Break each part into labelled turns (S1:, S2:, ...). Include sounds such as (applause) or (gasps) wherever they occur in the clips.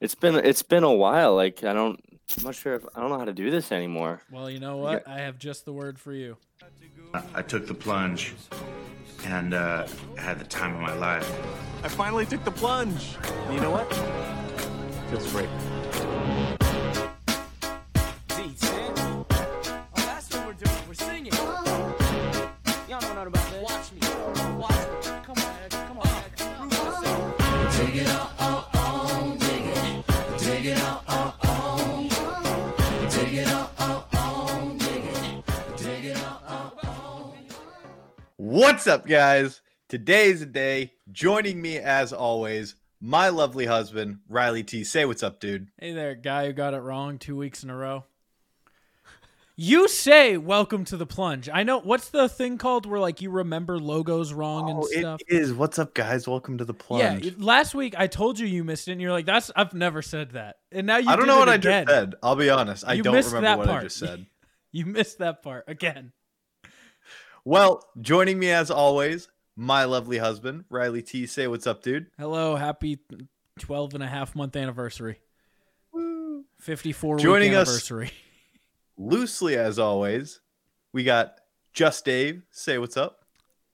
S1: It's been it's been a while. Like I don't I'm not sure if I don't know how to do this anymore.
S2: Well, you know what? I have just the word for you.
S3: I took the plunge and uh, had the time of my life.
S4: I finally took the plunge. You know what? Feels great.
S5: What's up, guys? Today's a day. Joining me, as always, my lovely husband, Riley T. Say what's up, dude.
S2: Hey there, guy who got it wrong two weeks in a row. You say welcome to the plunge. I know what's the thing called where like you remember logos wrong and stuff.
S5: Oh, is. What's up, guys? Welcome to the
S2: yeah, it- last week I told you you missed it, and you're like, "That's I've never said that." And now you
S5: I don't know what I
S2: again.
S5: just said. I'll be honest. I
S2: You
S5: don't
S2: missed
S5: remember
S2: that
S5: what
S2: part.
S5: I just said.
S2: (laughs) You missed that part again.
S5: Well, joining me, as always, my lovely husband, Riley T. Say what's up, dude.
S2: Hello, happy 12 and a half month anniversary. 54
S5: Joining
S2: week
S5: us-
S2: anniversary.
S5: Loosely, as always, we got Just Dave. Say what's up.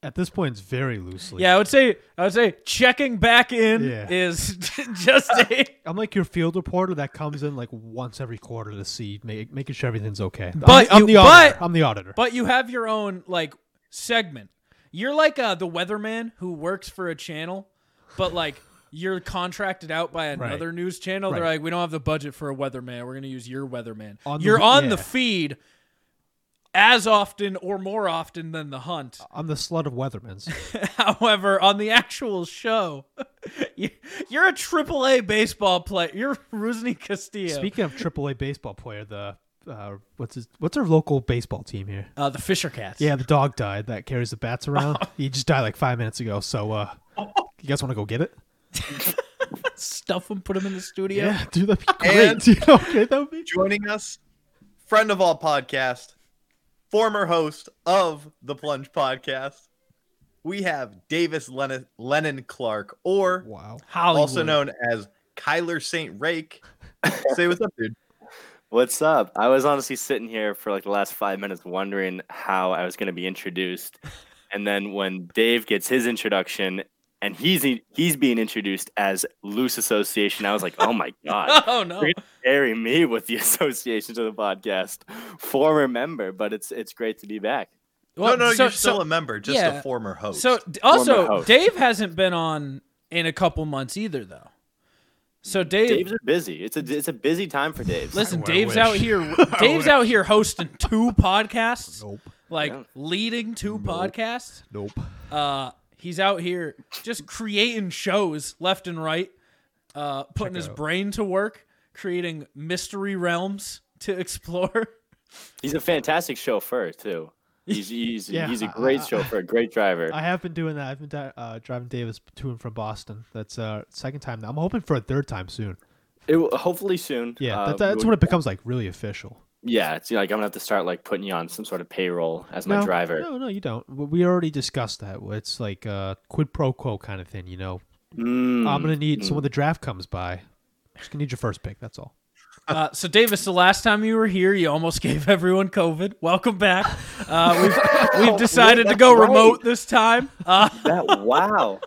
S6: At this point, it's very loosely.
S2: Yeah, I would say I would say checking back in
S6: Yeah.
S2: is (laughs)
S6: (laughs)
S2: just a
S6: I'm like your field reporter that comes in like once every quarter to see, make, making sure everything's okay.
S2: But
S6: I'm, I'm the
S2: you-
S6: auditor.
S2: but-
S6: I'm the auditor.
S2: But you have your own like segment. You're like uh, the weatherman who works for a channel, but like you're contracted out by another news channel. They're
S6: Right.
S2: like, we don't have the budget for a weatherman. We're gonna use your weatherman.
S6: On the
S2: you're
S6: w-
S2: on the
S6: yeah.
S2: feed as often or more often than the hunt. (laughs)
S6: I'm the slut of Weathermans.
S2: However, on the actual show, (laughs) you- you're a triple A baseball player. You're Rusney Castillo.
S6: Speaking of AAA baseball player, the uh, what's his, what's our local baseball team here?
S2: uh, the Fisher Cats.
S6: Yeah, the dog died that carries the bats
S2: (laughs)
S6: around. he just died like five minutes ago. So, uh, you guys want to go get it?
S2: (laughs) Stuff them, put them in the studio.
S6: dude, that'd be great. (laughs)
S5: And-
S6: dude. okay, that would be.
S5: joining us, friend of all podcast, former host of the Plunge podcast. We have Davis Lennon, Lennon Clark, or
S6: Wow.
S2: Hollywood.
S5: also known as Kyler St.
S2: (laughs)
S5: Rake. Say what's up, dude.
S1: What's up? I was honestly sitting here for like the last five minutes wondering how I was going to be introduced, and then when Dave gets his introduction and he's he's being introduced as loose association, I was like, oh my god,
S2: (laughs) (laughs) Oh no.
S1: You're gonna bury me with the (laughs) associations of the podcast, former member. But it's it's great to be back.
S2: Well,
S5: no, no,
S2: so,
S5: you're still
S2: so,
S5: a member, just
S2: yeah.
S5: a former host.
S2: so d- also
S1: host.
S2: Dave hasn't been on in a couple months either though. So Dave,
S1: Dave's are busy. It's a it's a busy time for Dave.
S2: listen,
S6: I
S2: Dave's
S6: wish. (laughs)
S2: out here Dave's out here hosting two podcasts.
S6: Nope.
S2: Like
S1: Yeah.
S2: leading two podcasts.
S6: Nope.
S2: Uh he's out here just creating shows left and right. Uh putting
S6: Check
S2: his
S6: it out.
S2: brain to work, creating mystery realms to (laughs) explore.
S1: He's a fantastic chauffeur
S2: (laughs)
S1: too. He's he's,
S6: Yeah,
S1: he's a great
S6: I- I-
S1: chauffeur, a great driver.
S6: I have been doing that. I've been di- uh, driving Davis to and from Boston. That's uh second time now. I'm hoping for a third time soon.
S1: It will- hopefully soon.
S6: Yeah,
S1: uh,
S6: that,
S1: we
S6: that's
S1: would-
S6: when it becomes like really official.
S1: Yeah, it's you know, like I'm gonna have to start like putting you on some sort of payroll as my
S6: no,
S1: driver.
S6: No, no, you don't. We- We already discussed that. It's like a quid pro quo kind of thing. You know,
S1: Mm,
S6: I'm gonna need. So when the draft comes by, I'm just gonna need your first pick. That's all.
S2: Uh, so Davis, the last time you were here, you almost (laughs) gave everyone COVID. Welcome back. Uh,
S1: (laughs)
S2: we've we've decided to go
S1: that's right.
S2: remote this time. Uh,
S1: (laughs) that
S2: (laughs)
S1: wow.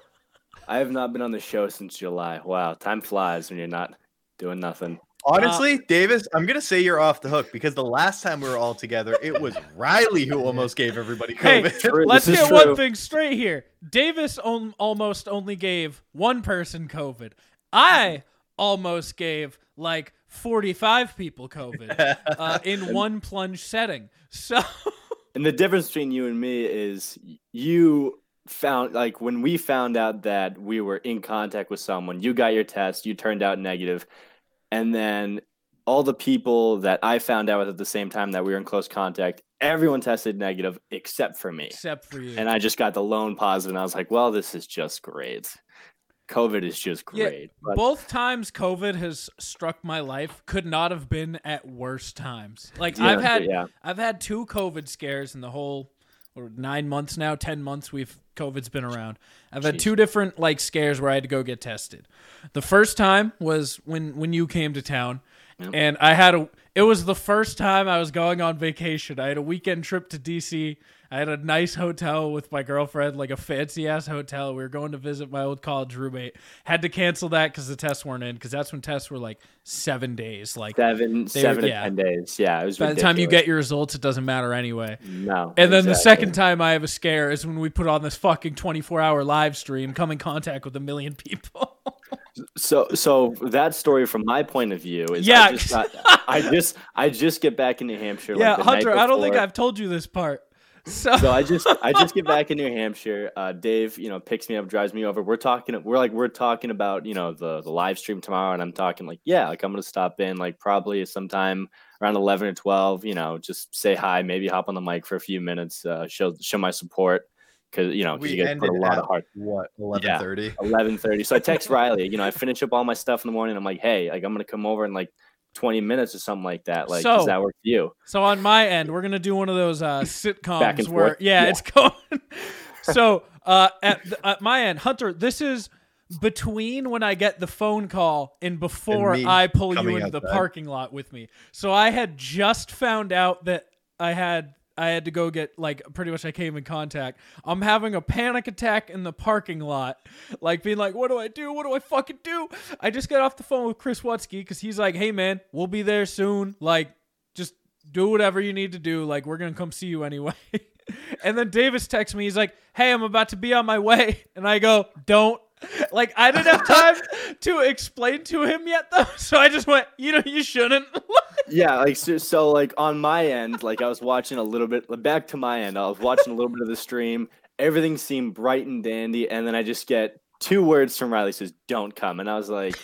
S1: I have not been on the show since July. Wow, time flies when you're not doing nothing.
S2: Uh,
S5: Honestly, Davis, I'm gonna say you're off the hook because the last time we were all together, it was Riley who almost gave everybody
S2: hey,
S5: COVID.
S1: True,
S5: (laughs)
S2: let's
S1: this is
S2: get one
S1: true.
S2: thing straight here. Davis on, almost only gave one person COVID. I almost gave like 45 people COVID
S1: (laughs)
S2: uh, in one plunge setting. So
S1: And the difference between you and me is y- you found like when we found out that we were in contact with someone, you got your test, you turned out negative, and then all the people that I found out with at the same time that we were in close contact, everyone tested negative except for me.
S2: except for you.
S1: And I just got the lone positive, and I was like, "Well, this is just great. COVID is just
S2: Yeah,
S1: great." But
S2: Both times COVID has struck my life could not have been at worse times. Like
S1: Yeah,
S2: I've had
S1: yeah.
S2: I've had two COVID scares in the whole or nine months now, ten months we've COVID's been around. I've had two different like scares where I had to go get tested. The first time was when when you came to town, and I had a. It was the first time I was going on vacation. I had a weekend trip to DC. I had a nice hotel with my girlfriend, like a fancy ass hotel. We were going to visit my old college roommate. Had to cancel that because the tests weren't in. Because that's when tests were like seven days. Like
S1: Seven,
S2: They-
S1: seven
S2: yeah.
S1: to ten days. Yeah, it was.
S2: by the time you
S1: ridiculous.
S2: get your results, it doesn't matter anyway.
S1: no,
S2: And then the
S1: exactly.
S2: second time I have a scare is when we put on this fucking 24 hour live stream, come in contact with a million (laughs) people.
S1: So, so that story from my point of view is
S2: Yeah.
S1: I just, got, I just, I just get back in New Hampshire.
S2: yeah,
S1: like the night
S2: Hunter, I don't think
S1: before.
S2: I've told you this part. So,
S1: So I just I just get back in
S2: (laughs)
S1: New Hampshire. Uh, Dave, you know, picks me up, drives me over. We're talking. We're like we're talking about you know the the live stream tomorrow, and I'm talking like yeah, like I'm gonna stop in like probably sometime around eleven or twelve. You know, just say hi, maybe hop on the mic for a few minutes, uh, show show my support because you know 'cause
S5: We
S1: you guys put a
S5: ended
S1: lot
S5: at-
S1: of heart.
S5: What? Eleven thirty.
S1: Eleven thirty. So
S5: (laughs)
S1: I text Riley. You know, I finish up all my stuff in the morning. I'm like, hey, like I'm gonna come over in like twenty minutes or something like that. Like,
S2: So-
S1: does that work for you?
S2: so on my end, we're gonna do one of those uh,
S1: (laughs)
S2: sitcoms
S1: Back and
S2: where,
S1: forth.
S2: yeah,
S1: Yeah.
S2: it's going. (laughs) so uh, at, the, at my end, Hunter, this is between when I get the phone call and before
S5: me
S2: I pull you
S5: coming
S2: into the
S5: outside.
S2: parking lot with me. So I had just found out that I had I had to go get like pretty much I came in contact. I'm having a panic attack in the parking lot, like being like, "What do I do? What do I fucking do?" I just got off the phone with Chris Watsky because he's like, "Hey man, we'll be there soon. Like, just do whatever you need to do. Like, we're gonna come see you anyway." (laughs) and then Davis texts me. He's like, "Hey, I'm about to be on my way," (laughs) and I go, "Don't." Like I didn't have time to explain to him yet, though, (laughs) so I just went, "You know, you shouldn't."
S1: yeah like so, so like on my end like i was watching a little bit back to my end i was watching a little bit of the stream everything seemed bright and dandy and then i just get two words from riley says don't come and i was like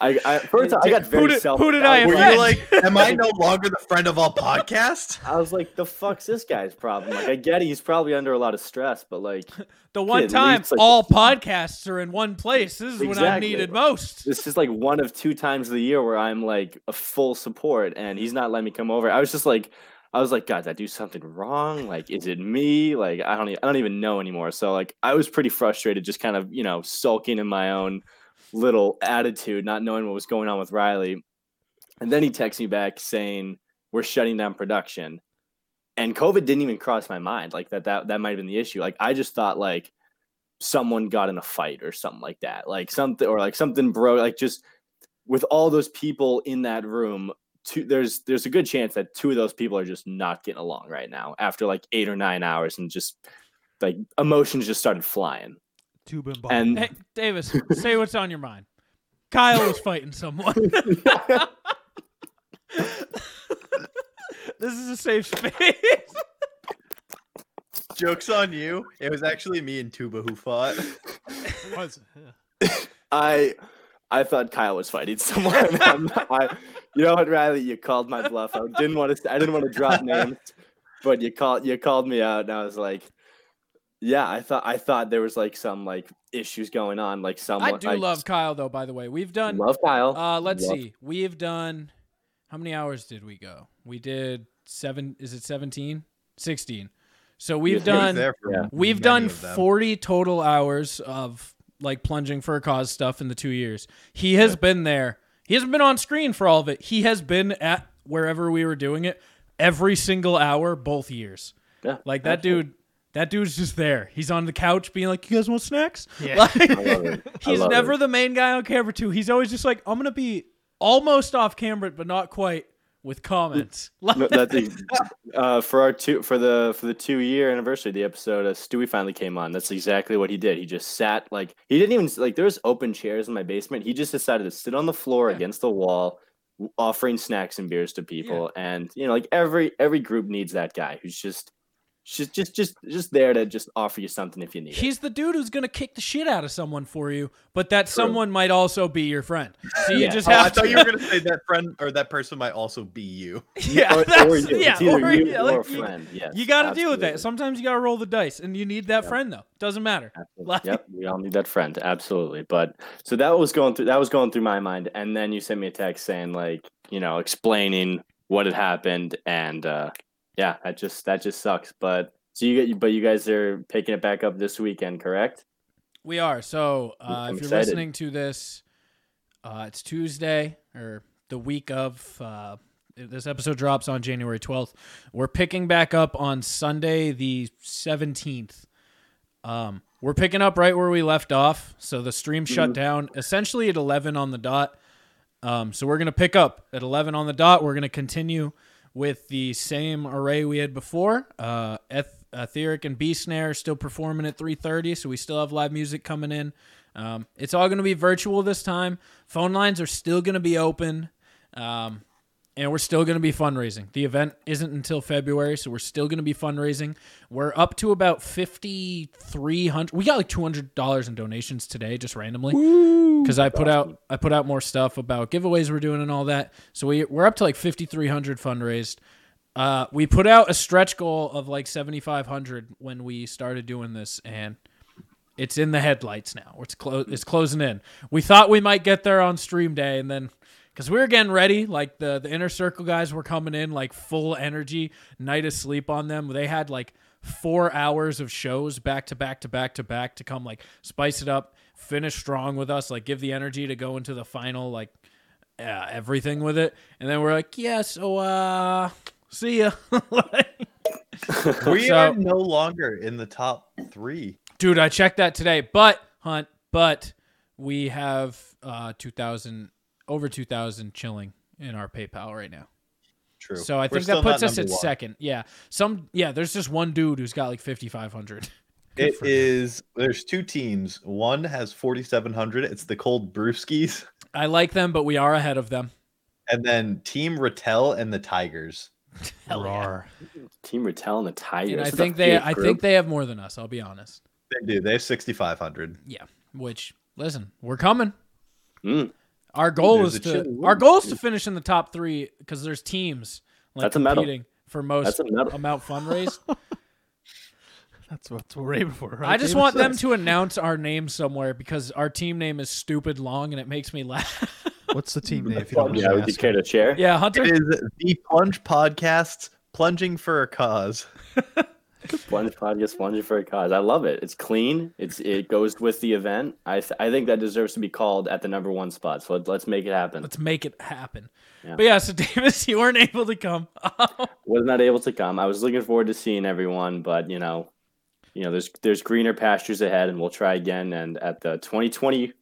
S1: i, I first i got
S2: Who
S1: very
S2: did- who
S1: self
S2: did I
S1: I
S5: Were
S1: was,
S2: offend?
S1: like,
S5: you like? (laughs) Am
S2: (laughs)
S5: I no longer the friend of all podcasts?
S1: I was like the fuck's this guy's problem like i get it, he's probably under a lot of stress but like
S2: (laughs) The one
S1: at
S2: time
S1: least, like-
S2: all podcasts are in one place. This is when I'm
S1: Exactly.
S2: needed most.
S1: this is like one of two times of the year where i'm like a full support and he's not letting me come over i was just like I was like, God, did I do something wrong? Like, is it me? Like, I don't, e- I don't even know anymore. So, like, I was pretty frustrated, just kind of, you know, sulking in my own little attitude, not knowing what was going on with Riley. And then he texts me back saying, "We're shutting down production," and COVID didn't even cross my mind. Like that, that that might have been the issue. Like, I just thought like someone got in a fight or something like that, like something or like something broke. Like just with all those people in that room, two, there's there's a good chance that two of those people are just not getting along right now after like eight or nine hours and just like emotions just started flying.
S6: Tube and,
S1: And
S2: Hey, Davis, say what's on your mind. Kyle was
S1: (laughs)
S2: fighting someone. (laughs) this is a safe space.
S5: (laughs) Jokes on you. It was actually me and Tuba who fought.
S2: (laughs)
S6: (laughs)
S1: I I thought Kyle was fighting (laughs) someone. I'm not- I, you know what, Riley? You called my bluff. I didn't want to. I didn't want to drop names, but you called. You called me out, and I was like, "Yeah, I thought. I thought there was like some like issues going on. Like someone.
S2: I do
S1: like,
S2: love Kyle though, by the way. We've done
S1: love Kyle.
S2: uh let's
S1: Love-
S2: see. We've done how many hours did we go? We did 7 is it 17? 16. So we've
S1: was
S5: He was
S2: done
S5: there for
S1: Yeah.
S2: We've
S5: many
S2: done
S5: of them.
S2: 40 total hours of like plunging for a cause stuff in the two years. He has been there. He hasn't been on screen for all of it. He has been at wherever we were doing it every single hour, both years.
S1: Yeah,
S2: Like that dude, that dude's just there. He's on the couch being like, "You guys want snacks?"
S6: Yeah.
S2: Like,
S1: I
S2: (laughs)
S1: love it. I
S2: he's
S1: love
S2: never
S1: it.
S2: the main guy on camera too. He's always just like, "I'm gonna be almost off camera, but not quite." With comments, like,
S1: (laughs) No, that's ex- uh, for our two for the for the two year anniversary of the episode uh, Stewie finally came on. That's exactly what he did. He just sat like he didn't even s- like there was open chairs in my basement. He just decided to sit on the floor against the wall, w- offering snacks and beers to people. And you know, like every every group needs that guy who's just just just just just there to just offer you something if you need it.
S2: (laughs) He's the dude who's gonna kick the shit out of someone for you, but that someone might also be your friend. So you
S1: Yeah.
S2: just
S5: Oh, I
S2: have to.
S5: thought you were
S2: (laughs)
S5: gonna say that friend or that person might also be you.
S2: yeah,
S1: Or- or
S2: that's-
S1: you.
S2: yeah,
S1: It's either
S2: or
S1: you
S2: yeah,
S1: or
S2: like,
S1: a friend. Yes,
S2: You got to deal with that.
S1: absolutely.
S2: Sometimes you got to roll the dice, and you need that friend though. Doesn't matter.
S1: Absolutely.
S2: Like-
S1: yep, we all need that friend, absolutely. But so that was going through that was going through my mind, and then you sent me a text saying like, you know, explaining what had happened, and uh, yeah, that just that just sucks. But so you get, but you guys are picking it back up this weekend, correct?
S2: We are. So uh,
S1: I'm
S2: if you're
S1: excited.
S2: listening to this, uh, it's Tuesday or the week of. Uh, this episode drops on January 12th. We're picking back up on Sunday, the 17th. Um, we're picking up right where we left off. So the stream
S1: Mm-hmm.
S2: shut down essentially at 11 on the dot. Um, so we're going to pick up at 11 on the dot. We're going to continue with the same array we had before. Uh, Eth- Etheric and B Snare are still performing at 3:30, so we still have live music coming in. Um, it's all going to be virtual this time. Phone lines are still going to be open. Um, and we're still going to be fundraising. The event isn't until February, so we're still going to be fundraising. We're up to about 5300 we got like $200 in donations today just randomly cuz I put out I put out more stuff about giveaways we're doing and all that. So we we're up to like 5300 fundraised. Uh, we put out a stretch goal of like 7500 when we started doing this and it's in the headlights now. It's close. It's closing in. We thought we might get there on stream day, and then because we were getting ready, like the the inner circle guys were coming in like full energy, night of sleep on them. They had like four hours of shows back to back to back to back to come like spice it up, finish strong with us, like give the energy to go into the final like uh, everything with it. And then we're like, yeah, so uh, see ya. (laughs) Like-
S5: We
S2: So-
S5: are no longer in the top three.
S2: Dude, I checked that today. But Hunt, but we have uh 2000 over 2000 chilling in our PayPal right now.
S5: True.
S2: So I
S5: We're
S2: think
S5: still
S2: that
S5: not
S2: puts us at
S5: number one.
S2: second. Yeah. Some yeah, there's just one dude who's got like 5500. (laughs) Good
S5: It
S2: for him.
S5: is. There's two teams. One has 4,700. It's the Cold Brewskis,
S2: I like them, but we are ahead of them.
S5: and then Team Rattel and the Tigers.
S2: (laughs) Hell yeah.
S1: Team Rattel and the Tigers.
S2: And I
S1: That's a
S2: think they
S1: big
S2: I
S1: group.
S2: think they have more than us, I'll be honest.
S5: They do. They have 6,500.
S2: Yeah. Which listen, we're coming.
S1: Mm.
S2: Our goal
S5: There's
S2: is
S5: a
S2: to
S5: chilling
S2: our
S5: wind.
S2: goal is to finish in the top 3 cuz there's teams like
S1: That's a medal.
S2: competing for most
S1: That's a medal.
S2: amount
S1: (laughs)
S2: fundraised.
S6: That's what we're aiming for. Right?
S2: I just
S6: Davis?
S2: want them to announce our name somewhere because our team name is stupid long and it makes me (laughs) laugh.
S6: (laughs) What's the team name? If you don't
S1: Yeah, would you care to share?
S2: yeah, Hunter.
S5: It is the Plunge Podcast's Plunging for a Cause.
S1: One podcast, one for a cause. I love it. It's clean. It's it goes with the event. I th- I think that deserves to be called at the number one spot. So let, let's make it happen.
S2: Let's make it happen.
S1: Yeah.
S2: But yeah, so (laughs) Davis, you weren't able to come.
S1: Was not able to come. I was looking forward to seeing everyone, but you know, you know, there's there's greener pastures ahead, and we'll try again. And at the 2020,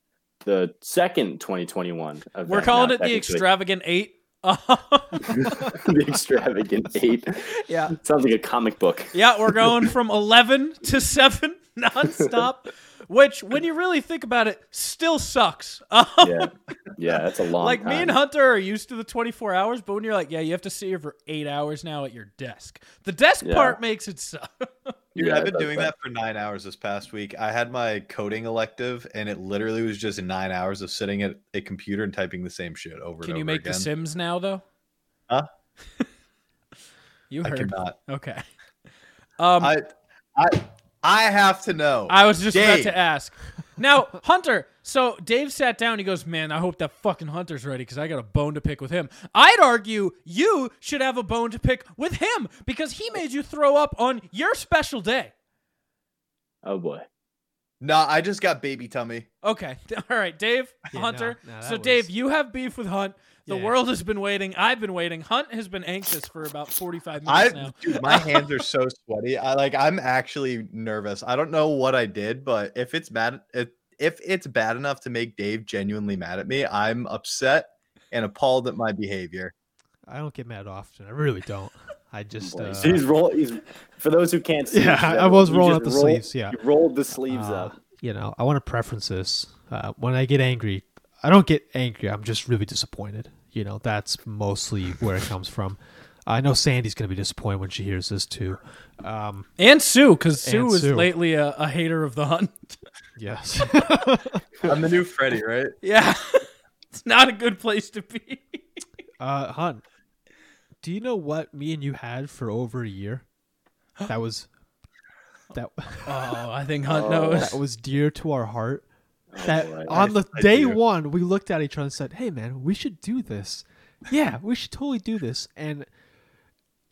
S1: the second 2021, event,
S2: We're calling
S1: now
S2: it the
S1: technically.
S2: extravagant eight.
S1: (laughs) the extravagant
S2: (laughs)
S1: eight.
S2: yeah.
S1: Sounds like a comic book.
S2: Yeah, we're going from 11 to 7 (laughs) nonstop, which, when you really think about it, still sucks. (laughs) Um,
S1: Yeah, yeah, that's a long.
S2: like me and
S1: time.
S2: Hunter are used to the 24 hours, but when you're like, yeah, you have to sit here for eight hours now at your desk, the desk
S1: Yeah.
S2: part makes it suck. (laughs)
S5: Dude,
S1: Yeah,
S5: I've been
S1: that's
S5: doing
S1: bad.
S5: that for nine hours this past week. I had my coding elective, and it literally was just nine hours of sitting at a computer and typing the same shit over and
S2: Can
S5: over
S2: you make
S5: again.
S2: the Sims now though?
S5: Huh?
S2: (laughs) you
S5: I
S2: heard.
S5: cannot.
S2: Okay. (laughs) Um I,
S5: I, I, I have to know.
S2: was just about
S5: Dave.
S2: to ask. Now, Hunter, so Dave sat down, he goes, Man, I hope that fucking Hunter's ready because I got a bone to pick with him. I'd argue you should have a bone to pick with him because he made you throw up on your special day.
S1: Oh boy.
S5: no, I just got baby tummy.
S2: Okay. (laughs) All right, Dave,
S6: Yeah,
S2: Hunter.
S6: no, no, that
S2: so, Dave,
S6: was-
S2: you have beef with Hunt. The
S6: Yeah.
S2: world has been waiting. I've been waiting. Hunt has been anxious for about 45
S5: I,
S2: minutes now.
S5: dude,
S2: (laughs)
S5: my hands are so sweaty. I like, I'm actually nervous. I don't know what I did, but if it's bad, if, if it's bad enough to make Dave genuinely mad at me, I'm upset and appalled at my behavior.
S6: I don't get mad often. I really don't. I just.
S1: (laughs) Boy,
S6: Uh,
S1: so he's roll. He's for those who can't see.
S6: Yeah,
S1: he's-
S6: I was
S1: he
S6: rolling
S1: just
S6: up the sleeves, yeah.
S1: he rolled the sleeves
S6: uh,
S1: up.
S6: you know, I want to preference this. Uh, when I get angry, I don't get angry. I'm just really disappointed. You know, that's mostly where it comes from. I know Sandy's gonna be disappointed when she hears this too. Um,
S2: And Sue, because Sue
S6: And
S2: is
S6: Sue.
S2: lately a, a hater of the hunt.
S6: yes.
S5: (laughs)
S2: (laughs)
S5: I'm the new Freddy, right?
S2: yeah. (laughs) it's not a good place to be.
S6: uh, Hun, do you know what me and you had for over a year? That was that
S2: Oh, I think Hunt
S1: Oh.
S2: knows.
S6: that was dear to our heart. That
S1: boy.
S6: on the
S5: I
S6: day
S5: do.
S6: one, we looked at each other and said, "Hey, man, we should do this. Yeah, we should totally do this." And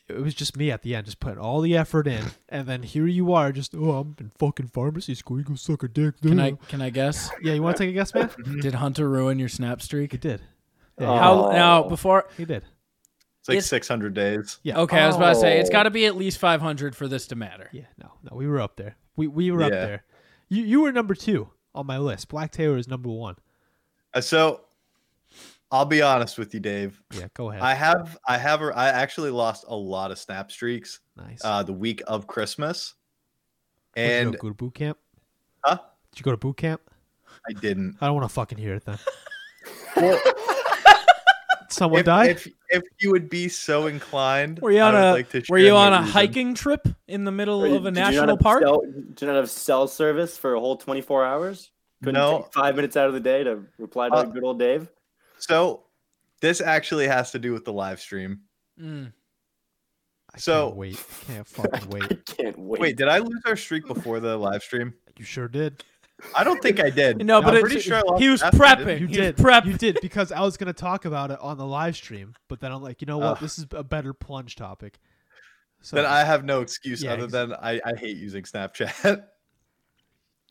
S6: it was just me at the end, just putting all the effort
S2: (laughs)
S6: in, and then here you are, just oh, I'm in fucking pharmacy school. You go suck a dick.
S2: Can I can I guess?
S6: Yeah, you want to take a guess, man?
S2: (laughs) Did Hunter ruin your snap streak?
S6: It did.
S2: How
S1: Oh.
S2: now before
S6: He did.
S5: It's like
S2: It's-
S5: 600 days. Uh,
S6: Yeah.
S2: Okay, I was about to say it's
S1: Oh.
S2: got to be at least 500 for this to matter.
S6: Yeah. No. No. We were up there. We we were up
S5: Yeah.
S6: there. You you were number two on my list. Black Taylor is number one.
S5: Uh, So I'll be honest with you, Dave.
S6: Yeah. Go ahead.
S5: I have, I have, a- I actually lost a lot of snap streaks
S6: nice.
S5: uh, the week of Christmas,
S6: Would you
S5: and
S6: go, go to boot camp.
S5: Huh?
S6: Did you go to boot camp?
S5: I didn't.
S6: I don't want to fucking hear it then.
S5: (laughs) Well,
S6: Someone
S5: if,
S6: died.
S5: if if you would be so inclined,
S2: Were you
S5: I
S2: on
S5: would
S2: a
S5: like to share
S2: Were you
S5: my
S2: on a
S5: reason.
S2: hiking trip in the middle
S1: Or
S2: of a
S1: did you not
S2: national
S1: have
S2: park?
S1: Cell, did you not have cell service for a whole 24 hours? Couldn't
S5: No.
S1: take five minutes out of the day to reply to
S5: Uh,
S1: good old
S2: (laughs)
S1: Dave?
S5: So this actually has to do with the live stream.
S2: Mm.
S6: I
S5: so-
S6: can't wait. I
S5: (laughs)
S6: can't fucking
S1: I
S6: wait.
S1: can't wait.
S5: Wait, did I lose our streak before the live stream?
S6: You sure did.
S5: I don't think I did.
S2: No, but
S5: I'm
S2: it's-
S5: pretty sure I lost
S2: he was
S5: last time, didn't I?
S2: prepping.
S6: You
S2: He's
S6: did.
S2: prepped.
S6: You did because I was gonna talk about it on the live stream, but then I'm like, you know what?
S5: Ugh.
S6: This is a better plunge topic. So
S5: Then I have no excuse
S6: Yeah,
S5: other
S6: ex-
S5: than I, I hate
S6: (laughs)
S5: using Snapchat.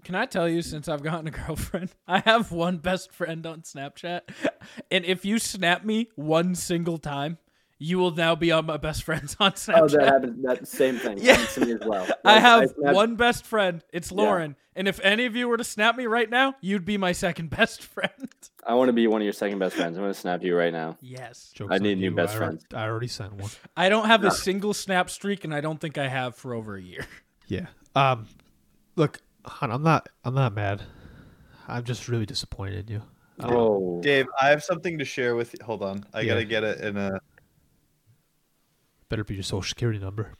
S2: Can I tell you since I've gotten a (laughs) girlfriend, I have one best friend on Snapchat. (laughs) And if you snap me one single time, you will now be on my best friends on Snapchat.
S1: Oh, that happened. That same thing
S2: (laughs) Yeah.
S1: happened to me as well.
S2: I
S1: Like,
S2: have
S1: snapped-
S2: one best friend. It's
S1: Yeah.
S2: Lauren. And if any of you were to snap me right now, you'd be my second (laughs) best friend.
S1: I want to be one of your second best friends. I'm going to snap you right now.
S2: Yes.
S6: Joke's
S1: I
S6: on
S1: need new
S6: you.
S1: best
S6: I alre-
S1: friends.
S6: I already sent one.
S2: I don't have a single snap streak, and I don't think I have for over a year.
S6: Yeah. Um, look, hon, I'm not. I'm not mad. I'm just really disappointed in you.
S1: Oh,
S5: Dave, I have something to share with you. Hold on. I
S6: Yeah.
S5: gotta get it in a
S6: Better be your social security number.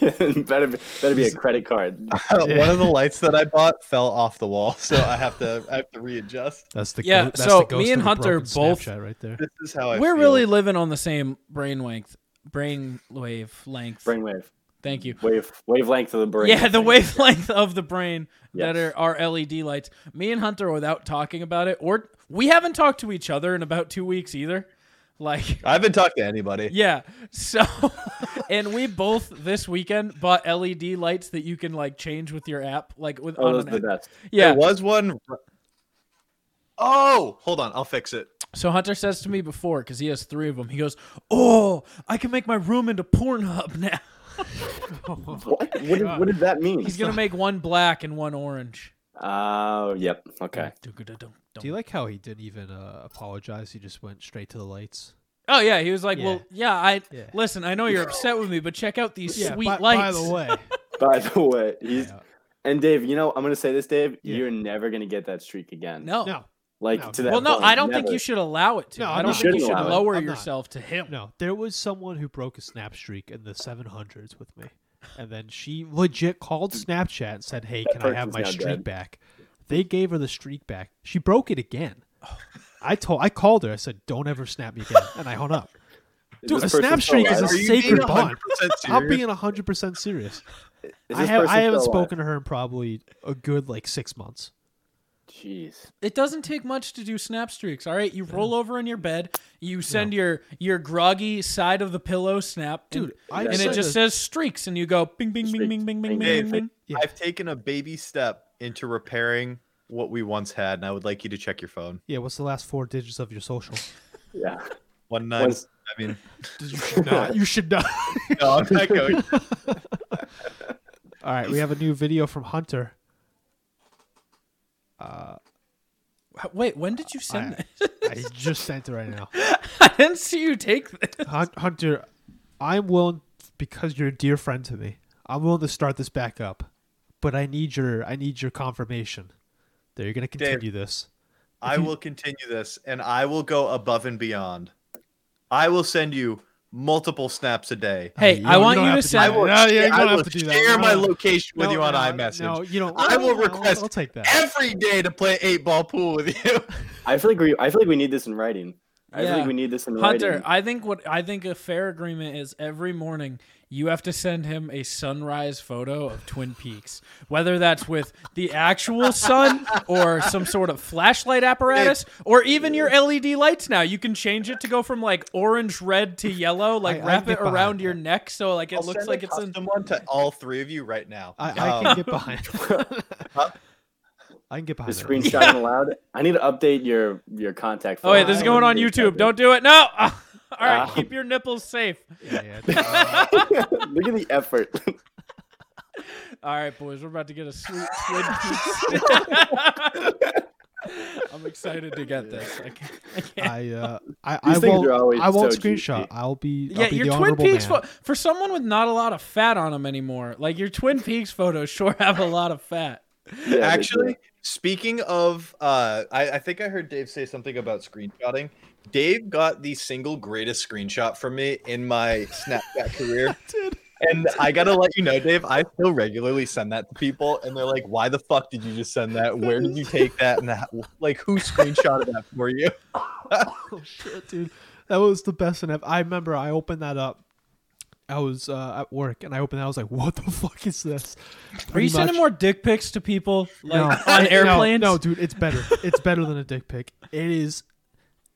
S1: better be, better be a credit
S5: (laughs)
S1: card.
S5: Uh, one
S6: (laughs)
S5: of the lights that I bought fell off the wall, so I have to I have to readjust.
S6: That's the
S2: Yeah,
S6: Go, that's
S2: so
S6: the ghost
S2: me and
S6: of a
S2: Hunter
S6: broken
S2: both-
S6: Snapchat right there.
S5: This is how I
S2: We're
S5: feel.
S2: really living on the same brainwave, brainwave length.
S1: Brainwave,
S2: Thank you.
S1: wave, wavelength of the brain.
S2: Yeah, the wavelength of the brain that
S1: Yes.
S2: are our LED lights. Me and Hunter, without talking about it, or we haven't talked to each other in about two weeks either. Like,
S5: I haven't talked to anybody.
S2: yeah. So, (laughs) and we both this weekend bought LED lights that you can like change with your app, like with
S1: Oh,
S2: on
S1: those
S2: an
S1: are the
S2: app.
S1: best.
S2: yeah.
S5: There was one Oh, hold on, I'll fix it.
S2: So Hunter says to me before, because he has three of them, he goes, "Oh, I can make my room into Pornhub (laughs) now."
S1: What? What did, what did that mean?
S2: He's gonna make one black and one orange.
S1: Oh, yep. Okay.
S6: Do you like how he didn't even uh, apologize? He just went straight to the lights.
S2: Oh yeah, he was like,
S6: Yeah.
S2: "Well, yeah, I
S6: Yeah.
S2: listen. I know you're upset with me, but check out these sweet
S6: by,
S2: lights."
S6: by the way,
S1: (laughs) By the way, he's
S6: Yeah.
S1: and Dave. You know, I'm going to say this, Dave.
S6: Yeah.
S1: You're never going to get that streak again.
S2: no,
S6: no,
S1: Like
S6: No.
S1: to that.
S2: well, no,
S1: point,
S2: I don't think
S1: never.
S2: you should allow it to.
S6: No,
S2: I
S6: I'm
S2: don't
S6: not.
S2: think you
S1: Shouldn't
S2: should
S1: allow it.
S2: lower
S6: I'm not.
S2: yourself to him.
S6: no. There was someone who broke a snap streak in the 700s with me, and then she legit called Snapchat and said, "Hey, can I have
S1: person's
S6: my
S1: now
S6: streak
S1: dead.
S6: back?" They gave her the streak back. She broke it again. I told, I called her. I said, "Don't ever snap me again," and I hung up.
S1: Is
S6: Dude,
S1: this
S6: a snap
S1: person still
S6: streak is a
S1: alive?
S5: Are you
S6: sacred
S5: being
S6: bond. (laughs)
S5: 100%
S6: I'm
S5: serious?
S6: being 100 percent serious.
S1: Is
S6: I,
S1: this
S6: have,
S1: person
S6: I haven't
S1: still alive?
S6: spoken to her in probably a good like six months.
S1: Jeez.
S2: It doesn't take much to do snap streaks. All right, you roll over in your bed, you send your your groggy side of the pillow snap, and-
S6: Dude, I
S2: and it
S6: sent
S2: just
S6: a-
S2: says streaks, and you go bing, bing, bing,
S1: Streaks.
S2: bing, bing, bing,
S1: Bing,
S2: bing,
S5: bing.
S2: bing.
S6: Yeah.
S5: I've taken a baby step into repairing what we once had, and I would like you to check your phone.
S6: Yeah, what's the last four digits of your
S2: (laughs)
S6: social?
S1: Yeah.
S5: One nine.
S1: Was-
S5: I mean,
S6: you should not. You should not.
S5: (laughs) no, I'm not going.
S6: (laughs) All right, we have a new video from Hunter.
S2: Wh- Wait, when did you send
S6: Uh, I-
S2: that? (laughs)
S6: I just sent it right now.
S2: I didn't see you take this.
S6: Hun- Hunter, I'm willing because you're a dear friend to me. I'm willing to start this back up, but I need your I need your confirmation that you're going to continue this.
S5: I will continue this, and I will go above and beyond. I will send you multiple snaps a day.
S2: Hey,
S6: you
S2: I
S6: don't-
S2: want
S6: you don't
S2: you
S6: have to do
S2: to
S6: that.
S2: send.
S5: I will,
S6: No, yeah, you
S5: share,
S6: don't
S5: I
S6: have
S5: will
S6: to do that.
S5: share
S6: No,
S5: my
S6: no.
S5: location with
S6: No,
S5: you on
S6: no,
S5: iMessage.
S6: No, Oh, you don't.
S5: I will
S6: no,
S5: request
S6: I'll take that.
S5: every day to play eight ball pool with you.
S1: I feel like we. I feel like we need this in writing. I
S2: Yeah.
S1: think we need this in
S2: Hunter,
S1: writing.
S2: I think what I think a fair agreement is every morning you have to send him a sunrise photo of Twin Peaks, whether that's with the actual sun or some sort of flashlight apparatus or even your LED lights. Now you can change it to go from like orange red to yellow, like
S6: I- I
S2: wrap
S6: get
S2: it around
S6: behind
S2: your
S6: that.
S2: neck so like it looks like it's
S5: in
S2: in.
S5: one to all three of you right now.
S6: I, I
S5: Um,
S6: can get behind. I can get
S1: the
S6: behind. that.
S1: screenshot
S6: (laughs)
S1: allowed. I need to update your your contact.
S2: Oh wait, this is
S1: form.
S2: going on YouTube. Don't do it. No. (laughs) All
S1: Ah.
S2: right, keep your nipples safe.
S6: Yeah, uh, yeah.
S1: (laughs) Look at the effort.
S2: All right, boys, we're about to get
S1: (laughs)
S2: a sweet twin piece. I'm excited to get this. I can't, (laughs) I can't.
S6: I uh, I,
S1: These
S6: I
S1: things
S6: won't.
S1: are always
S6: I won't
S1: so
S6: screenshot.
S1: juicy.
S6: I'll be. I'll
S2: yeah,
S6: be
S2: your
S6: the
S2: Twin
S6: honorable
S2: Peaks
S6: man.
S2: pho- for someone with not a lot of fat on them anymore. Like your Twin Peaks photos sure have a lot of fat.
S1: Yeah,
S5: Actually, speaking of, uh, I, I think I heard Dave say something about screenshotting. Dave got the single greatest screenshot from me in my
S1: (laughs)
S5: Snapchat career. And I gotta let you know, Dave, I still regularly send that to people, and they're like, "Why the fuck did you just send that? Where did you take that? And how, like, who screenshotted that for you?"
S6: (laughs) Oh shit, dude, that was the best one ever. I remember I opened that up. I was uh, at work and I opened that. I was like, "What the (laughs) fuck is this?"
S2: Are
S6: Pretty
S2: you sending
S6: much-
S2: more dick pics to people like
S6: No. (laughs)
S2: on
S6: No,
S2: airplanes?
S6: No, dude, it's better. It's better than a dick pic. It is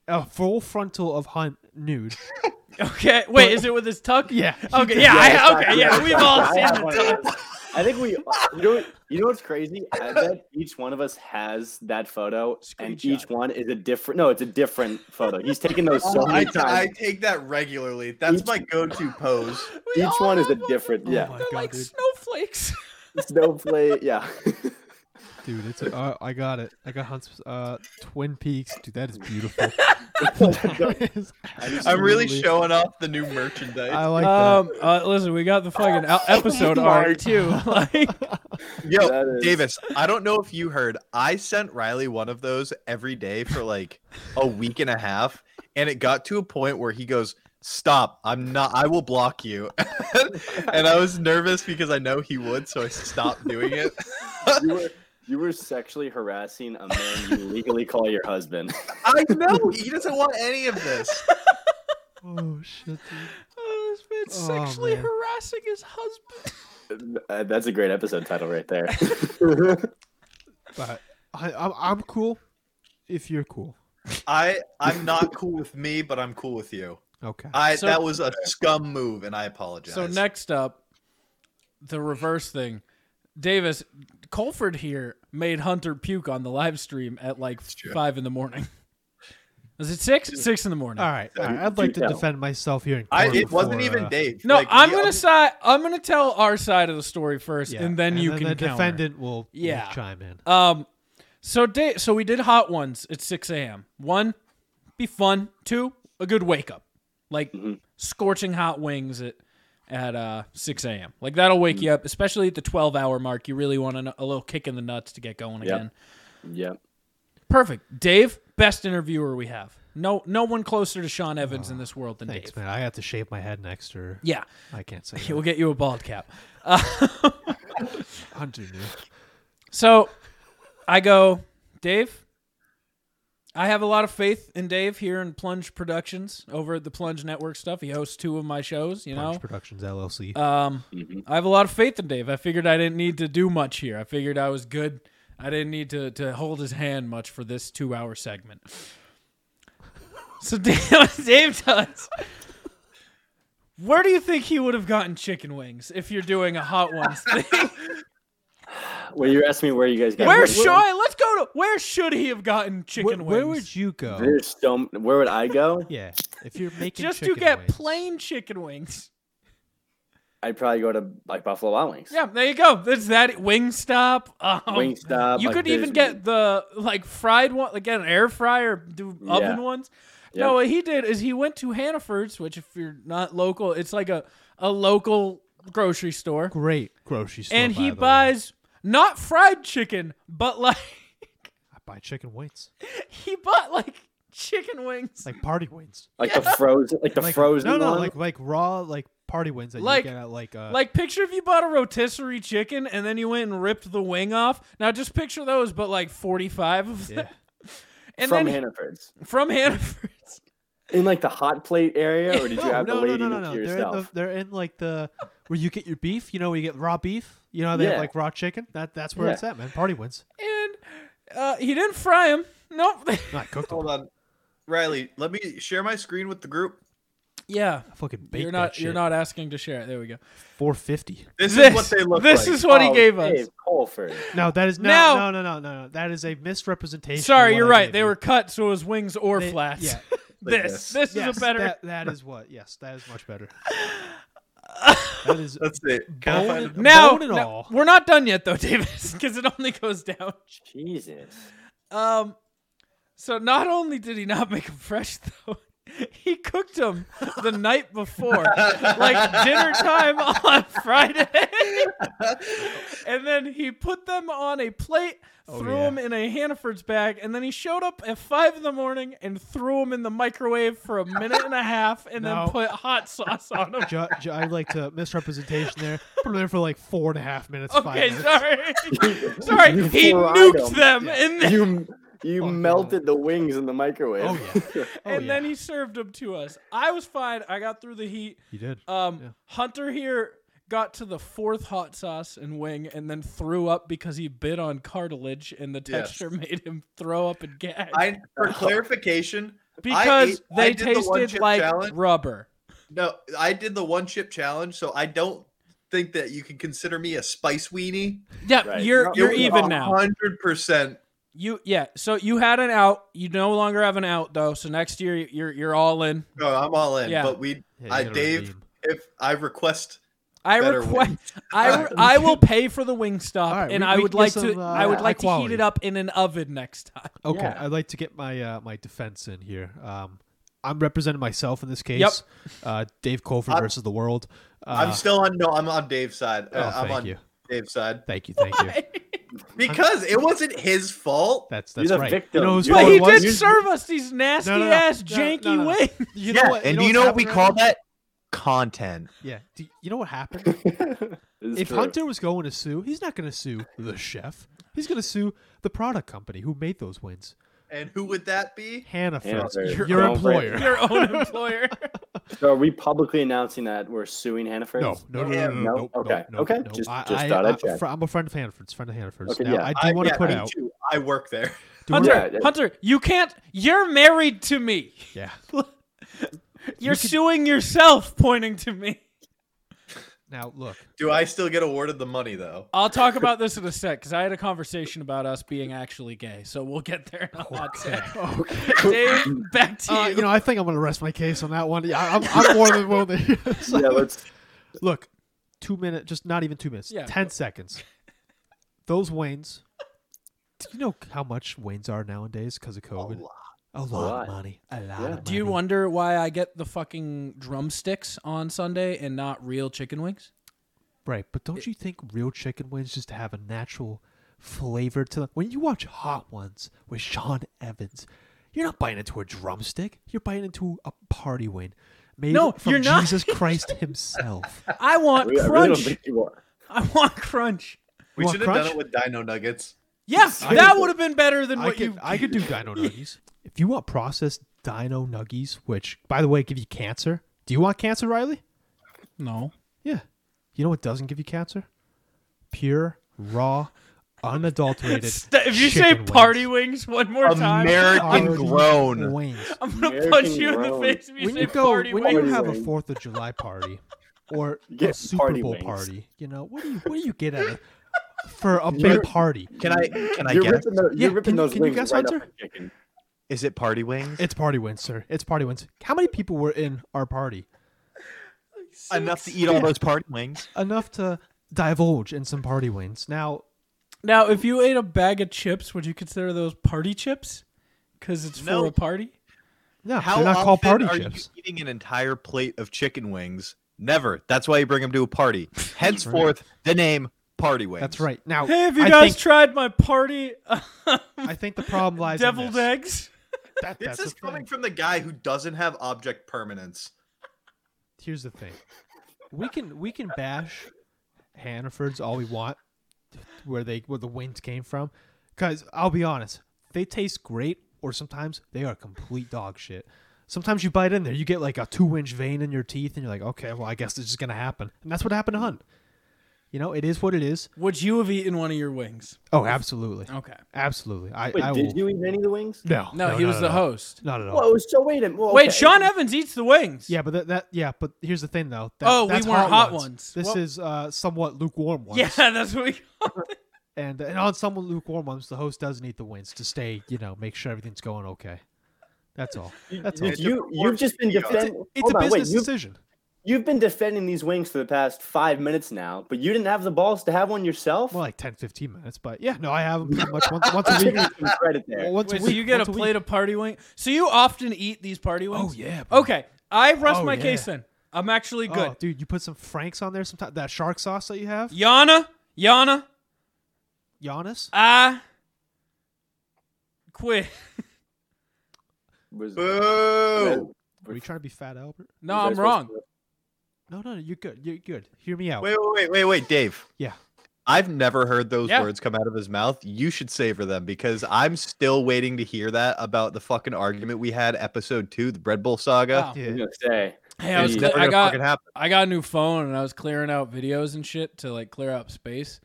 S6: a full frontal of Hunt nude.
S2: Okay, (laughs)
S1: (laughs)
S2: wait, is it with his tuck?
S6: Yeah.
S2: Okay, yeah, I, okay, yeah, we've all
S1: I
S2: seen
S1: have
S2: the
S1: one
S2: tuck.
S1: of those. I think we. You know. You know what's crazy? I bet each one of us has that photo, and each
S2: Screenshot.
S1: one is a different. No, it's a different photo. He's taken those so
S5: Oh, (laughs) I,
S1: many
S5: I
S1: times.
S5: take that regularly. That's my go-to pose.
S2: We
S1: each
S2: all
S1: one is a
S2: have them.
S1: different.
S6: Oh
S1: yeah,
S6: my
S2: They're
S6: God,
S2: like
S6: dude.
S2: snowflakes.
S1: snowflake. Yeah. (laughs)
S6: Dude, it's uh, I got it. I got Hunt's uh, Twin Peaks. Dude, that is beautiful. That is
S5: I'm really
S6: absolutely-
S5: showing off the new merchandise.
S6: I like
S2: Um, uh, listen, we got the (laughs) fucking al-
S1: (laughs)
S2: episode art too. (laughs) Like,
S5: Yo,
S1: That is-
S5: Davis, I don't know if you heard. I sent Riley one of those every day for like a week and a half, and it got to a point where he goes, "Stop! I'm not. I will block you." (laughs) and I was nervous because I know he would, so I
S1: (laughs)
S5: stopped doing it.
S1: You were. You were sexually harassing a man you legally call your
S5: (laughs)
S1: husband.
S5: I know he doesn't want any of this.
S6: that. Oh shit, dude.
S2: oh, this
S6: Oh,
S2: man sexually
S6: man.
S2: harassing his husband.
S1: Uh, that's a great episode title right there.
S6: (laughs) But I, I'm, I'm cool. If you're cool,
S5: I I'm not cool with me, but I'm cool with you.
S6: okay.
S5: I
S2: So-
S5: that was a scum move, and I apologize.
S2: So next up, the reverse thing. Davis Colford here made Hunter puke on the live stream at like
S5: true.
S2: five in the morning. (laughs) Is it six? Six in the morning.
S6: All right, all right. I'd
S1: do
S6: like to
S1: tell.
S6: defend myself here. In
S5: I,
S6: court
S5: it wasn't
S6: before,
S5: even
S6: uh,
S5: Dave.
S2: No,
S5: Like,
S2: I'm
S5: the
S2: gonna
S5: other-
S2: si- I'm gonna tell our side of the story first,
S6: yeah,
S2: and then you can
S6: the
S2: counter.
S6: defendant will will
S2: Yeah.
S6: chime in.
S2: Um, so day, so we did hot ones at six a.m. One, be fun. Two, a good wake up, like
S5: Mm-hmm.
S2: scorching hot wings at at uh six a.m. Like that'll wake you up, especially at the twelve hour mark. You really want a, a little kick in the nuts to get going again.
S1: yeah.
S2: Perfect, Dave. Best interviewer we have. No, no one closer to Sean Evans in this world than
S6: Thanks,
S2: Dave.
S6: man. I have to shave my head next, or
S2: Yeah,
S6: I can't
S2: (laughs)
S6: say
S2: we'll
S6: that.
S2: get you a bald
S6: (laughs)
S2: cap.
S6: Hunter knew.
S2: So I go, Dave, I have a lot of faith in Dave here in Plunge Productions over at the Plunge Network stuff. He hosts two of my shows, you
S6: Punch
S2: know.
S6: Productions LLC.
S2: Um, I have a lot of faith in Dave. I figured I didn't need to do much here. I figured I was good. I didn't need to, to hold his hand much for this two hour segment. So (laughs) Dave, Dave does. Where do you think he would have gotten chicken wings if you're doing a hot ones thing?
S1: Well, you're asking me where you guys got.
S2: Where
S1: where-
S2: should I? Let's go to. Where should he have gotten
S6: where,
S2: chicken
S6: where
S2: wings?
S6: would you go?
S1: There's so. Where would I go?
S6: (laughs) Yeah, if you're making
S2: Just to
S6: chicken
S2: get
S6: wings.
S2: plain chicken wings.
S1: I'd probably go to like Buffalo Wild Wings.
S2: Yeah, there you go. There's that Wingstop. Um,
S1: Wingstop,
S2: You
S1: like,
S2: could even
S1: there's-
S2: get the like fried one, like get an air fryer, do oven
S1: Yeah.
S2: ones.
S1: Yeah.
S2: No, what he did is he went to Hannaford's, which if you're not local, it's like a a local grocery store,
S6: great grocery store.
S2: and
S6: by
S2: he
S6: the way.
S2: buys not fried chicken, but like (laughs)
S6: I buy chicken wings,
S2: he bought like chicken wings.
S6: like party wings.
S1: Like the frozen, like the
S6: Like,
S1: frozen.
S6: No, no,
S1: one.
S6: like like raw, like party wings that
S2: Like-
S6: you get at like uh,
S2: Like picture if you bought a rotisserie chicken and then you went and ripped the wing off. Now just picture those, but like forty five of them. (laughs)
S6: yeah.
S2: And
S1: from
S2: then
S1: Hannaford's.
S2: from Hannaford's.
S1: in like the hot plate area, or did
S6: (laughs)
S1: you
S6: No,
S1: have
S6: no,
S1: the
S6: no,
S1: lady
S6: no, no, no. They're
S1: to
S6: in, the,
S1: yourself?
S6: they're in like the where you get your beef. You know, where you get raw beef. You know, they
S1: Yeah.
S6: have like raw chicken. That that's where
S1: Yeah.
S6: it's at, man. Party wins.
S2: And uh, he didn't fry him. Nope.
S6: (laughs) Not cooked. them.
S5: Hold on. Riley, let me share my screen with the group.
S2: yeah.
S6: I fucking baked
S2: You're
S6: that
S2: not
S6: shit.
S2: you're not asking to share it. There we go.
S6: Four fifty.
S5: This, is what they look
S2: this
S5: like.
S2: is what he
S1: Oh,
S2: gave us.
S1: Dave Colford.
S6: No, that is no,
S2: Now-
S6: no, no, no, no, no. That is a misrepresentation. of
S2: Sorry,
S6: what
S2: you're
S6: I
S2: right.
S6: gave
S2: They
S6: you.
S2: were cut, so it was wings or
S6: They-
S2: flats.
S6: yeah.
S5: Like
S2: (laughs) this
S5: this.
S2: this
S6: Yes,
S2: is a better.
S6: that- that is what. Yes, that is much
S2: (laughs)
S6: better. that is
S5: That's it. Gotta find
S6: bone,
S5: it.
S2: now,
S6: bone and
S2: now-
S6: all.
S2: we're not done yet though, (laughs) Davis, because it only goes down.
S1: Jesus.
S2: Um, so not only did he not make them fresh (laughs) though, he cooked them the night before, like dinner time on (laughs) Friday, and then he put them on a plate,
S6: Oh,
S2: threw
S6: yeah.
S2: them in a Hannaford's bag, and then he showed up at five in the morning and threw them in the microwave for a minute and a half, and
S6: No.
S2: then put hot sauce on them.
S6: Ju- ju- I like to misrepresentation there. Put them in for like four and a half minutes. five
S2: Okay,
S6: minutes.
S2: sorry,
S6: (laughs)
S2: sorry. (laughs)
S1: You
S2: He
S1: fried 'em.
S2: nuked them, and (laughs) then
S1: You you
S6: Fucking
S1: melted the wings in the microwave.
S6: Oh
S1: (laughs)
S6: yeah, Oh,
S2: and
S6: yeah.
S2: then he served them to us. I was fine. I got through the heat.
S6: you did.
S2: Um,
S6: Yeah.
S2: Hunter here got to the fourth hot sauce and wing, and then threw up because he bit on cartilage, and the
S5: Yes.
S2: texture made him throw up and gag.
S5: I, for clarification,
S2: because
S5: ate- I
S2: they
S5: did the one
S2: tasted
S5: chip
S2: like
S5: challenge.
S2: rubber.
S5: no, I did the one chip challenge, so I don't think that you can consider me a spice weenie.
S2: Yeah,
S1: Right.
S2: you're
S1: No,
S2: you're
S1: it was
S2: even now.
S5: Hundred percent.
S2: You yeah. So you had an out. You no longer have an out though. So next year you're you're all in.
S5: No, I'm all in.
S2: Yeah.
S5: But we,
S6: Yeah, you
S5: I
S6: gotta
S5: Dave,
S6: redeem.
S5: if I request,
S2: I
S5: Better
S2: request.
S5: wings.
S2: (laughs)
S5: (laughs)
S1: (laughs)
S2: I, re- I will pay for the wing stop,
S6: All right,
S2: and
S6: we-
S2: I
S6: we
S2: would
S6: can
S2: like
S6: get
S2: to
S6: some, uh,
S2: I would
S6: high
S2: like to heat
S6: quality.
S2: it up in an oven next time.
S6: Okay,
S1: Yeah.
S6: I'd like to get my uh, my defense in here. Um, I'm representing myself in this case.
S2: Yep.
S6: Uh, Dave Colford
S5: I'm-
S6: versus the world. Uh,
S5: I'm still on. No, I'm on Dave's side.
S6: Oh,
S5: Uh, I'm
S6: thank
S5: on
S6: you.
S5: Dave's side
S6: Thank you, thank you.
S2: (laughs)
S5: (laughs) because it wasn't his fault.
S6: That's
S1: You're
S6: that's
S1: the
S6: right.
S1: victim.
S6: You know whose
S1: You're
S2: But
S6: fault
S1: the-
S2: he
S6: it was?
S2: did serve us these nasty
S6: no, no.
S2: ass
S6: No,
S2: janky
S6: no, no.
S2: wings.
S6: You
S4: yeah,
S6: know what,
S4: and
S6: you
S4: you
S6: know
S4: know
S6: what's
S4: what we
S6: happening
S4: call
S6: right
S4: that? Content.
S6: Yeah. Do you, you know what happened?
S1: It's
S6: if
S1: true.
S6: Hunter was going to sue, he's not going to sue the chef. He's going to sue the product company who made those wins.
S5: And who would that be?
S6: Hannaford,
S1: Hannaford.
S6: your,
S1: Your own
S6: employer.
S2: Your
S6: (laughs)
S2: own employer.
S1: So are we publicly announcing that we're suing Hannaford?
S6: No, no, no, no, no,
S5: Him.
S6: no,
S1: No?
S6: no,
S1: Okay,
S6: no,
S1: okay.
S6: no.
S1: Just-
S6: I,
S1: just
S6: I,
S1: thought I'd
S6: I,
S1: check.
S6: fr- I'm a friend of Hannaford's. Friend of Hannaford's.
S1: Okay,
S6: now,
S1: yeah.
S6: I do want to
S5: Uh, yeah,
S6: put
S5: me
S6: out.
S5: too. I work there.
S6: do wanna-
S2: Hunter,
S1: Yeah.
S2: Hunter, you can't. You're married to me. (laughs)
S6: yeah.
S2: You're suing yourself, pointing to me.
S6: Now look,
S5: Do I still get awarded the money though?
S2: I'll talk about this in a sec because I had a conversation about us being actually gay. So we'll get there in a hot
S1: (laughs)
S2: sec.
S1: Mm.
S2: Dave, back to
S6: Uh,
S2: you.
S6: you know, I think I'm going to rest my case on that one. Yeah,
S1: (laughs)
S6: I'm, I'm more than willing to hear this.
S1: Yeah, let's.
S6: (laughs) Look, two minutes, just not even two minutes,
S2: Yeah.
S6: 10 seconds. Those Waynes, do you know how much Waynes are nowadays because of COVID?
S5: lot.
S6: A lot,
S1: lot.
S6: of money. A lot
S1: Yeah.
S6: of money.
S2: Do you wonder why I get the fucking drumsticks on Sunday and not real chicken wings?
S6: Right, but don't you think real chicken wings just have a natural flavor to them? When you watch Hot Ones with Sean Evans, you're not biting into a drumstick. You're biting into a party wing. Made
S2: No,
S6: from
S2: you're not.
S6: Jesus Christ himself.
S2: (laughs) I want
S1: I really don't
S2: crunch.
S1: think you are.
S2: I want crunch.
S5: We
S6: want
S5: should have
S6: crunch?
S5: done it with Dino Nuggets.
S2: Yeah,
S6: I
S2: that
S6: could-
S2: would have been better than
S6: I
S2: what
S6: could,
S2: you.
S6: I
S2: (laughs)
S6: could do dino nuggies. If you want processed dino nuggies, which by the way give you cancer. Do you want cancer, Riley?
S2: No.
S6: Yeah. You know what doesn't give you cancer? Pure,
S2: (laughs)
S6: raw, unadulterated.
S2: if you say
S6: chicken
S2: party wings one more time,
S6: wings.
S2: (laughs)
S5: American
S6: Party
S5: grown.
S6: wings.
S2: I'm gonna
S1: American
S2: punch you in
S1: grown.
S2: the face if you
S6: When
S2: say
S6: you go,
S2: party
S6: when you
S2: wings.
S6: have a
S1: wings.
S6: Fourth of July party
S1: (laughs)
S6: or a
S1: get
S6: Super
S1: party
S6: Bowl
S1: wings.
S6: party, you know what do you what do you get at it for a big party?
S5: Can I? Can I
S1: You're
S5: guess?
S1: ripping, the,
S6: Yeah,
S1: you're ripping
S6: can you-
S1: those
S6: can you
S1: wings
S6: guess,
S1: right
S6: Hunter?
S1: up the chicken.
S4: Is it party wings?
S6: It's party wins, sir. It's party wins. How many people were in our party?
S4: Enough to eat all those party wings.
S6: enough to divulge in some party wings. Now,
S2: Now, if you ate a bag of chips, would you consider those party chips? Because it's
S5: No.
S2: for a party.
S6: no,
S5: How
S6: they're not called
S5: often
S6: party
S5: are
S6: chips.
S5: you eating an entire plate of chicken wings? Never. That's why you bring them to
S6: (laughs)
S5: a party. Henceforth, the name party wings.
S6: That's right. Now,
S2: Hey, have you
S6: I
S2: guys
S6: think,
S2: tried my party (laughs) um,
S6: I think the
S1: (laughs)
S6: problem lies in
S2: deviled
S6: this.
S2: eggs?
S6: That-
S5: (laughs) This
S6: that's
S5: is
S6: the
S5: coming
S6: thing.
S5: from the guy who doesn't have object permanence.
S6: Here's the thing. We can we can bash Hannaford's all we want, where they where the wings came from, because I'll be honest, they taste great, or sometimes they are complete dog shit. Sometimes you bite in there, you get like a two inch vein in your teeth, and you're like, okay, well, I guess this is gonna happen, and that's what happened to Hunt. You know, it is what it is.
S2: Would you have eaten one of your wings?
S6: Oh, absolutely,
S2: Okay.
S6: absolutely. I,
S1: Wait,
S6: I
S1: did
S6: will-
S1: you eat any of the wings?
S6: No,
S2: No, he was
S6: no,
S2: the
S6: no.
S2: host.
S6: Not at all.
S1: Whoa, so wait a minute. Well,
S2: Wait,
S1: okay.
S2: Sean Evans eats the wings.
S6: Yeah, but that, that yeah, but here's the thing though. That,
S2: Oh, we
S6: that's
S2: weren't hot ones.
S6: This
S2: Well-
S6: is uh, somewhat lukewarm ones.
S2: Yeah, (laughs) that's what we
S6: and and on somewhat lukewarm ones, the host doesn't eat the wings to stay, you know, make sure everything's going okay. That's all. That's all.
S1: Dude, you you've
S5: performance
S1: just been
S5: video. It's a-
S1: defending.
S6: It's
S1: Hold
S6: a
S1: on, wait.
S6: business
S1: You've,
S6: decision.
S1: you've been defending these wings for the past five minutes now, but you didn't have the balls to have one yourself.
S6: Well, like 10, 15 minutes, but yeah, no, I have them pretty much once,
S1: (laughs)
S6: once a week.
S1: Give me some credit there.
S6: Well, once
S2: Wait,
S6: a
S2: so
S6: week.
S2: you get a
S6: once
S2: plate of party wing. So you often eat these party wings?
S6: yeah, bro.
S2: Okay, I rest
S6: Oh,
S2: my
S6: yeah.
S2: case then. I'm actually
S6: week.
S2: good.
S6: Oh, dude, you put some Franks on there sometimes. That shark sauce that you have,
S2: Yana, Yana,
S6: Giannis.
S2: I
S1: (laughs)
S2: quit.
S1: Was-
S5: Boo!
S6: Are you trying to be Fat Albert?
S2: No,
S1: was I
S2: I'm
S1: supposed
S2: wrong.
S1: to-
S6: No, no, no. You're good. You're good. Hear me out.
S5: Wait, wait, wait, wait, wait, Dave.
S6: Yeah.
S5: I've never heard those
S2: Yeah.
S5: words come out of his mouth. You should savor them because I'm still waiting to hear that about the fucking argument we had episode two, the Bread Bull saga.
S2: Wow.
S1: I
S6: Yeah.
S1: was gonna say.
S2: Hey, I, was,
S5: It's
S1: Jeez.
S2: cl-
S5: never
S2: I
S5: gonna
S2: got
S5: fucking happen.
S2: I got a new phone and I was clearing out videos and shit to like clear out space.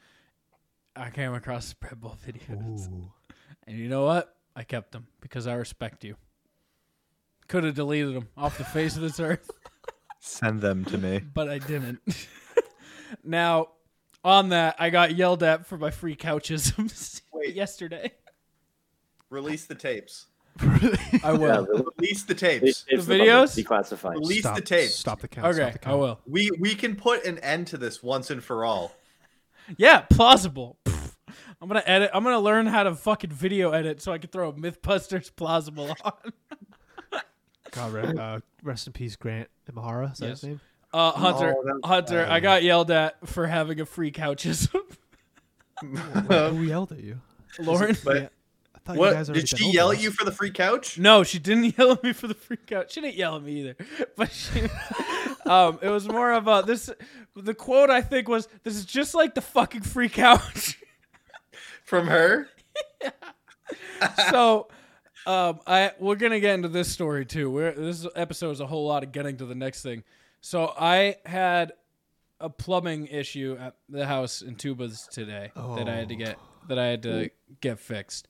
S2: I came across (laughs) spread ball videos,
S6: Ooh.
S2: and you know what? I kept them because I respect you. Could have deleted them off the face of this earth. (laughs)
S5: Send them to me.
S2: but I didn't. (laughs) now, on that, I got yelled at for my free (laughs) couchisms
S5: Wait.
S2: yesterday.
S5: Release the tapes.
S2: I
S1: Yeah,
S2: will.
S1: the-
S5: Release the
S1: the
S5: tapes.
S1: tapes
S2: The
S1: were about to
S2: videos?
S1: be declassified.
S5: Release
S6: stop
S5: the tapes.
S6: Stop the count.
S2: Okay,
S6: stop the
S2: I
S6: count.
S2: will.
S5: We we can put an end to this once and for all.
S2: Yeah, plausible. Pfft. I'm gonna edit. I'm gonna learn how to fucking video edit so I can throw MythBusters plausible on.
S6: God,
S2: (laughs)
S6: re- uh, rest in peace, Grant Imahara. Is that
S2: Yes.
S6: his name?
S2: Uh, Hunter,
S5: Oh, that's
S2: Hunter, I
S5: bad.
S2: got yelled at for having a free (laughs) couchism.
S5: (laughs)
S6: Who yelled at you?
S2: Lauren,
S5: Um, But
S6: I thought you guys
S5: what
S6: already
S5: did
S6: been
S5: she
S6: over
S5: yell at
S6: this.
S5: you for the free couch?
S2: No, she didn't (laughs) yell at me for the freak out. She didn't yell at me either. (laughs) But she, um, it was more of a this. The quote I think was, "This is just like the fucking freak (laughs) out."
S5: From her?
S2: (laughs) so, um, I we're gonna get into this story too. We're, this episode is a whole lot of getting to the next thing. So I had a plumbing issue at the house in Tubas today that I had to
S6: Oh.
S2: get that I had to get fixed,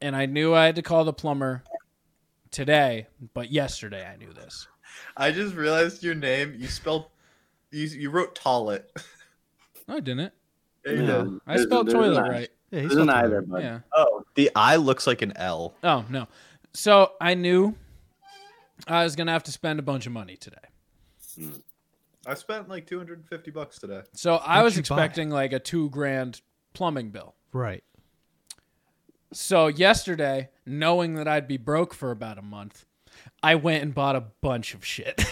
S2: and I knew I had to call the plumber today, but yesterday I knew this.
S5: I just realized your name. You spelled you you wrote Toilet.
S2: No, I didn't.
S1: Yeah.
S2: I
S1: There's-
S2: spelled
S1: there's
S2: toilet
S1: not-
S2: right.
S6: Yeah, he's
S1: There's an
S6: not
S1: I
S6: there.
S1: there, bud.
S2: Yeah.
S5: Oh, the I looks like an L.
S2: Oh no. So I knew I was gonna have to spend a bunch of money today.
S5: I spent like 250 bucks today.
S2: So I
S6: What'd
S2: was
S6: you buy?
S2: expecting like a two grand plumbing bill.
S6: Right. (laughs)
S2: So yesterday, knowing that I'd be broke for about a month, I went and bought a bunch of shit.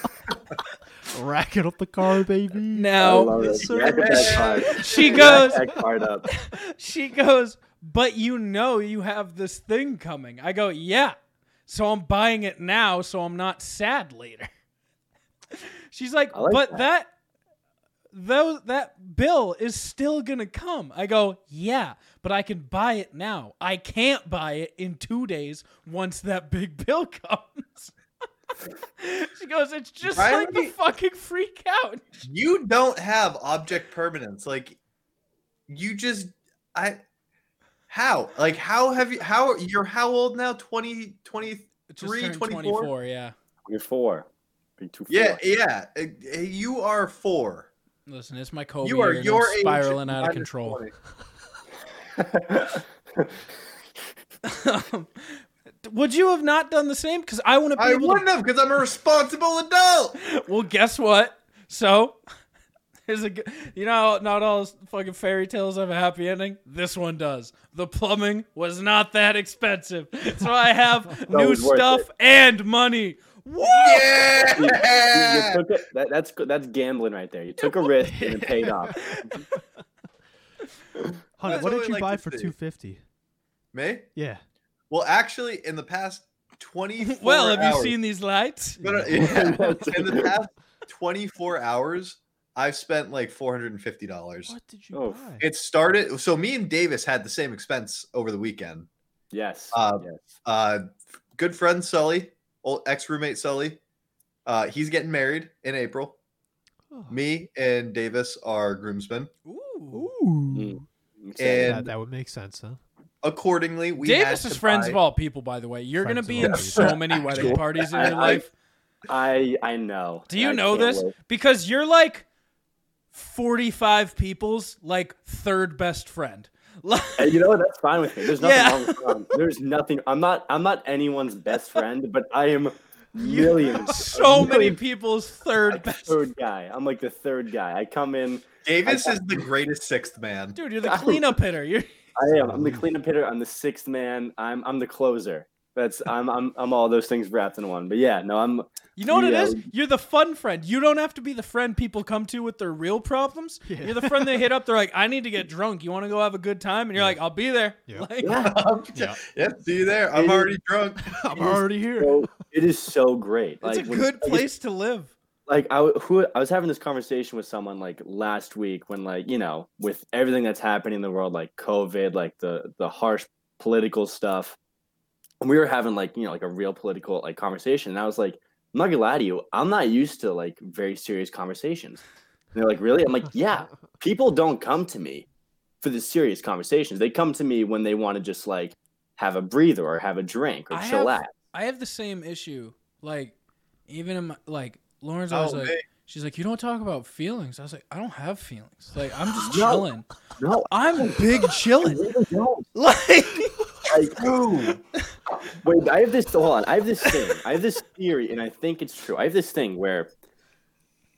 S2: (laughs)
S6: Racking up the car, baby.
S1: I
S2: now
S1: love it.
S6: sir.
S1: Rack that card.
S2: (laughs) she goes,
S1: Rack that card up.
S2: (laughs) she goes, but you know you have this thing coming. I go, yeah. So I'm buying it now, so I'm not sad later. She's like,
S1: I like
S2: but that. though that bill is still gonna come. I go, yeah, but I can buy it now. I can't buy it in two days once that big (laughs) bill comes. (laughs) she goes, it's just
S5: Why
S2: like the
S5: would you-
S2: fucking freak out.
S5: You don't have object permanence. Like you just I how? Like how have you how you're how old now? 20 20
S2: It just
S5: Three
S2: turned
S5: 24?
S2: 24, yeah.
S1: You're four. You're two,
S5: Yeah,
S1: four.
S5: yeah. eh, eh, You are 4.
S2: Listen, it's my Kobe
S5: you are
S2: year and
S5: your
S2: I'm
S5: age
S2: spiraling out of
S5: minus
S2: control.
S5: 20.
S2: Um, would you have not done the same? Because I wouldn't be
S5: I
S2: able
S5: wouldn't have because I'm a responsible adult.
S2: to. (laughs) Well, guess what? So, (laughs) there's a. g- You know, not all fucking fairy tales have a happy ending. This one does. The plumbing was not that expensive, (laughs) so
S5: (laughs)
S2: I have new
S1: was worth
S2: stuff
S1: it.
S2: and money. Woo!
S1: You- you-
S5: Yeah.
S1: you took it- that- that's good- that's gambling right there. You took a risk and it paid
S2: (laughs)
S1: off.
S6: Honey, what
S5: That's what
S6: did
S5: we
S6: you
S5: like
S6: buy
S5: to
S6: for
S5: see.
S6: two fifty?
S5: Me?
S6: Yeah.
S5: Well, actually, in the past 24
S2: (laughs) Well, have
S5: hours-
S2: you seen these lights?
S5: No, no, yeah. in the past 24 hours, I've spent like $450.
S6: What did you
S1: Oh,
S6: buy?
S5: It started so me and Davis had the same expense over the weekend.
S1: Yes.
S5: Uh,
S1: yes.
S5: Uh good friend Sully, old ex roommate Sully. Uh, he's getting married in April.
S6: Oh.
S5: Me and Davis are groomsmen,
S2: Ooh.
S1: Mm.
S6: Yeah,
S5: and
S6: that would make sense, huh?
S5: accordingly, we had
S2: Davis
S5: to
S2: is friends
S5: buy-
S2: of all people, by the way. You're going to
S6: Friends
S2: be
S6: of
S2: in
S6: all
S1: (laughs)
S2: so many wedding parties in
S1: I-
S2: your
S1: I-
S2: life.
S1: I I know.
S2: Do you
S1: I
S2: know
S1: can't
S2: this?
S1: wait.
S2: Because you're like 45 people's like third best friend. Like,
S1: Hey, You know what? That's fine with me. There's nothing
S2: Yeah.
S1: wrong with fun. There's nothing. I'm not. I'm not anyone's best friend, but I am millions.
S2: (laughs) so many
S1: millions
S2: people's third best.
S1: Third guy. I'm like the third guy. I come in.
S5: Davis is the greatest sixth man.
S2: Dude,
S1: (laughs)
S2: you're the cleanup hitter. You're
S1: I am. I'm the cleanup hitter. I'm the sixth man. I'm. I'm the closer. That's. I'm. I'm. I'm all those things wrapped in one. But yeah. No. I'm.
S2: You know what
S1: Yeah.
S2: it is? You're the fun friend. You don't have to be the friend people come to with their real problems. You're the friend they hit up. They're like, I need to get drunk. You want to go have a good time? And you're like, I'll be there.
S6: Yeah.
S2: (laughs) Like,
S1: Yeah. (laughs)
S6: Yeah.
S5: yeah, see you there. I'm
S1: It is-
S5: already drunk.
S2: (laughs)
S6: I'm already here.
S1: So, it is so great.
S2: It's a
S1: when-
S2: good
S1: like,
S2: place to live.
S1: like I w- who I was having this conversation with someone like last week when like you know with everything that's happening in the world like COVID like the the harsh political stuff and we were having like you know like a real political like conversation and I was like I'm not gonna lie to you I'm not used to like very serious conversations and they're like really I'm like
S2: (laughs)
S1: yeah people don't come to me for the serious conversations they come to me when they want to just like have a breather or have a drink or
S2: I
S1: chill
S2: have-
S1: out
S2: I have the same issue. Like, even in my, like, Lauren's always
S5: Oh,
S2: like,
S5: me.
S2: she's like, you don't talk about feelings. I was like, I don't
S5: (laughs)
S2: have feelings. Like, I'm just chilling.
S1: no
S2: I'm big chilling.
S1: (laughs) I don't
S2: Like,
S1: Wait, I have this. Hold on, I have this thing. I have this theory, and I think it's true. I have this thing where,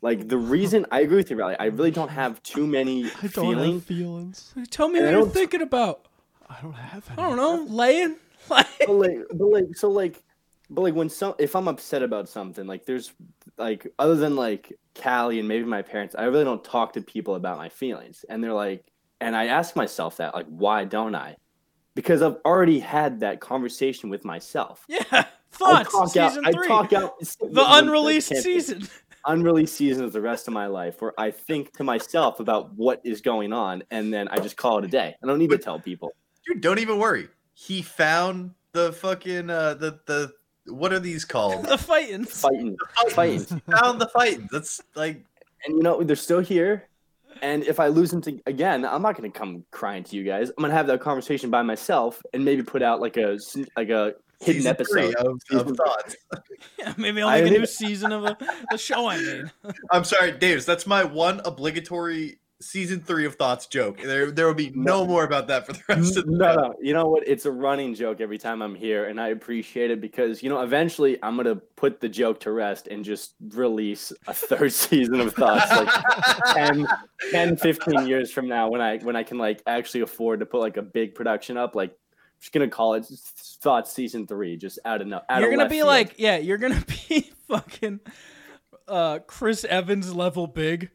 S1: like, the reason I agree with you, Riley, I really don't have too many
S6: I don't have
S1: feelings.
S6: feelings.
S2: tell me
S1: I
S2: what you're
S1: don't-
S2: thinking about.
S6: I don't have any.
S2: I don't know. Laying. (laughs) Like,
S1: But like, but like, so like, but like, when some, if I'm upset about something, like, there's, like, other than like Callie and maybe my parents, I really don't talk to people about my feelings, and they're like, and I ask myself that, like, why don't I? Because I've already had that conversation with myself.
S2: yeah.
S1: I
S2: (laughs) Thoughts.
S1: talk out.
S2: season
S1: I
S2: three.
S1: talk
S2: (laughs)
S1: out.
S2: the unreleased
S1: season.
S2: season.
S1: unreleased season of the rest of my life where I think to myself about what is going on and then I just call it a day. I don't need to tell people.
S5: (laughs) Dude, don't even worry. He found the fucking uh the the what are these called?
S2: The fighting.
S1: Fighting, fighting.
S5: He found the fight. That's like
S1: And you know, they're still here. And if I lose them to, again, I'm not going to come crying to you guys. I'm going to have that conversation by myself and maybe put out like a sn- like a hidden
S5: season three
S1: episode.
S5: of,
S1: Season-
S5: of thoughts.
S2: Yeah, maybe I'll
S1: I
S2: make a
S1: didn't-
S2: new season of a, the show I made. (laughs)
S5: I'm sorry, Davis. That's my one obligatory season three of thoughts joke. There there will be no more about that for the rest of the
S1: No, no, you know what? It's a running joke every time I'm here, and I appreciate it because you know eventually I'm gonna put the joke to rest and just release a third (laughs) season of thoughts like 10, 10 15 years from now when I when I can like actually afford to put like a big production up. Like, I'm just gonna call it Thoughts Season Three, just out of no. Out
S2: You're
S1: of
S2: gonna
S1: left
S2: be
S1: field.
S2: like, yeah, you're gonna (laughs) be fucking uh, Chris Evans
S1: (laughs)
S2: level big,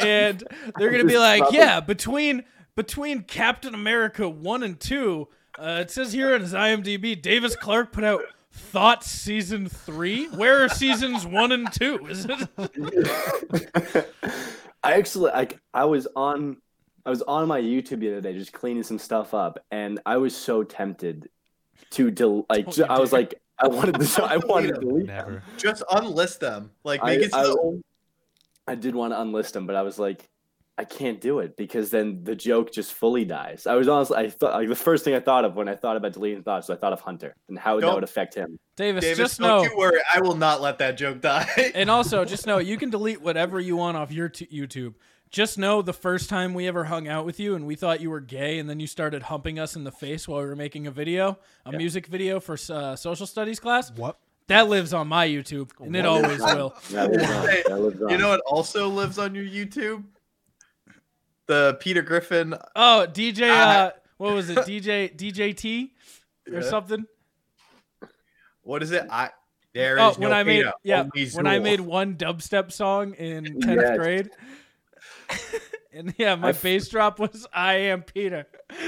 S2: and they're gonna be like, yeah, between between Captain America one and two, uh, it says here in his IMDb, Davis Clark put out Thoughts season three. Where are seasons one and two? Is it?
S1: (laughs) I actually like I was on I was on my YouTube the other day just cleaning some stuff up and I was so tempted to del- like
S2: Don't you
S1: I was
S2: dare.
S1: like
S5: (laughs)
S1: I wanted to I wanted to delete them.
S6: Never.
S5: Just unlist them. Like
S1: I,
S5: make it
S1: I-
S5: so
S1: I did want to unlist them but I was like I can't do it because then the joke just fully dies. I was honestly I thought like the first thing I thought of when I thought about deleting thoughts I thought of Hunter and how that
S5: Don't-
S1: would affect him.
S2: Davis,
S5: Davis,
S2: just
S5: don't
S2: know.
S5: you worry. I will not let that joke
S1: (laughs)
S5: die.
S2: And also, just know you can delete whatever you want off your t- YouTube. Just know the first time we ever hung out with you and we thought you were gay, and then you started humping us in the face while we were making a video, a music video for uh, social studies class.
S6: What?
S2: That lives on my YouTube, (laughs) and it always will.
S1: That was wrong. That was wrong.
S5: you know what also lives on your YouTube? The Peter Griffin.
S2: Oh, DJ, uh, what was it? DJ DJT or
S5: Ah. Yeah.
S2: something?
S5: What is it? I there is
S2: Oh, when
S5: no
S2: I made
S5: Peter,
S2: yeah,
S5: only
S2: when I
S5: Zool.
S2: made one dubstep
S5: (laughs)
S2: song in tenth
S1: Yes.
S2: grade. (laughs) And yeah, my
S1: I f-
S2: bass drop was "I am Peter." (laughs)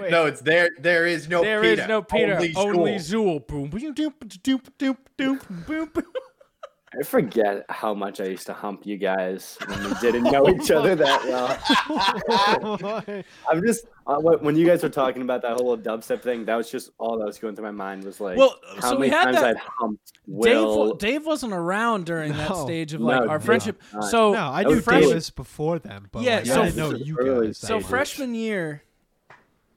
S2: Wait.
S5: no, it's there. There is no.
S2: There
S5: Peter,
S2: is no Peter, only,
S5: Zool.
S2: Zool. Boom, boom, doop, doop, doop, doop, boom, boom.
S1: I forget how much I used to hump you guys when we didn't
S2: (laughs)
S1: know each other that well. I'm just uh, when when you guys were talking about that whole dubstep thing, that was just all that was going through my mind was like,
S2: Well,
S1: how
S2: so we
S1: many
S2: had
S1: times I'd
S2: that-
S1: humped
S2: Dave,
S1: Will.
S2: Dave wasn't around during that
S6: No.
S2: stage of
S1: No,
S2: like our
S1: Dave
S2: friendship.
S1: was not.
S2: So
S6: no, I
S1: that
S6: knew
S1: was Davis.
S6: Davis before them, Um, but
S2: Yeah,
S6: like,
S2: so-
S6: I didn't know
S1: This is
S6: you
S1: early
S6: guys. that
S2: So
S6: much.
S2: freshman year,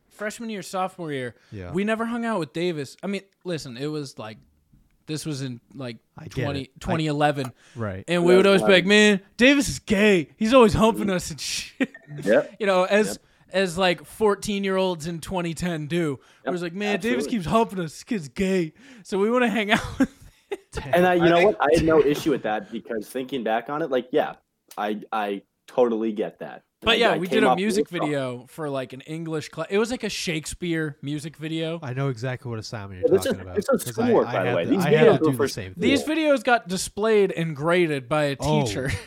S2: freshman year, sophomore year,
S6: Yeah.
S2: we never hung out with Davis. I mean, listen, it was like this was in like
S6: I get
S2: 20,
S6: it. I-
S2: 2011.
S6: right?
S2: and we would always be like, "Man, Davis is gay. He's always humping us and shit." (laughs)
S1: Yep.
S2: you know, as as like fourteen year olds in 2010 do. I was like, "Man, Davis
S1: absolutely.
S2: keeps humping us. This kid's gay." So we want to hang out.
S6: (laughs)
S2: with
S1: And I, you know
S5: think-
S1: what? I had no issue with that because thinking back on it, like, yeah, I I totally get that.
S2: But
S1: Like,
S2: yeah,
S1: I
S2: we
S1: came uh,
S2: did a
S1: off the
S2: music
S1: rooftop.
S2: video for like an English class. It was like a Shakespeare music video.
S6: I know exactly what assignment
S1: Yeah,
S6: you're
S1: this
S6: talking
S1: is-
S6: about.
S1: this is
S6: 'cause I-
S1: schoolwork,
S6: I
S1: by the
S6: had
S1: way.
S6: to-
S1: These
S6: I had
S1: videos
S6: to
S1: were
S6: do
S1: for
S6: the same thing.
S2: These videos got displayed and graded by a
S6: Oh.
S2: teacher. (laughs)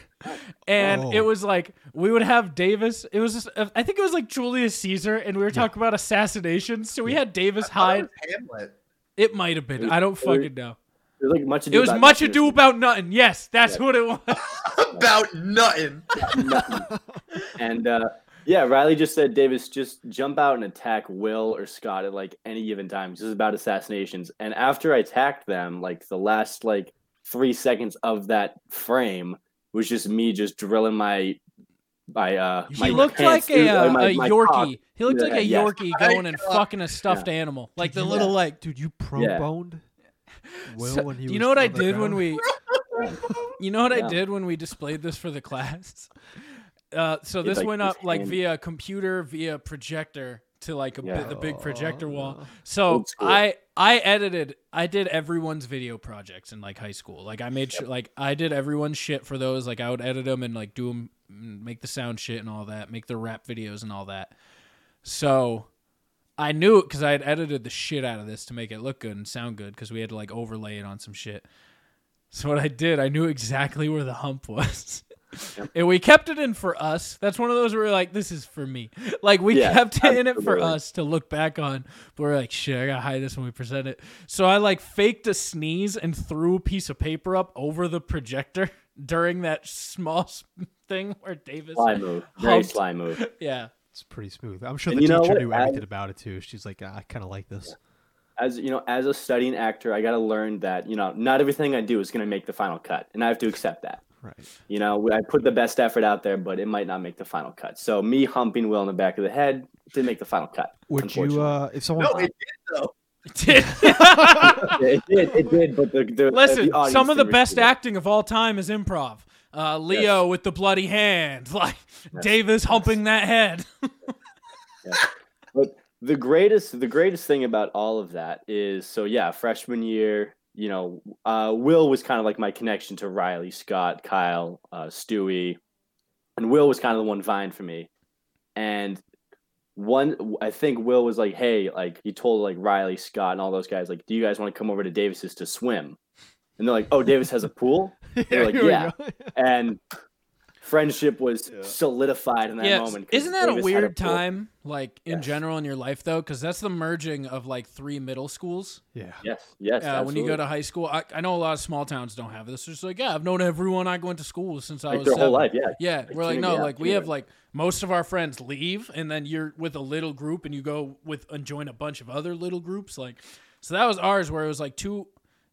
S2: And
S6: Oh.
S2: it was like we would have Davis. It was just, uh, I think it was like Julius Caesar, and we were talking about assassinations. So we had Davis hide.
S5: Hamlet.
S2: It might have been. I
S1: It
S2: don't
S1: was-
S2: fucking know.
S1: It was like much ado.
S2: It was
S1: About
S2: much
S1: Nothing.
S2: ado about nothing. Yes, that's what it was.
S5: About nothing.
S1: And uh, yeah, Riley just said, Davis, just jump out and attack Will or Scott at like any given time. This is about assassinations. And after I attacked them, like the last like three seconds of that frame was just me just drilling my my uh my
S2: He looked
S1: pants
S2: like a,
S1: through-
S2: uh,
S1: my-
S2: a
S1: my
S2: Yorkie.
S1: cock.
S2: He looked like a
S1: Yeah, yes.
S2: Yorkie going and fucking a stuffed animal, like the
S6: Yeah.
S2: little like.
S6: dude, you pro boned. Will,
S2: So-
S6: when he
S2: do
S6: was
S2: you know what I
S6: on the
S2: did when
S6: ground?
S2: we?
S6: (laughs)
S2: You know what I
S1: Yeah.
S2: did when we displayed this for the class? (laughs) Uh, so
S1: It's
S2: this
S1: like
S2: went
S1: his
S2: up like
S1: hand.
S2: via computer, via projector to like a bi-
S1: Yeah.
S2: the big projector wall.
S6: Oh.
S2: So
S1: Old school.
S2: I I edited I did everyone's video projects in like high school. Like I made sure like I did everyone's shit for those. Like I would edit them and like do them, make the sound shit and all that, make the rap videos and all that. So I knew it because I had edited the shit out of this to make it look good and sound good because we had to like overlay it on some shit. So what I did, I knew exactly where the hump was. And we kept it in for us. That's one of those where we're like, this is for me. Like we
S1: Yeah,
S2: kept it in it for
S1: absolutely.
S2: us to look back on. But we're like, shit, I gotta hide this when we present it. So I like faked a sneeze and threw a piece of paper up over the projector (laughs) during that small s- (laughs) thing where Davis.
S1: Sly
S2: (laughs)
S1: move. Very
S2: Humped.
S1: sly move.
S2: (laughs) (laughs) Yeah.
S6: It's pretty smooth. I'm sure
S1: And
S6: the
S1: you know
S6: teacher
S1: what?
S6: knew
S1: I-
S6: everything about it too. She's like, "Ah, I kind of like this.
S1: As you know, as a studying actor, I gotta learn that, you know, not everything I do is gonna make the final cut. And I have to accept that.
S6: Right.
S1: You know, I put the best effort out there, but it might not make the final cut. So me humping Will in the back of the head didn't make the final
S2: (laughs)
S1: cut.
S6: Would you,
S1: unfortunately.
S6: uh, if someone,
S5: No, it did though.
S1: it did, it did, but the, the
S2: Listen,
S1: the audience
S2: some of the
S1: didn't
S2: best
S1: receive it.
S2: acting of all time is improv. Uh, Leo with the bloody hand, (laughs) like Davis humping that head. (laughs)
S1: But the greatest, the greatest thing about all of that is, so yeah, freshman year, you know, uh, Will was kind of like my connection to Riley, Scott, Kyle, uh, Stewie, and Will was kind of the one vying for me. And one, I think Will was like, "Hey, like he told like Riley, Scott, and all those guys, like, do you guys want to come over to Davis's to swim?" And they're like, "Oh, Davis has
S6: (laughs)
S1: a pool." They're like,
S6: Here we
S1: "Yeah,"
S6: go.
S1: and friendship was solidified in that moment. 'cause
S2: isn't that a
S1: Davis had
S2: weird
S1: pool.
S2: time, like in
S1: Yes.
S2: general in your life though? Because that's the merging of like three middle schools.
S6: yeah.
S1: Yes, yes.
S2: Uh, when you go
S1: absolutely.
S2: to high school, I, I know a lot of small towns don't have this. It's just like, yeah, I've known everyone I went to school with since I
S1: like
S2: was
S1: their whole
S2: seven.
S1: life, yeah.
S2: Yeah,
S1: Like,
S2: we're like,
S1: community
S2: no,
S1: out
S2: like we have
S1: community.
S2: like most of our friends leave, and then you're with a little group, and you go with and join a bunch of other little groups. Like, so that was ours, where it was like two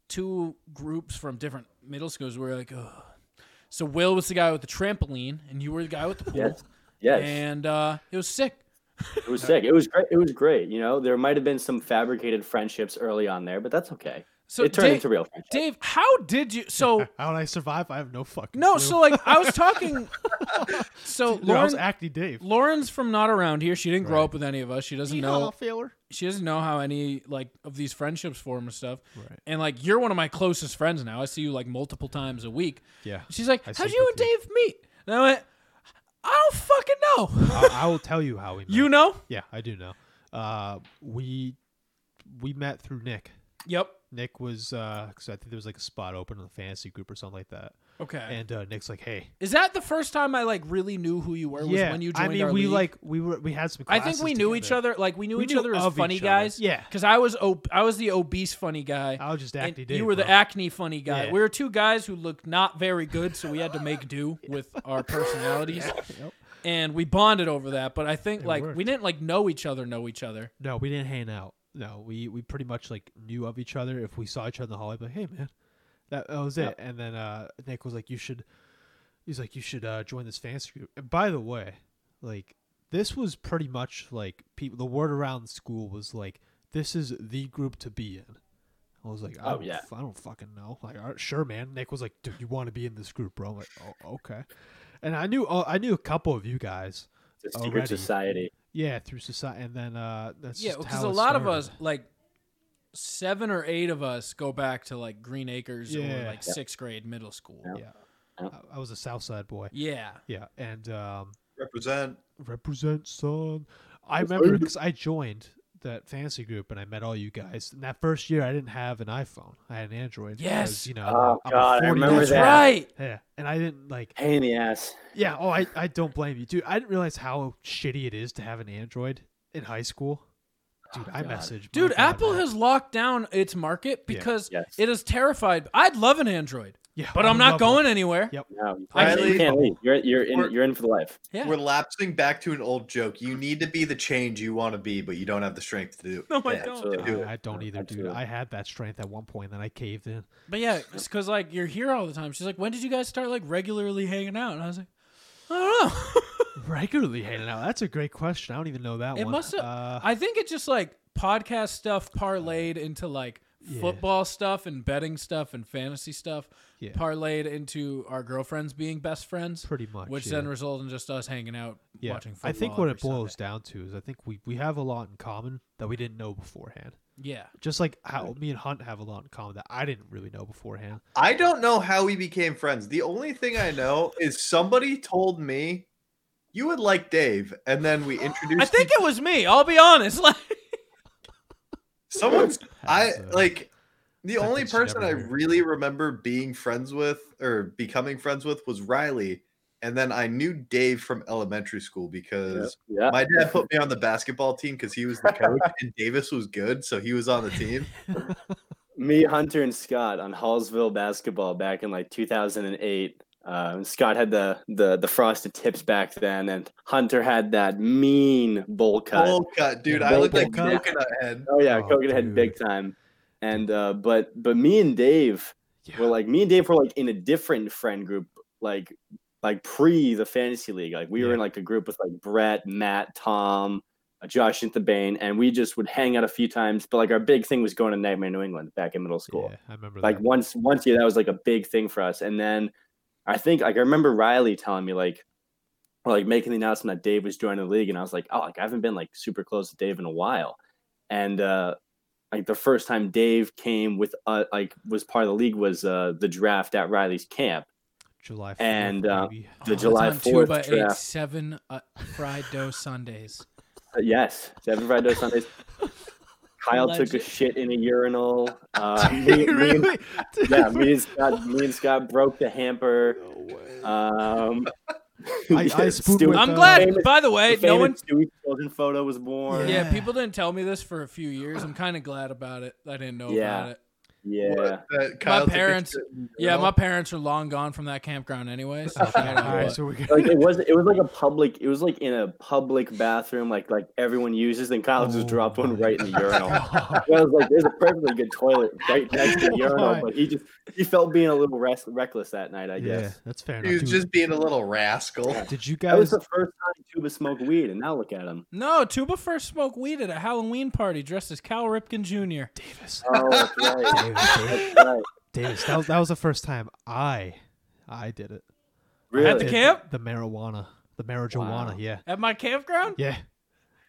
S2: two groups from different middle schools. We are like, oh. So Will was the guy with the trampoline, and you were the guy with the pool,
S1: Yes, yes.
S2: and uh, it was sick.
S1: it was sick. It was great. It was great. You know, there might have been some fabricated friendships early on there, but that's okay.
S2: So
S1: it turned
S2: Dave,
S1: into real friendships.
S2: Dave, how did you? So
S6: (laughs) How would I survive? I have no fucking.
S2: no,
S6: clue.
S2: so like
S6: (laughs)
S2: I was talking. So
S6: Dude, I was
S2: Lauren,
S6: acting Dave.
S2: Lauren's from not around here. She didn't grow
S6: Right.
S2: up with any of us. She doesn't know.
S6: Yeehaw, feeler.
S2: she doesn't know how any like of these friendships form and stuff.
S6: Right.
S2: And like you're one of my closest friends now. I see you like multiple times a week.
S6: Yeah.
S2: She's like,
S6: I
S2: "How'd you and
S6: sympathy.
S2: Dave meet?" And I went, "I don't fucking know."
S6: (laughs) I, I will tell you
S2: (laughs)
S6: how we met.
S2: you know?
S6: Yeah, I do know. Uh, we we met through Nick.
S2: Yep.
S6: Nick was because I think there was like a spot open in the fantasy group or something like that,
S2: Okay.
S6: and uh, Nick's like, "Hey,
S2: Is that the first time I like really knew who you were? Was when you joined
S6: I mean,
S2: our
S6: we
S2: league?
S6: like we were we had some.
S2: I think
S6: classes
S2: we knew each
S6: together.
S2: other. Like we knew
S6: We
S2: each
S6: knew
S2: other as
S6: of
S2: funny
S6: each other.
S2: guys.
S6: Yeah.
S2: because I was op- I was the obese funny guy.
S6: I was just
S2: and
S6: acting. Dave,
S2: you were the
S6: bro.
S2: acne funny guy.
S6: Yeah.
S2: We were two guys who looked not very good, so we had to
S6: (laughs)
S2: make do with our personalities,
S6: Yep.
S2: and we bonded over that. But I think like
S6: worked.
S2: we didn't like know each other, know each other.
S6: No, we didn't hang out. No, we we pretty much like knew of each other. If we saw each other in the hallway, we'd be like, hey man, that, that was it. And then uh, Nick was like, you should. He's like, you should uh, join this fantasy group. And by the way, like this was pretty much like people. The word around school was like, this is the group to be in. I was like, I
S1: Oh,
S6: don't,
S1: yeah.
S6: f- I don't fucking know. Like, all right, sure, man. Nick was like, dude, you want to be in this group, bro? I'm like, oh, okay. And I knew, oh, I knew a couple of you guys.
S1: It's a secret
S6: Already.
S1: society.
S6: Yeah, through society, and then uh, that's
S2: yeah,
S6: just
S2: because
S6: how
S2: a
S6: it
S2: lot of
S6: started.
S2: us like seven or eight of us go back to like Green Acres or
S6: Yeah.
S2: like sixth grade middle school.
S1: Yeah.
S6: Yeah.
S1: Yeah.
S6: I- I was a South Side boy.
S2: yeah.
S6: Yeah. And um,
S5: Represent.
S6: represent son. I remember because I joined that fantasy group and I met all you guys. And that first year, I didn't have an iPhone. I had an Android. 'cause,
S2: Yes.
S6: You know.
S1: Oh,
S6: I'm a
S1: God, I
S6: 40
S1: remember
S2: That's
S1: that.
S2: right.
S6: Yeah. And I didn't like.
S1: Pain in the ass.
S6: Yeah. Oh, I I don't blame you, dude. I didn't realize how shitty it is to have an Android in high school. Dude, I message. my
S2: Oh, Dude,
S6: God,
S2: Apple
S6: man.
S2: has locked down its market because
S1: Yes.
S2: it is terrified. I'd love an Android,
S6: Yeah,
S2: but
S6: I
S2: I'm not
S6: love
S2: going
S6: it.
S2: anywhere.
S6: Yep.
S1: No, you
S2: I
S1: can't, you
S5: leave.
S1: can't leave. You're you're in
S5: We're-
S1: you're in for the life.
S2: Yeah.
S5: We're lapsing back to an old joke. You need to be the change you want to be, but you don't have the strength to do. it.
S2: No, I
S5: Yeah.
S2: don't.
S1: Absolutely.
S5: Do it.
S6: I, I don't either, dude.
S1: Absolutely.
S6: I had that strength at one point, then I caved in.
S2: But yeah, it's because like you're here all the time. She's like, when did you guys start like regularly hanging out? And I was like, I don't know.
S6: Regularly hanging out. That's a great question. I don't even know that
S2: It
S6: one.
S2: must have.
S6: Uh,
S2: I think it just like podcast stuff parlayed into like
S6: Yeah.
S2: football stuff and betting stuff and fantasy stuff.
S6: Yeah.
S2: Parlayed into our girlfriends being best friends,
S6: Pretty much,
S2: which
S6: yeah.
S2: then resulted in just us hanging out
S6: yeah.
S2: watching football.
S6: I think what
S2: every
S6: it boils
S2: Sunday.
S6: down to is I think we, we have a lot in common that we didn't know beforehand.
S2: Yeah,
S6: Just like how me and Hunt have a lot in common that I didn't really know beforehand.
S5: I don't know how we became friends. The only thing I know is somebody told me you would like Dave, and then we introduced.
S2: I think it was me. I'll be honest. (laughs) Like,
S5: someone's. I
S6: That's, uh,
S5: like the
S6: something
S5: only
S6: she
S5: person I
S6: never heard.
S5: really remember being friends with or becoming friends with was Riley, and then I knew Dave from elementary school because.
S1: Yeah.
S5: My dad put me on the basketball team because he was the coach and Davis was
S1: (laughs)
S5: good, so he was on
S6: (laughs)
S5: the team.
S1: Me, Hunter, and Scott on Hallsville basketball back in like 2008. Um, Scott had the, the the frosted tips back then, and Hunter had that mean bowl cut.
S5: Bowl cut, dude.
S6: Yeah,
S5: I
S6: bowl-
S5: looked like
S6: bowl cut.
S5: coconut head.
S1: Oh yeah,
S6: Oh,
S1: coconut head big
S6: dude.
S1: time. And uh, but but me and Dave
S6: Yeah.
S1: were like me and Dave were like in a different friend group, like like pre the fantasy league. Like we were
S6: Yeah.
S1: in like a group with like Brett, Matt, Tom, uh, Josh, and Thabane, and we just would hang out a few times. But like our big thing was going to Nightmare New England back in middle school
S6: Yeah, I remember
S1: like
S6: that.
S1: once once yeah that was like a big thing for us and then i think like i remember riley telling me like or like making the announcement that dave was joining the league and i was like oh like i haven't been like super close to dave in a while and uh like the first time dave came with uh like was part of the league was uh the draft at riley's camp
S6: July 4th,
S1: and, uh,
S6: maybe.
S1: the
S2: Oh, it's
S1: July
S2: on
S1: 4th
S2: Tuba, eight,
S1: draft.
S2: seven uh, fried dough Sundays.
S1: Uh, yes seven fried
S6: (laughs)
S1: dough sundays kyle took
S2: Legend.
S1: a shit in
S6: (laughs)
S1: a urinal uh me- me and- (laughs) yeah me and scott me and scott broke the hamper um
S6: I-
S1: (laughs)
S6: I spooked with,
S2: I'm
S6: uh,
S2: glad.
S1: Famous-
S2: by the way,
S1: the
S2: no one.
S1: famous Dewey children photo was born.
S2: Yeah.
S6: Yeah.
S2: people didn't tell me this for a few years. I'm kind of glad about it. I didn't know
S1: Yeah.
S2: about it.
S1: Yeah.
S5: What, that Kyle took a
S2: parents-
S5: shit in
S2: Yeah,
S5: urinal?
S2: my parents are long gone from that campground anyway. So
S6: Okay,
S2: shout out,
S6: all right,
S2: but-
S6: so we're
S1: Like
S6: gonna,
S1: it was it
S6: (laughs)
S1: was like a public it was like in a public bathroom like like everyone uses then Kyle
S6: Oh
S1: just dropped
S6: my
S1: one right
S6: (laughs)
S1: in the urinal. I
S6: God.
S1: was like there's a perfectly good toilet right
S6: (laughs)
S1: next to the urinal
S6: Why?
S1: but he just he felt being a little rest, reckless that night I
S6: yeah,
S1: guess.
S6: that's fair
S5: He
S6: enough.
S5: was
S6: Dude,
S5: just being a little rascal.
S6: did you
S1: That was
S6: guys?
S1: the first time Tuba smoked weed and now look at
S6: (laughs)
S1: him.
S2: no, Tuba first smoked weed at a Halloween party dressed as Cal Ripken Jr.
S6: Davis.
S1: Oh that's right.
S6: Davis, Davis,
S1: That's right.
S6: Davis, that was, that was the first time I, I did it.
S1: Really?
S2: At the camp?
S6: The marijuana, the marijuana.
S1: Wow.
S6: Yeah,
S2: At my campground?
S6: yeah,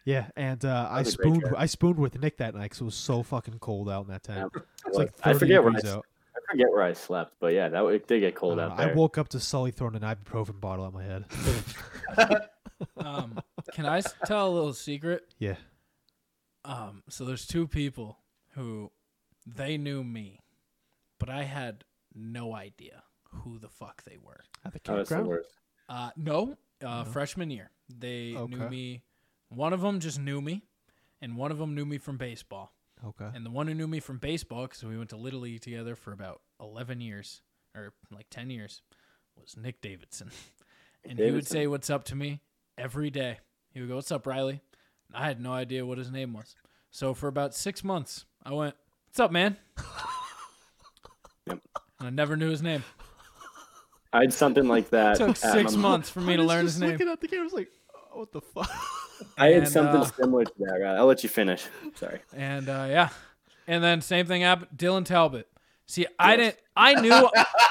S6: yeah. And uh, I
S1: was a great
S6: spooned,
S1: trip.
S6: I spooned with Nick that night because it was so fucking cold out in that
S1: Yeah,
S6: tent.
S1: it
S6: It's like
S1: was. I
S6: 30
S1: forget where I,
S6: degrees
S1: s-
S6: out.
S1: I forget where I slept, but yeah, that it did get cold
S6: Uh,
S1: out
S6: I
S1: there.
S6: woke up to Sully throwing an ibuprofen bottle at my
S2: (laughs)
S6: head.
S2: Um, can I s- tell a little secret?
S6: yeah,
S2: Um, so there's two people who They knew me, but I had no idea who the fuck they were.
S6: At the
S1: Oh, that's the
S6: campground?
S1: worst.
S2: Uh, no, uh, freshman year. They knew
S6: Okay.
S2: me. One of them just knew me, and one of them knew me from baseball.
S6: okay.
S2: And the one who knew me from baseball, because we went to Little League together for about 11 years, or like 10 years, was Nick Davidson. (laughs) And he would
S1: Davidson.
S2: say, What's up to me every day. He would go, What's up, Riley? And I had no idea what his name was. So for about six months, I went, What's up, man? and
S1: (laughs) Yep.
S2: I never knew his name.
S1: I had
S6: (laughs)
S1: something like that.
S2: It took
S1: at
S2: six
S1: my-
S2: months for me to learn his name.
S6: Looking at the camera, I was like, oh, what the fuck?
S1: I had
S2: and,
S1: something
S2: uh,
S1: similar to that. Right? I'll let you
S2: (laughs)
S1: finish. Sorry.
S2: And uh, yeah, and then same thing happened. Dylan Talbot. See, I didn't. I knew.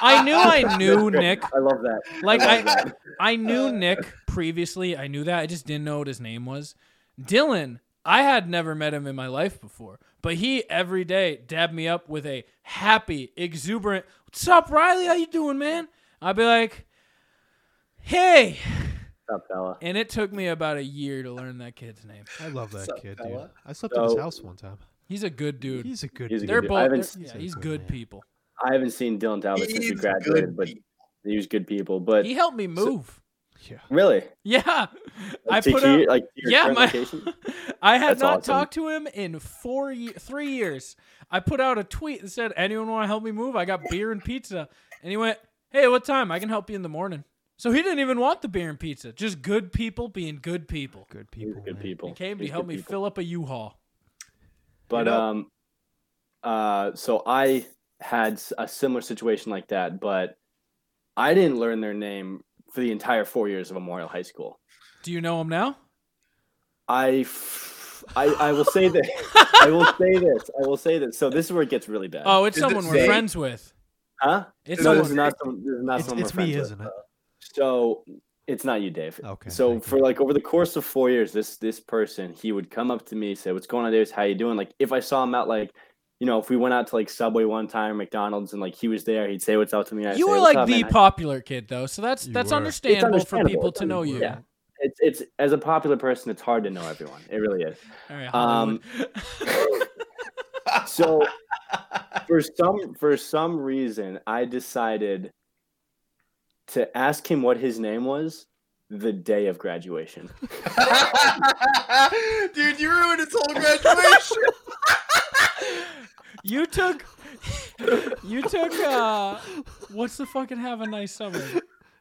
S2: I knew.
S1: (laughs)
S2: I knew Nick.
S1: I love that. (laughs)
S2: Like I, I knew Nick previously. I knew that. I just didn't know what his name was. Dylan. I had never met him in my life before, but he every day dabbed me up with a happy, exuberant, "What's up, Riley? How you doing, man?" I'd be like, "Hey,"
S1: What's up, fella?
S2: and it took me about a year to learn that kid's name.
S6: I love that kid, dude.
S5: fella?
S6: I slept at his
S1: So-
S6: house one time.
S2: He's a good dude.
S6: He's a good
S1: He's a
S6: dude.
S1: good
S2: they're
S1: dude. I
S2: both.
S1: haven't
S2: they're-
S6: seen-
S2: yeah, he's
S6: He's a
S2: good
S6: good man.
S2: people.
S1: I haven't seen Dylan Talbot since
S5: He's
S1: we
S5: good
S1: graduated, but
S5: people.
S1: he was good people. But
S2: He helped me move.
S6: Yeah.
S1: really,
S2: yeah, I
S1: Like, to
S2: put
S1: hear-
S2: out.
S1: like to your
S2: yeah,
S1: current
S2: my, (laughs)
S1: location?
S2: I had
S1: That's
S2: not
S1: awesome.
S2: talked to him in four, ye- three years. I put out a tweet that said, "Anyone want to help me move? I got beer and pizza." And he went, "Hey, what time? I can help you in the morning." So he didn't even want the beer and pizza. Just good people being good people.
S6: Good
S1: He was
S6: people.
S1: good
S6: man.
S1: people.
S2: He came to
S1: He's
S2: help
S1: good
S2: me
S1: people.
S2: fill up a U-Haul.
S1: But
S5: know?
S1: um, uh, so I had s- a similar situation like that, but I didn't learn their name for the entire four years of Memorial High School.
S2: Do you know him now?
S1: I, f- I, I will say this.
S6: (laughs)
S1: I will say this. I will say this. So this is where it gets really bad.
S2: Oh, it's
S5: Is it
S2: someone we're
S5: Zay?
S2: friends with.
S1: huh?
S2: It's
S1: No, this is
S2: someone.
S1: not. Some, this is not
S6: It's,
S1: someone
S6: it's
S1: we're
S6: me,
S1: friends with.
S6: isn't it? Oh.
S1: So it's not you, Dave.
S6: Okay,
S1: So
S6: thank
S1: for
S6: you.
S1: like over the course of four years, this this person he would come up to me, say, "What's going on, Dave? How you doing?" Like if I saw him out, like you know, if we went out to like Subway one time, McDonald's, and like he was there, he'd say, "What's up to me?" I'd
S2: You
S1: say,
S2: were
S1: "What's
S2: like
S1: up,
S2: the
S1: man?"
S2: popular kid though, so that's
S6: You
S2: that's
S6: were.
S2: understandable, for
S1: understandable.
S2: people
S1: It's
S2: to know you.
S1: Yeah. It's it's as a popular person, it's hard to know everyone. It really is.
S2: All right,
S1: Um,
S2: Hollywood.
S1: so for some for some reason i decided to ask him what his name was the day of
S2: (laughs)
S1: graduation
S5: Dude, you ruined (laughs) his whole graduation.
S2: you took you took uh what's the fucking have a nice summer?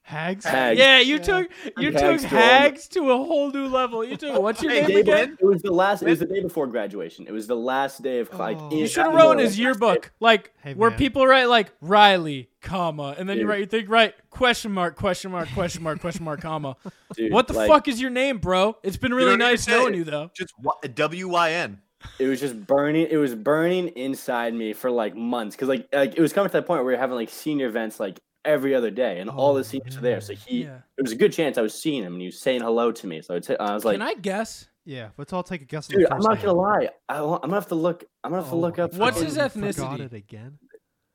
S6: Hags.
S1: Hags.
S2: Yeah, you took you
S1: Hags
S2: took
S1: to all-
S2: hags to a whole new level. You took Oh, what's your
S5: Hey,
S2: name
S1: Day
S5: David.
S2: again?
S1: bef- it was the last it was the day before graduation it was the last day of like
S6: Oh.
S1: in-
S2: You should have
S1: at
S2: wrote in
S1: the-
S2: his yearbook, like
S6: Hey,
S2: where
S6: man.
S2: people write like Riley, comma, and then you
S1: Dude.
S2: write you think right question mark question mark question mark question mark comma.
S1: Dude,
S2: What the
S1: like,
S2: fuck is your name, bro? It's been really
S5: don't even
S2: nice
S5: say
S2: knowing
S5: it.
S2: you though.
S5: Just W Y N.
S1: it was just burning it was burning inside me for like months because like like it was coming to that point where we were having like senior events like every other day and all
S6: Oh,
S1: the seniors were there so he
S2: Yeah.
S1: it was a good chance i was seeing him and he was saying hello to me so I t- I was like
S2: Can I guess?
S6: Yeah, let's all take a guess. at the
S1: Dude, I'm
S6: first
S1: not gonna
S6: name.
S1: lie. I, wa- I'm gonna have to look. I'm gonna have to
S6: Oh,
S1: look up.
S6: I
S2: What's his
S1: fucking-
S6: fucking Forgot
S2: ethnicity?
S6: it again.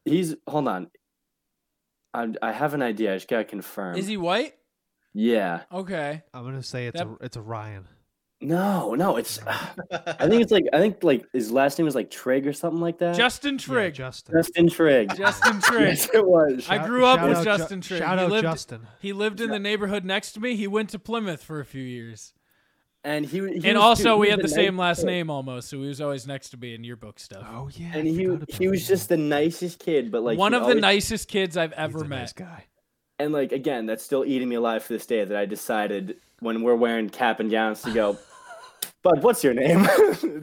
S1: He's hold on. I I have an idea. I just gotta confirm.
S2: Is he white?
S1: Yeah.
S2: Okay.
S6: I'm gonna say it's
S2: That-
S6: a it's a Ryan.
S1: No, no. It's. (sighs) I think it's like I think like his last name was like Trig or something like that.
S2: Justin
S6: Yeah,
S2: Trigg.
S6: Justin.
S1: Justin Trigg.
S2: Justin
S1: (laughs)
S2: Trigg.
S1: Yes, it was.
S2: I
S6: Shout-
S2: grew up
S6: shout
S2: with
S6: out Ju-
S2: Justin Trigg.
S6: Shout
S2: He
S6: out
S2: lived-
S6: Justin.
S2: He lived in the neighborhood next to me. He went to Plymouth for a few years.
S1: And he. he was- dude,
S2: and also,
S1: he
S2: we
S1: was
S2: had the
S1: nice
S2: same last
S1: kid.
S2: name almost, so he was always next to me in yearbook stuff.
S6: Oh yeah. I
S1: And he
S6: forgot about
S1: he was
S6: him.
S1: just the nicest kid, but like
S2: One
S1: he
S2: of the
S1: always-
S2: nicest kids I've
S6: He's
S2: ever
S6: a
S2: met.
S6: nice guy.
S1: And like again, that's still eating me alive to this day. That I decided when we're wearing cap and gowns to go. Bud, what's your name? (laughs)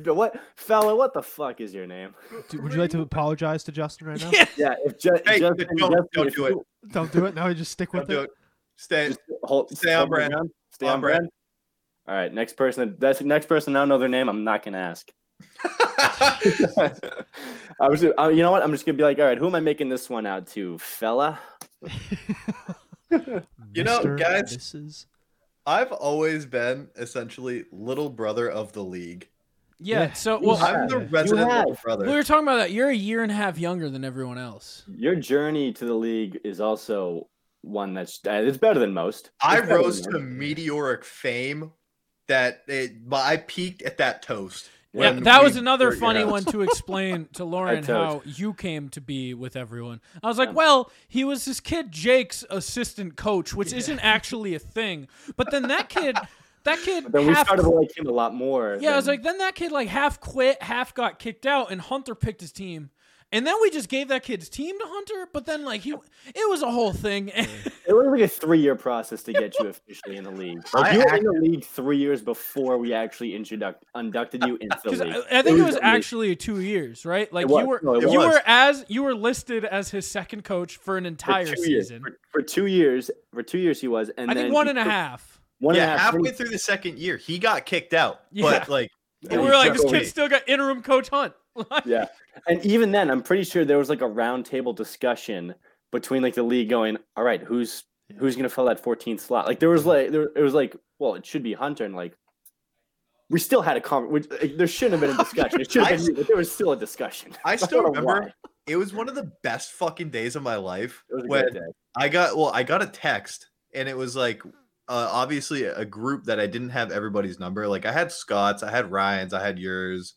S1: what fella? What the fuck is your name?
S6: Dude, would you like to apologize to Justin right
S2: (laughs)
S6: now?
S1: Yeah, if ju-
S5: Hey,
S1: Justin,
S5: don't-
S1: Justin,
S5: don't
S1: if
S5: do
S1: you-
S6: Don't do it. No, just stick with
S5: Don't do
S6: it.
S5: it. Stay.
S1: just hold,
S5: Stay on
S1: hold my
S5: brand.
S1: ground, Stay
S5: On
S1: on brand. All right, next person. That's the next person. I don't know their name. I'm not gonna ask.
S5: (laughs)
S1: (laughs) I was. I, you know what? I'm just gonna be like, all right, who am I making this one out to, fella?
S5: You know,
S6: Mr.
S5: guys-
S6: Mrs.
S5: I've always been essentially little brother of the league.
S2: Yeah,
S6: Yeah.
S2: So,
S1: Well,
S5: I'm the
S6: you
S5: resident
S1: have.
S5: little brother.
S2: we were talking about that. You're a year and a half younger than everyone else.
S1: Your journey to the league is also one that's uh, it's better than most.
S5: I
S1: It's better
S5: rose
S1: than
S5: to
S1: most.
S5: meteoric fame that it, but I peaked at that toast.
S2: Yeah,
S5: when
S2: that
S5: we
S2: was another
S5: figure it
S2: funny
S5: out.
S2: one
S1: (laughs)
S2: to explain to Lauren how
S1: told.
S2: you came to be with everyone. I was like, well, he was his kid Jake's assistant coach, which isn't actually a thing. But then that kid, that kid,
S1: Then we
S2: half-
S1: started to like him a lot more.
S2: yeah, I was
S1: than-
S2: like, then that kid like half quit, half got kicked out, and Hunter picked his team. And then we just gave that kid's team to Hunter, but then like he, it was a whole thing. (laughs)
S1: it was like a three-year process to get you officially in the league. Like,
S5: I
S1: you were in the league three years before we actually introduced inducted you into the
S2: Because
S1: league.
S2: I, I think it was
S1: amazing.
S2: actually two years, right? Like
S1: It was.
S2: you were,
S1: No, it
S2: you
S5: was.
S2: were as you were listed as his second coach for an
S1: For
S2: entire
S1: two years-
S2: season.
S1: for, for two years, for two years he was, and
S2: I
S1: then
S2: think one
S1: he
S2: and a
S1: took-
S2: half.
S1: one and a
S5: yeah,
S1: half
S5: halfway
S1: weeks.
S5: through the second year, he got kicked out.
S2: Yeah.
S5: But like,
S1: Yeah,
S2: And we
S1: he
S2: were like,
S1: took
S2: this
S1: over.
S2: kid still got interim coach Hunt. Like,
S1: Yeah. And even then, I'm pretty sure there was like a roundtable discussion between like the league going, all right, who's who's gonna fill that 14th slot? Like there was like there it was like, well, it should be Hunter, and like we still had a conversation. Like, there shouldn't (laughs) have been a discussion. It should have been, you, but there was still a discussion. (laughs)
S5: I
S1: don't
S5: still
S1: know
S5: remember
S1: why.
S5: it was one of the best fucking days of my life
S1: It was a
S5: when
S1: good day.
S5: I got well, I got a text and it was like uh, obviously a group that I didn't have everybody's number. Like I had Scott's, I had Ryan's, I had yours,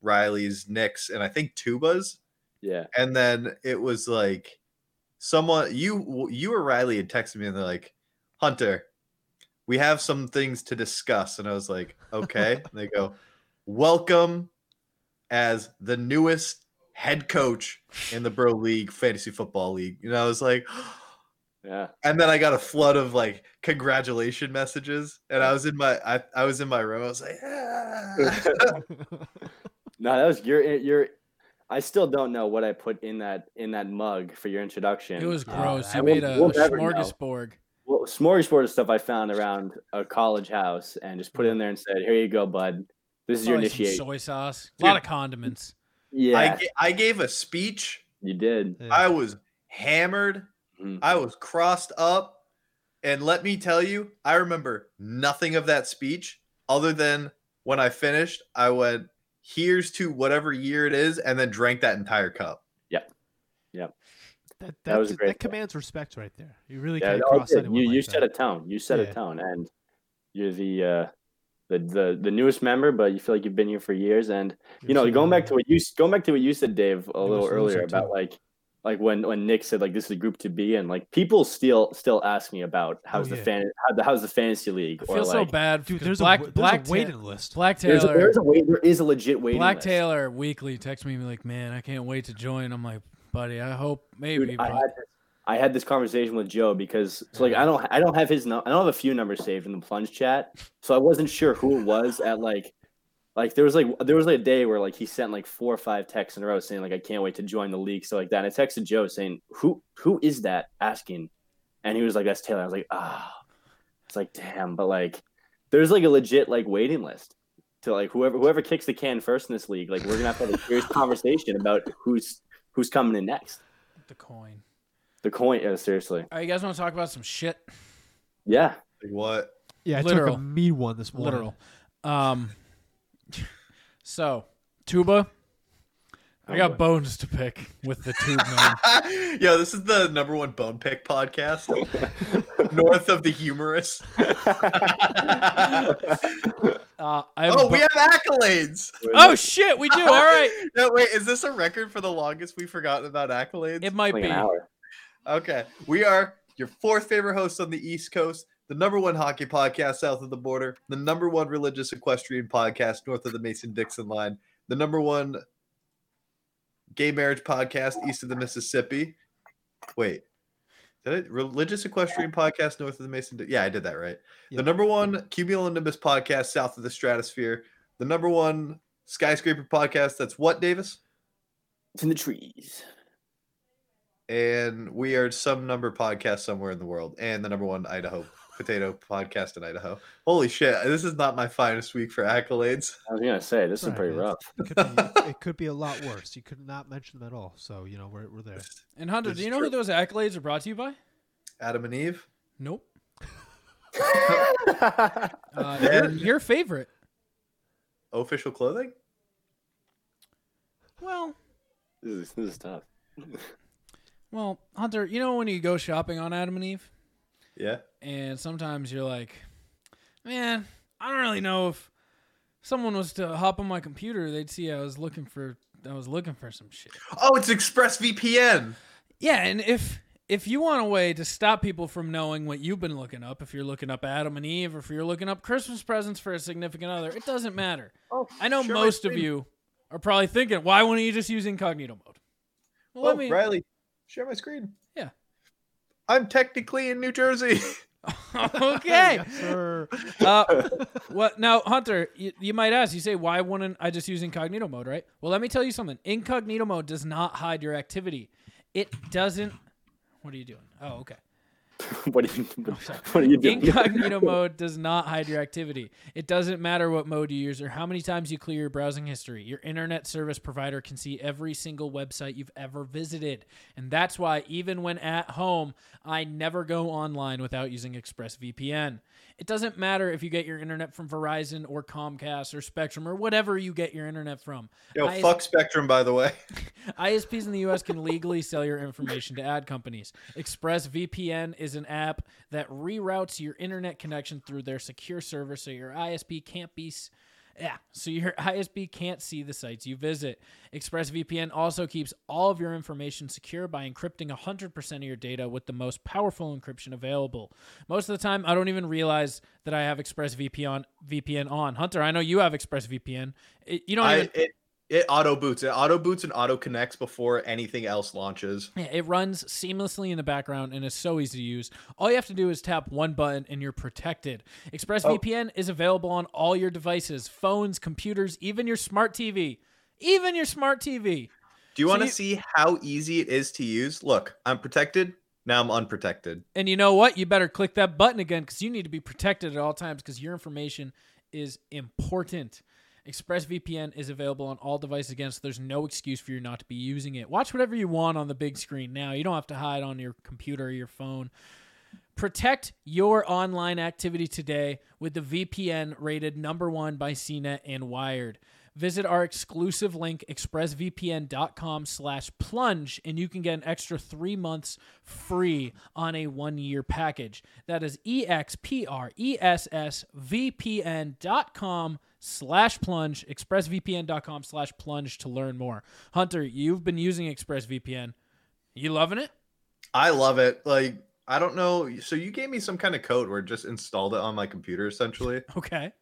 S5: Riley's, Nick's, and I think Tuba's.
S1: Yeah,
S5: And then it was like someone you you or Riley had texted me and they're like, Hunter, we have some things to discuss. And I was like,
S1: (laughs)
S5: okay. and they go, welcome as the newest head coach in the Bro League Fantasy Football League. And I was like,
S1: (gasps) yeah.
S5: and then I got a flood of like congratulation messages. And I was in my I, I was in my room. I was like, "Ah."
S7: (laughs)
S1: No, that was your your. I still don't know what I put in that in that mug for your introduction.
S2: it was
S1: Uh,
S2: gross.
S1: I
S2: You
S1: will-
S2: made a
S1: we'll never know.
S2: smorgasbord.
S1: well, smorgasbord of stuff I found around a college house and just
S6: Mm-hmm.
S1: put it in there and said, "Here you go, bud. This
S6: Oh,
S1: is your
S2: Probably some
S1: initiation."
S2: Soy sauce. A
S5: Dude.
S2: lot of condiments.
S1: yeah,
S5: I, ga- I gave a speech
S1: you did.
S6: Yeah.
S5: I was hammered.
S1: Mhm.
S5: I was crossed up. And let me tell you, I remember nothing of that speech other than when I finished, I went, here's to whatever year it is, and then drank that entire cup.
S6: that, that,
S1: That was a
S6: that
S1: great play.
S6: commands respect right there. You really
S1: Yeah,
S6: can't
S1: no, it
S6: cross
S1: did.
S6: anyone.
S1: you
S6: like
S1: you
S6: that.
S1: set a tone. You set
S6: Yeah.
S1: a tone, and you're the uh, the the the newest member, but you feel like you've been here for years. And you know, going back to what you s- going back to what you said, Dave, a little
S6: Newest loser,
S1: earlier about
S6: too.
S1: like like when when Nick said like this is a group to be in. Like people still still ask me about how's the
S6: Oh, yeah.
S1: fan how the how's the fantasy league
S2: I
S1: or
S2: feel
S1: like
S2: so bad.
S6: dude.
S2: 'cause
S6: There's
S2: Black
S6: a, wa- there's
S2: Black
S6: a waiting list.
S2: Black
S1: there's a,
S2: Taylor.
S1: there's a wait there is a legit waiting
S2: Black
S1: list.
S2: Taylor weekly texts me like, "Man, I can't wait to join." I'm like, "Buddy, I hope maybe."
S1: Dude, I,
S2: but-
S1: had this, I had this conversation with Joe because so like I don't I don't have his num- I don't have a few numbers saved in the plunge chat, so I wasn't sure who it was at like like there was like there was like a day where like he sent like four or five texts in a row saying like I can't wait to join the league so like that. And I texted Joe saying who who is that asking, and he was like that's Taylor. I was like ah, it's like damn, but like there's like a legit like waiting list. To like whoever whoever kicks the can first in this league, like we're gonna have to have a
S2: (laughs)
S1: serious conversation about who's who's coming in next.
S2: the coin.
S1: The coin, yeah, seriously.
S2: All right, you guys want to talk about some shit?
S1: Yeah.
S5: Like, what?
S6: Yeah, I
S2: Literal.
S6: took a mean one this morning.
S2: Literal. Um. (laughs) So, tuba. I got bones to pick with the tube
S1: (laughs)
S2: man.
S5: (laughs) Yo, this is the number one bone pick podcast, north of the
S2: (laughs)
S5: humorous. (laughs)
S2: Uh, I have
S5: oh,
S2: bo-
S5: we have accolades.
S2: oh shit,
S5: (laughs)
S2: we do. All right,
S5: No, wait, is this a record for the longest we've forgotten about accolades?
S2: it might
S1: like
S2: be.
S1: an hour.
S5: Okay. We are your fourth favorite host on the East Coast, the number one hockey podcast south of the border, the number one religious equestrian podcast north of the Mason Dixon line, the number one gay marriage podcast east of the Mississippi. Wait. Did I, religious equestrian podcast north of the Mason? Di- Yeah, I did that right.
S6: Yeah.
S5: The number one cumulonimbus podcast south of the stratosphere. The number one skyscraper podcast. That's what, Davis?
S1: It's in the trees.
S5: and we are some number podcast somewhere in the world and the number one idaho potato podcast in idaho holy shit this is not my finest week for accolades
S1: I was gonna say this
S6: All right,
S1: is pretty
S6: man.
S1: rough.
S6: It could, be, it could be a lot worse. You could not mention them at all. So you know we're we're there.
S2: And Hunter,
S5: This
S2: do
S5: is
S2: you know who
S5: true.
S2: those accolades are brought to you by?
S5: adam and eve
S2: Nope. uh, your,
S5: Then-
S2: your favorite.
S5: official clothing
S2: Well,
S1: This is, this is tough.
S2: well, Hunter, you know when you go shopping on Adam and Eve,
S5: yeah
S2: and sometimes you're like, man, I don't really know if someone was to hop on my computer, they'd see I was looking for I was looking for some shit.
S5: Oh, it's ExpressVPN.
S2: Yeah, and if if you want a way to stop people from knowing what you've been looking up, if you're looking up Adam and Eve, or if you're looking up Christmas presents for a significant other, it doesn't matter.
S5: Oh,
S2: I know
S5: share my
S2: most of
S5: screen.
S2: you are probably thinking, why wouldn't you just use incognito mode? Well,
S5: oh,
S2: let me.
S5: Riley, share my screen.
S2: Yeah.
S5: I'm technically in New Jersey. (laughs)
S2: okay. uh, what now, Hunter? You, you might ask. You say, "Why wouldn't I just use incognito mode?" Right? Well, let me tell you something. Incognito mode does not hide your activity. It doesn't. What are you doing? Oh, okay.
S1: (laughs) what
S2: (laughs)
S1: are you? What
S5: (laughs)
S1: are you doing?
S2: Incognito mode does not hide your activity. It doesn't matter what mode you use or how many times you clear your browsing history. Your internet service provider can see every single website you've ever visited. And that's why, even when at home, I never go online without using ExpressVPN. It doesn't matter if you get your internet from Verizon or Comcast or Spectrum or whatever you get your internet from.
S5: Yo,
S2: I-
S5: fuck Spectrum, by the way.
S2: ISPs in the US can legally sell your information to ad companies. ExpressVPN is an app that reroutes your internet connection through their secure server so your ISP can't be s- yeah, so your (laughs) ISP can't see the sites you visit. ExpressVPN also keeps all of your information secure by encrypting 100% of your data with the most powerful encryption available. Most of the time, I don't even realize that I have ExpressVPN VPN on. Hunter, I know you have ExpressVPN. (laughs) It, you don't even
S5: I, it, it auto boots. It auto boots and auto connects before anything else launches.
S2: Yeah, it runs seamlessly in the background and is so easy to use. All you have to do is tap one button and you're protected.
S5: Oh.
S2: ExpressVPN is available on all your devices, phones, computers, even your smart TV. Even your smart TV.
S5: Do you want to
S2: you-
S5: see how easy it is to use? Look, I'm protected. Now I'm unprotected.
S2: And you know what? You better click that button again because you need to be protected at all times because your information is important. ExpressVPN is available on all devices again, so there's no excuse for you not to be using it. Watch whatever you want on the big screen now. You don't have to hide on your computer or your phone. Protect your online activity today with the VPN rated number one by CNET and Wired. Visit our exclusive link, expressvpn.com slash plunge, and you can get an extra three months free on a one-year package. That is E E-X-P-R-E-S-S-V-P-N.com slash plunge, expressvpn.com slash plunge to learn more. Hunter, you've been using ExpressVPN. You loving it?
S5: I love it. Like, I don't know. So you gave me some kind of code where it just installed it on my computer
S2: (laughs)
S5: essentially.
S2: Okay.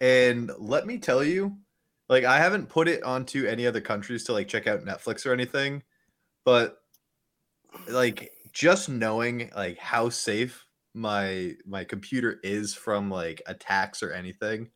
S5: And let me tell you, like I haven't put it onto any other countries to like check out Netflix or anything, but like just knowing like how safe my my computer is from like attacks or anything,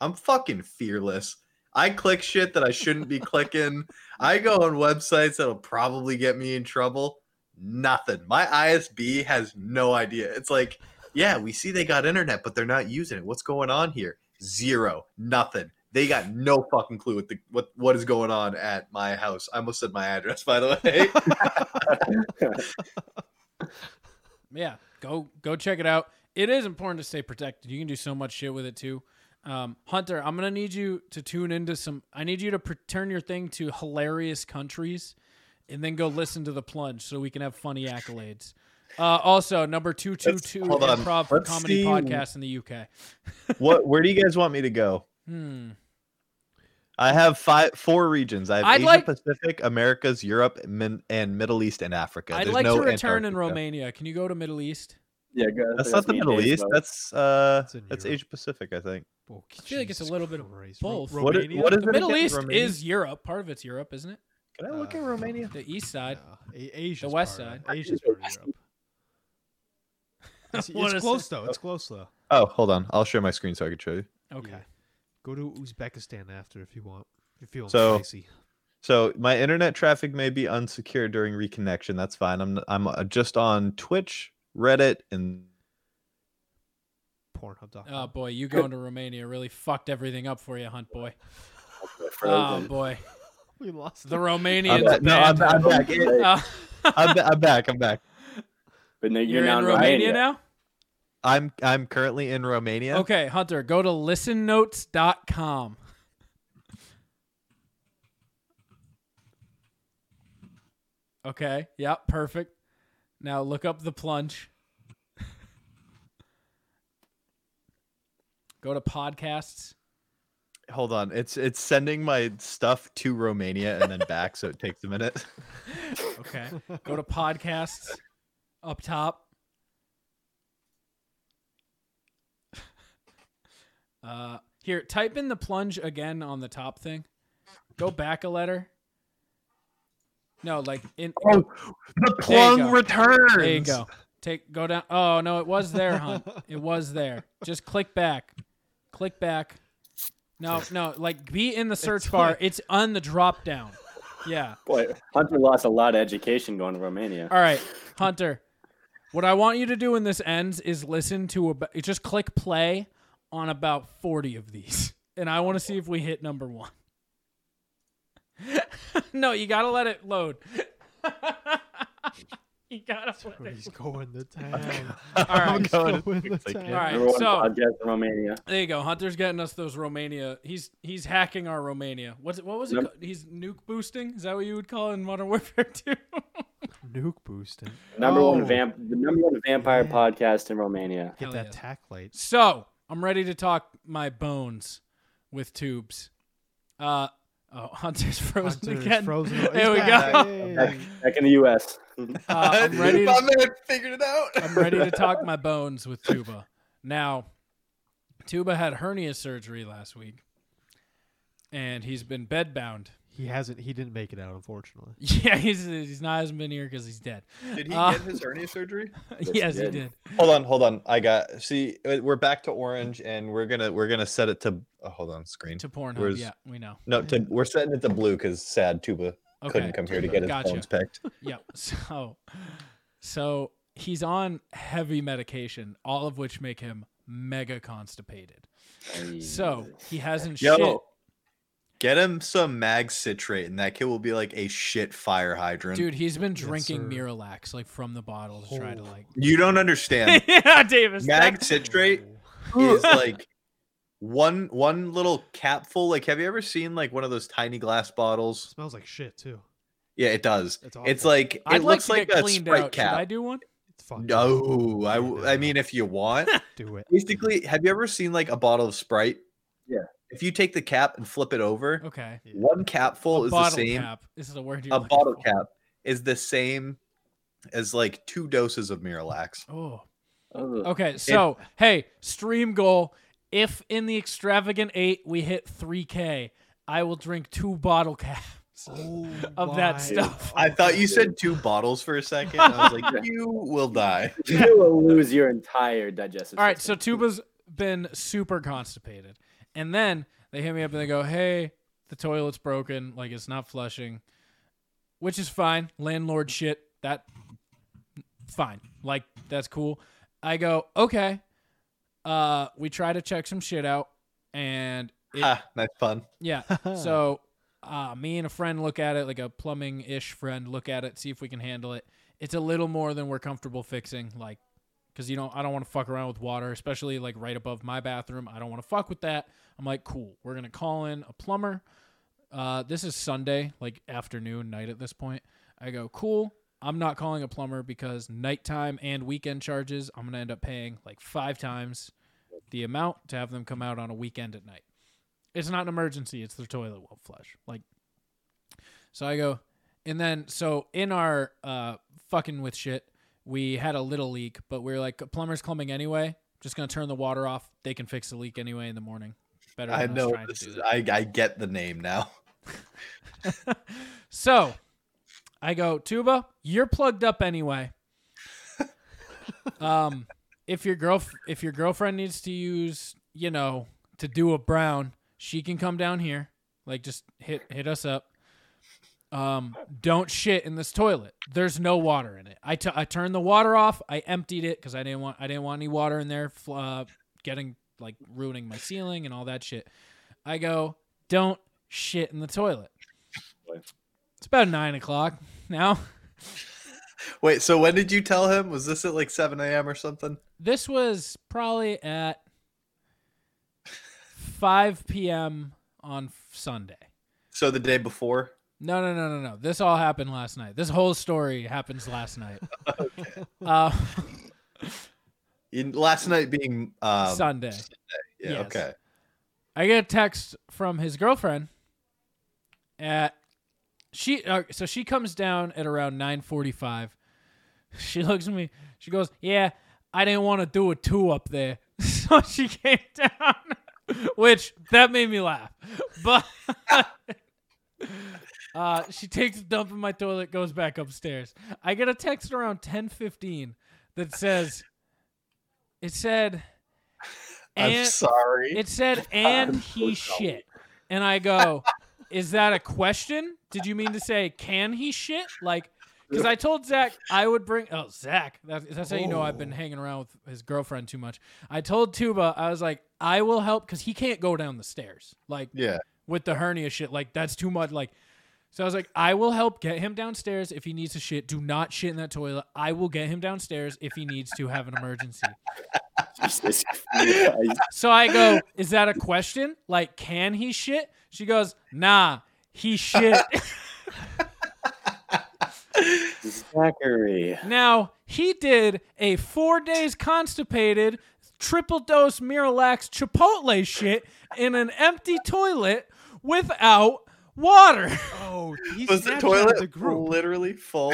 S5: I'm fucking fearless. I click shit that I shouldn't be clicking. I go on websites that'll probably get me in trouble. Nothing. My ISB has no idea. It's like, yeah, we see they got internet, but they're not using it. What's going on here? Zero. Nothing. They got no fucking clue what the what what is going on at my house. I almost said my address, by the
S2: (laughs)
S5: way.
S2: yeah go go check it out it is important to stay protected you can do so much shit with it too um, hunter i'm gonna need you to tune into some i need you to pr- turn your thing to hilarious countries and then go listen to the plunge so we can have funny accolades uh, also number 222
S5: hold on.
S2: improv for
S5: Let's
S2: comedy
S5: see.
S2: podcast in the uk
S5: what? Where do you guys want me to go?
S2: hmm.
S5: I have five, four regions. I have
S2: I'd
S5: Asia
S2: like-
S5: Pacific, Americas, Europe, Min- and Middle East and Africa.
S2: i'd
S5: There's
S2: like
S5: no
S2: to return in
S5: Antarctica.
S2: romania can you go to middle east
S1: Yeah, go- I
S5: That's
S1: think
S5: not the
S1: me and
S5: Middle
S1: Dave
S5: East.
S1: both.
S5: That's uh,
S6: It's in
S5: that's
S6: Europe.
S5: Asia Pacific, I think.
S6: Oh,
S2: I feel like it's a
S6: Jesus
S2: little bit of
S6: Christ. Ro-
S2: both.
S5: What i-
S6: Romania?
S5: what is
S2: the
S5: it
S2: middle
S5: again?
S2: east
S5: Romania?
S2: is europe part of it's europe isn't it
S5: Can I look at
S6: Uh,
S5: Romania?
S2: the east side
S6: No, A- Asia's
S2: west
S6: part of
S2: side.
S6: it. Asia's part
S5: (laughs)
S6: of Europe. It's,
S2: What
S6: it's
S2: is
S6: close though. It's close though.
S5: Oh, hold on. I'll share my screen so I can show you.
S2: okay
S6: Yeah. Go to Uzbekistan after if you want. If you're feeling
S5: So-
S6: spicy.
S5: So my internet traffic may be unsecure during reconnection. That's fine. I'm I'm uh, just on Twitch, Reddit, and
S6: Pornhub.com.
S2: Oh boy, you going to Romania really fucked everything up for you, Hunt boy. Oh
S1: Frozen.
S2: boy,
S6: (laughs) we lost
S2: the
S6: the
S5: I'm
S2: Romanians.
S5: back. No, I'm,
S2: banned.
S5: I'm back.
S2: (laughs) Uh,
S5: I'm, ba- I'm back. I'm back.
S1: But no,
S2: you're,
S1: you're, not
S2: in Romania, now.
S5: I'm I'm currently in Romania.
S2: Okay, Hunter, go to listennotes.com. Okay, yep, perfect. Now look up the plunge. Go to podcasts.
S5: Hold on, it's it's sending my stuff to Romania and then back, so it takes a
S2: (laughs)
S5: minute.
S2: Okay. Go to podcasts up top. (laughs) Uh, here, type in the plunge again on the top thing. Go back a letter. No, like in.
S5: the
S2: There you go.
S5: returns.
S2: There you go. Take go down. Oh no, it was there, Hunt. It was there. Just click back. Click back. No, no, like be in the search bar. It's on the drop down. Oh, Yeah.
S1: (laughs) Boy, Hunter lost a lot of education going to Romania.
S2: All right, Hunter. What I want you to do when this ends is listen to about just click play on about 40 of these. And I want to see if we hit number 1. (laughs) no, you got to let it load. you got to let it.
S6: He's going
S2: (laughs)
S6: to town. (laughs)
S2: All right.
S5: I'm going.
S6: Going to
S5: It's like,
S6: town.
S2: All right.
S1: Number one
S2: so
S1: podcast in Romania.
S2: There you go. Hunter's getting us those Romania. He's he's hacking our Romania. What's it, what was it?
S1: Yep.
S2: called? He's nuke boosting. Is that what you would call it in Modern Warfare Two? (laughs)
S6: Nuke boosting.
S1: Number one
S6: Oh.
S1: vamp, the number one vampire
S6: Yeah.
S1: podcast in Romania.
S6: Get
S2: Hell
S6: that
S2: yeah.
S6: tack light.
S2: so I'm ready to talk my bones with tubes. Uh oh, (laughs) Hunter's frozen
S6: Hunter is
S2: again.
S6: frozen. He's
S2: There we
S6: back.
S2: go.
S1: Back,
S6: Yay.
S1: back in the (laughs) U.S.
S2: Uh,
S6: (laughs)
S2: I'm ready.
S5: My
S2: To,
S5: man figured it out.
S2: I'm ready to
S5: (laughs)
S2: talk my bones with Tuba. Now, Tuba had hernia surgery last week, and he's been bedbound. (laughs)
S6: He hasn't. He didn't make it out, unfortunately.
S2: Yeah, he's he's not hasn't been here because he's dead.
S5: Did he
S2: Uh,
S5: get his hernia surgery?
S2: (laughs)
S5: Oh,
S2: yes, he
S1: did.
S2: did.
S5: Hold on, hold on. I got. See, uh, we're back to orange, and we're gonna we're gonna set it to. Oh, hold on, screen.
S2: To Pornhub,
S5: Where's-
S2: yeah, we know.
S5: no, to we're setting it to blue because sad tuba
S2: Okay.
S5: couldn't come here to get his
S2: Gotcha.
S5: bones picked.
S2: (laughs) Yeah. So, so he's on heavy medication, all of which make him mega constipated. So he hasn't
S5: Yo,
S2: shit.
S5: get him some mag citrate, and that kid will be like a shit fire hydrant.
S2: Dude, he's been drinking
S6: sir.
S2: Miralax like from the bottle to try to like.
S5: you don't
S2: (laughs)
S5: understand.
S2: yeah, Davis.
S5: mag
S2: that-
S5: citrate is like one one little capful. Like, have you ever seen like one of those tiny glass bottles?
S6: Smells like shit too.
S5: Yeah, it does.
S6: It's
S5: It's
S6: awful.
S5: like it
S2: I'd
S5: looks like
S2: like, to get
S5: a
S2: cleaned
S5: sprite
S2: out. Should I
S5: cap.
S2: do one?
S6: It's fucked up.
S5: No, I w- I mean if you want.
S2: (laughs)
S6: do it.
S5: Basically, have you ever seen like a bottle of Sprite?
S1: Yeah.
S5: If you take the cap and flip it over,
S2: Okay.
S6: Yeah.
S5: one capful is the
S2: bottle
S5: same.
S2: cap. This is the word you're
S5: A
S2: looking
S5: bottle
S2: for.
S5: cap is the same as like two doses of Miralax.
S2: Oh.
S5: Uh,
S1: Ugh.
S2: Okay, so hey, stream goal. If in the extravagant eight we hit three K, I will drink two bottle caps (laughs) of
S6: Oh my
S2: that stuff.
S5: I thought you
S1: (laughs)
S5: said two bottles for a second. I was like, you will die.
S1: you will lose your entire digestive.
S2: All right, so
S1: system.
S2: Tuba's been super constipated, and then they hit me up and they go, "Hey, the toilet's broken. Like it's not flushing," which is fine. Landlord shit. That fine. Like that's cool. I go, okay. Uh, we try to check some shit out, and it
S5: Ah, nice pun. (laughs)
S2: Yeah. so uh, me and a friend look at it, like a plumbing ish friend, look at it, see if we can handle it. It's a little more than we're comfortable fixing, like, because you know I don't want to fuck around with water, especially like right above my bathroom. I don't want to fuck with that. I'm like, cool. We're gonna call in a plumber. Uh, this is Sunday, like afternoon, night at this point. I go, cool. I'm not calling a plumber because nighttime and weekend charges, I'm gonna end up paying like five times the amount to have them come out on a weekend at night it's not an emergency. It's the toilet won't flush. Like, so I go, and then so in our uh, fucking with shit, we had a little leak, but we are like, plumber's coming anyway. Just gonna turn the water off. They can fix the leak anyway in the morning. Better. Than
S5: I
S2: us
S5: know
S2: trying to
S5: this
S2: do
S5: is,
S2: that."
S5: I, I get the name now. (laughs)
S2: (laughs) So I go, Tuba, you're plugged up anyway. um, if your girl, if your girlfriend needs to use, you know, to do a brown, she can come down here. Like, just hit hit us up. Um, don't shit in this toilet. There's no water in it. I tu- I turned the water off. I emptied it because I didn't want I didn't want any water in there, fl- uh, getting like ruining my ceiling and all that shit. I go, don't shit in the toilet. It's about nine o'clock now.
S5: Wait, so when did you tell him? Was this at like 7 a.m. or something?
S2: This was probably at 5 p.m. on f- Sunday.
S5: So the day before?
S2: No, no, no, no, no. This all happened last night. This whole story happens last night. uh,
S5: In, last night being um,
S2: Sunday.
S5: Yeah,
S2: Yes.
S5: okay.
S2: I get a text from his girlfriend at she uh, so she comes down at around 9:45. (laughs) She looks at me. She goes, "Yeah, I didn't want to do a two up there." (laughs) So she came (laughs) down, which that made me laugh. (laughs) But uh, she takes a dump in my toilet, goes back upstairs. I get a text around 10:15 that says it said
S5: I'm
S2: "And-
S5: sorry. (laughs)
S2: it said, and he shit. And I go, is that a question? Did you mean to say, can he shit? Like, because I told Zach I would bring. Oh, Zach. That, that's how you know I've
S5: Oh.
S2: been hanging around with his girlfriend too much. I told Tuba, I was like, I will help because he can't go down the stairs. Like,
S5: yeah.
S2: with the hernia shit. Like, that's too much. Like, so I was like, I will help get him downstairs if he needs to shit. Do not shit in that toilet. I will get him downstairs if he needs to have an emergency.
S1: Jesus Christ.
S2: (laughs) So I go, is that a question? Like, can he shit? She goes, nah,
S1: (laughs)
S2: he shit.
S1: Zachary.
S2: now, he did a four days constipated, triple dose Miralax Chipotle shit in an empty toilet without water.
S6: Oh, he
S5: Was the
S6: Snapchatted
S5: toilet
S6: the group.
S5: literally
S2: (laughs)
S5: full?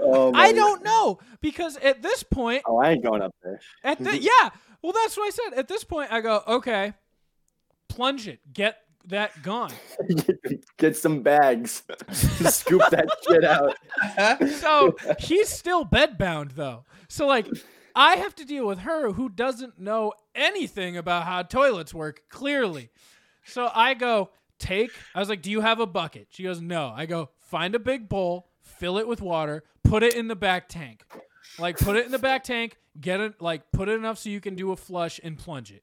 S1: Oh, my
S2: I don't know because at this point,
S1: Oh, I ain't going up there. (laughs)
S2: At the, yeah, well, that's what I said. At this point, I go, okay, plunge it, get that gone.
S1: Get some bags. (laughs) Scoop that shit out.
S2: (laughs) So he's still bedbound though. So like, I have to deal with her who doesn't know anything about how toilets work. Clearly, so I go take. I was like, "Do you have a bucket?" She goes, "No." I go find a big bowl, fill it with water, put it in the back tank. Like put it in the back tank. Get it. Like put it enough so you can do a flush and plunge it.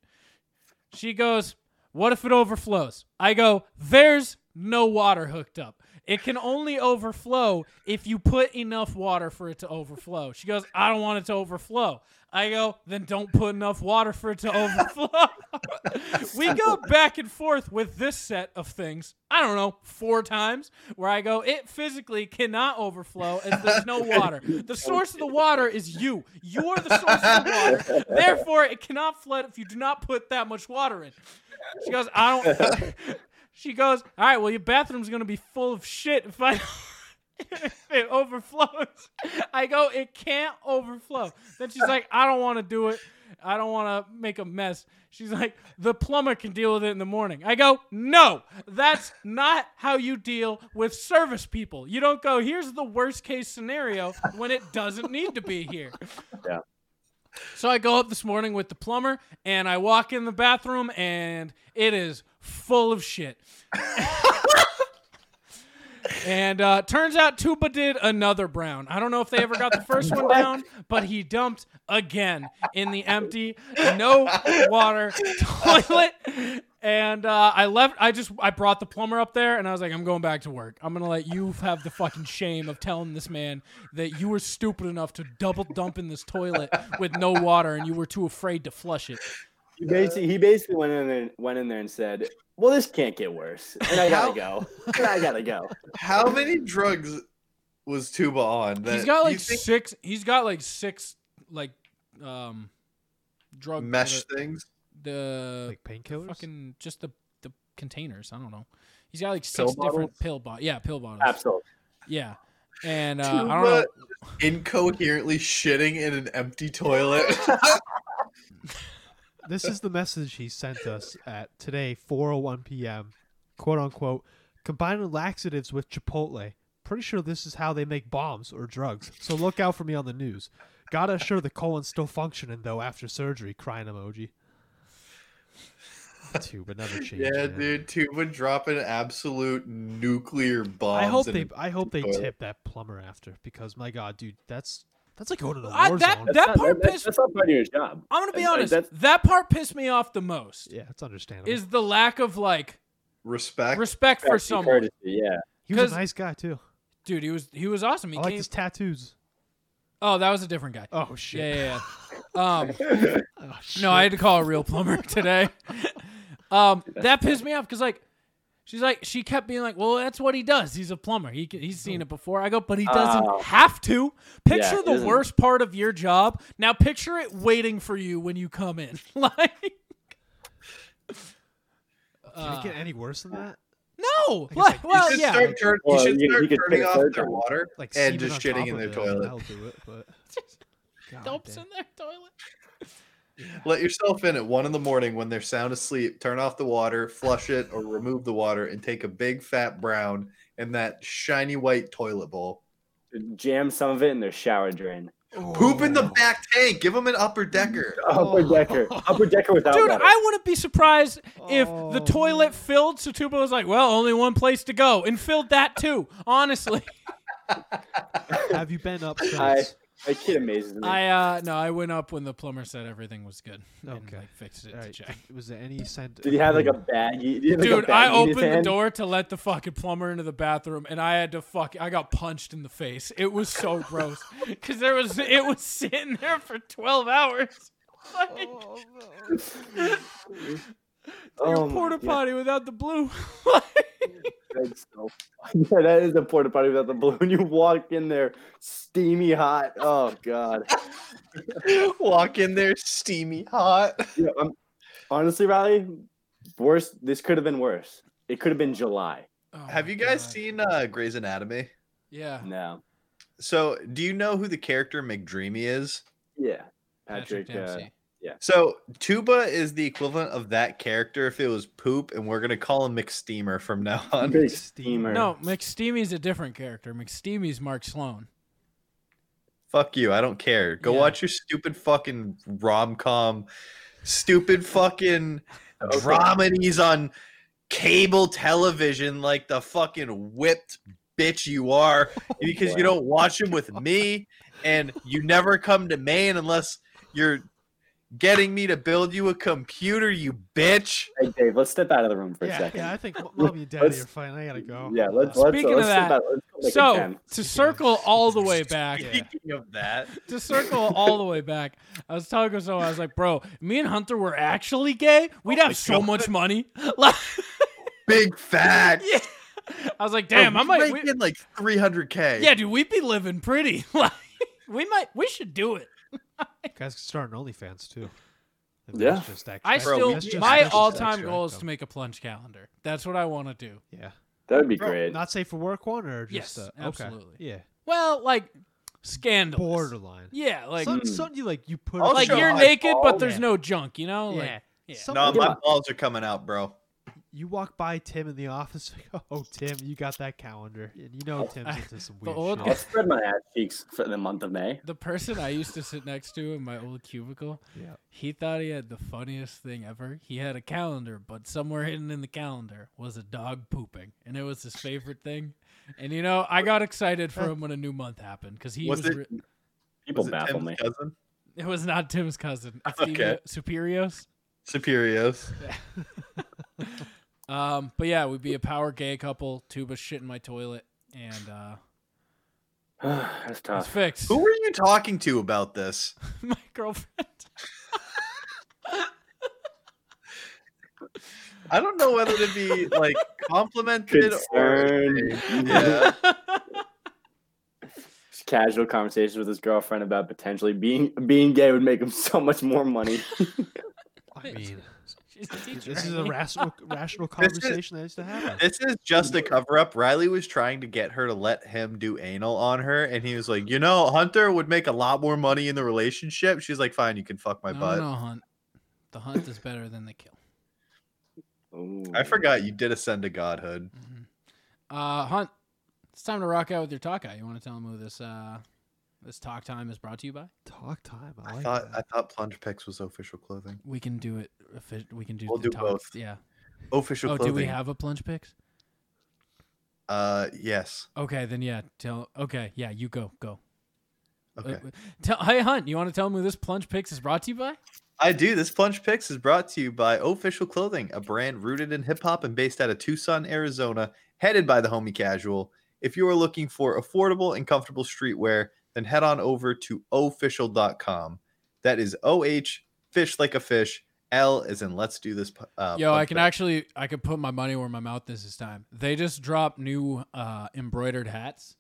S2: She goes, What if it overflows? I go, There's no water hooked up. It can only overflow if you put enough water for it to overflow. She goes, I don't want it to overflow. I go, Then don't put enough water for it to overflow. (laughs) we go back and forth with this set of things, I don't know, four times, where I go, It physically cannot overflow if there's no water. The source of the water is you. You are the source of the water. Therefore, it cannot flood if you do not put that much water in. She goes, I don't. she goes, all right. Well, your bathroom's gonna be full of shit if I (laughs) if it overflows. I go, it can't overflow. Then she's like, I don't want to do it. I don't want to make a mess. She's like, the plumber can deal with it in the morning. I go, no, that's not how you deal with service people. You don't go, here's the worst case scenario when it doesn't need to be here.
S1: Yeah.
S2: So I go up this morning with the plumber and I walk in the bathroom and it is full of shit. and uh, turns out Tuba did another brown. I don't know if they ever got the first one down, but he dumped again in the empty, no water toilet. And uh, I left. I just I brought the plumber up there, and I was like, "I'm going back to work. I'm gonna let you have the fucking shame of telling this man that you were stupid enough to double dump in this toilet with no water, and you were too afraid to flush it."
S1: He basically, he basically went in and went in there and said, "Well, this can't get worse, and I gotta go. And I gotta go."
S5: How many drugs was Tuba on? That
S2: He's got
S5: you
S2: like
S5: think
S2: six. He's got like six like um drug
S5: mesh things.
S2: the
S6: like painkillers.
S2: fucking just the the containers. I don't know. He's got like six
S5: Pill
S2: different
S5: bottles?
S2: pill bottles. Yeah, pill bottles.
S1: Absolutely.
S2: Yeah, and uh,
S5: Tuba
S2: I don't know.
S5: incoherently shitting in an empty toilet. (laughs)
S6: This is the message he sent us at today 4:01 p.m. quote unquote combining laxatives with chipotle. Pretty sure this is how they make bombs or drugs. So look out for me on the news. Gotta assure the colon's still functioning though after surgery. Crying emoji. Two, but (laughs) never change.
S5: yeah,
S6: man.
S5: dude, Tuba dropping absolute nuclear bombs.
S6: I hope
S5: in
S6: they.
S5: an
S6: I hope they
S5: toilet.
S6: tip that plumber after because my god, dude, that's that's like going to the war
S2: I- Uh, that-
S6: zone.
S1: That's
S2: That
S1: not-
S2: part
S1: that-
S2: pissed-
S1: That's not part of your job.
S2: I'm gonna be
S1: Like,
S2: honest.
S1: that's-
S2: that part pissed me off the most.
S6: yeah, it's understandable.
S2: Is the lack of like
S5: respect.
S2: respect for
S1: Courtesy,
S2: someone,
S1: yeah.
S6: he was
S2: 'cause-
S6: a nice guy too.
S2: dude. He was he was awesome. He
S6: I like
S2: came.
S6: his tattoos.
S2: Oh, that was a different guy.
S6: Oh shit.
S2: Yeah, yeah,
S6: (laughs)
S2: yeah. Um,
S6: Oh, shit.
S2: No, I had to call a
S6: (laughs)
S2: real plumber today. um, that pissed me off because like, she's like, she kept being like, "Well, that's what he does. He's a plumber. He c- he's seen it before." I go, "But he doesn't
S1: Oh.
S2: have to." Picture
S1: Yeah, he
S2: the
S1: doesn't-
S2: worst part of your job. Now (laughs) picture it waiting for you when you come in. like,
S6: Can
S2: Uh,
S6: it get any worse than that?
S2: no.
S6: guess
S2: Well,
S6: I-
S2: well,
S5: you should
S2: yeah.
S5: start, turn, you
S1: Well,
S5: should
S1: you-
S5: start
S1: you could
S5: turning
S1: take
S5: off
S1: third
S5: their
S1: down.
S5: water
S6: Like
S5: and
S6: semen
S5: just
S6: on
S5: shitting
S6: top
S5: in
S6: of
S5: their
S6: it,
S5: toilet.
S6: That'll do it.
S2: (laughs)
S6: But God
S2: Dumps
S6: damn.
S2: in their toilet.
S5: Let yourself in at one in the morning when they're sound asleep. Turn off the water, flush it, or remove the water, and take a big fat brown in that shiny white toilet bowl.
S1: Jam some of it in their shower drain.
S5: Poop in the back tank. Give them an upper decker.
S1: (laughs) Upper decker. Upper decker without
S2: Dude,
S1: water.
S2: I wouldn't be surprised if the
S6: Oh,
S2: toilet filled. So Tuba was like, "Well, only one place to go," and filled that too. Honestly,
S6: Have you been
S1: (laughs)
S6: up since?
S1: I, my kid amazes me.
S2: I uh no, I went up when the plumber said everything was good. And,
S6: Okay.
S2: like, fixed it
S6: All
S2: to
S6: right.
S2: check.
S6: Was there any scent?
S1: Did he have like a baggie? Did he have, like, a
S2: Dude, I
S1: baggie in his
S2: opened the
S1: hand?
S2: door to let the fucking plumber into the bathroom, and I had to fuck. I got punched in the face. It was
S1: (laughs)
S2: so gross because there was it was sitting there for twelve hours. (laughs) Like, your
S1: Oh my
S2: porta
S1: God,
S2: potty without the blue. (laughs)
S1: that's so funny. Yeah, that is a porta potty without the balloon. (laughs) You walk in there steamy hot. Oh god.
S5: (laughs) Walk in there, steamy hot.
S1: Yeah, I'm, honestly, Riley, worse. This could have been worse. It could have been July.
S2: Oh
S5: Have
S2: my
S5: you guys
S2: God.
S5: seen uh, Grey's Anatomy?
S2: Yeah,
S1: No.
S5: So, do you know who the character McDreamy is?
S1: Yeah. Patrick. uh,
S2: Dempsey.
S5: So, Tuba is the equivalent of that character if it was poop, and we're gonna call him McSteamer from now on.
S1: big steamer.
S2: no, McSteamy's a different character. McSteamy's Mark Sloan.
S5: Fuck you. I don't care. Go
S2: Yeah.
S5: watch your stupid fucking rom com, stupid fucking dramedies on cable television like the fucking whipped bitch you
S2: (laughs)
S5: are
S2: Oh
S5: because you don't watch them with me and you never come to Maine unless you're getting me to build you a computer, you bitch.
S1: Hey, Dave, let's step out of the room for a
S6: Yeah,
S1: second.
S6: yeah, I think m- mommy and daddy
S1: Let's-
S6: are fine. I gotta go.
S1: Yeah, let's,
S6: Uh,
S1: let's,
S2: Speaking
S1: let's
S2: of
S1: step
S2: that,
S1: out. Let's go make a
S2: So
S1: 10.
S2: to circle all the way
S5: (laughs)
S2: back,
S5: Speaking of that,
S2: to circle all the way back, I was talking to someone. I was like, "Bro, me and Hunter were actually gay. We'd have so much money." (laughs) Like,
S5: Oh big fat.
S2: yeah. I was like, "Damn, I might." we-
S5: making like 300k.
S2: yeah, dude, we'd be living pretty. (laughs) Like, we might. We should do it.
S6: Guys can start an OnlyFans too. I mean,
S1: Yeah.
S6: that's just extra-
S2: I
S6: that's
S2: still.
S6: just- that's
S2: my
S6: just
S2: all-time
S6: extra
S2: goal is to
S6: income.
S2: make a plunge calendar. That's what I want to do.
S6: Yeah.
S1: that would be great.
S6: Not safe for work one or just
S2: Yes,
S6: uh, okay.
S2: absolutely.
S6: Yeah.
S2: Well, like, scandal.
S6: Borderline.
S2: Yeah, like, mm.
S6: Some- something you like you put
S5: Hmm. I'll
S2: like
S5: show
S2: you're
S5: my
S2: naked, but
S5: balls.
S2: there's
S6: Yeah.
S2: no junk. You know, like, yeah.
S6: Something
S5: No,
S6: you-
S5: my balls are coming out, bro.
S6: you walk by Tim in the office. (laughs) Like, oh, Tim, you got that calendar, and you
S2: (laughs)
S6: know Tim's into some weird
S2: old
S1: I'll
S6: shit.
S1: spread my ass cheeks for the month of May.
S2: the person I used to sit next to in my old cubicle,
S6: Yeah.
S2: he thought he had the funniest thing ever. He had a calendar, but somewhere hidden in the calendar was a dog pooping, and it was his favorite thing. And you know, I got excited for him when a new month happened because he was.
S5: Was it-
S2: re-
S1: People
S5: Was it
S1: baffle
S5: Tim's
S1: me.
S5: cousin?
S2: it was not Tim's cousin. It's
S5: (laughs) Okay.
S2: Superios.
S5: Superios.
S2: Um, but yeah, we'd be a power gay couple. Tuba shit in my toilet,
S5: (sighs)
S2: and uh, (sighs)
S1: (sighs) That's
S2: it's
S1: tough.
S2: fixed.
S5: Who were you talking to about this? (laughs)
S2: my girlfriend.
S5: I don't know whether to
S1: (laughs)
S5: be like complimented
S1: Concerned.
S5: or
S1: (laughs)
S5: yeah.
S1: Just casual conversations with his girlfriend about potentially being being gay would make him so much more
S2: (laughs)
S1: money.
S6: I mean,
S2: She's a teacher.
S6: this is
S2: I
S6: a
S2: mean.
S6: rational, rational
S5: This is-
S6: conversation that needs to happen.
S5: This is just a cover up. Riley was trying to get her to let him do anal on her, and he was like, "You know, Hunter would make a lot more money in the relationship." She's like, "Fine, you can fuck my
S2: no,
S5: butt."
S2: no, hunt. The hunt is better than the kill.
S5: I forgot you did ascend to godhood.
S2: Uh, Hunt, it's time to rock out with your talk out. You want to tell them who this uh, this talk time is brought to you by?
S6: Talk time. I,
S5: I
S6: like
S5: thought
S6: that.
S5: I thought plunge picks was official clothing.
S2: We can do it. offi- We can do.
S5: We'll
S2: the
S5: do
S2: talk.
S5: both.
S2: Yeah.
S5: Official
S2: Oh,
S5: clothing.
S2: do we have a plunge picks?
S5: Uh, yes.
S2: Okay, then yeah. Tell. Okay, yeah. You go. Go. Uh,
S5: Okay.
S2: tell. Hey, Hunt. You want to tell them who this plunge picks is brought to you by?
S5: I do. This Plunge Picks is brought to you by Official Clothing, a brand rooted in hip hop and based out of Tucson, Arizona, headed by the homie casual. If you are looking for affordable and comfortable streetwear, then head on over to official.com. That is O H, fish like a fish. L is in let's do this. pu- Uh,
S2: Yo,
S5: Plunge
S2: I can
S5: Pick.
S2: actually I could put my money where my mouth is this time. They just dropped new uh, embroidered hats,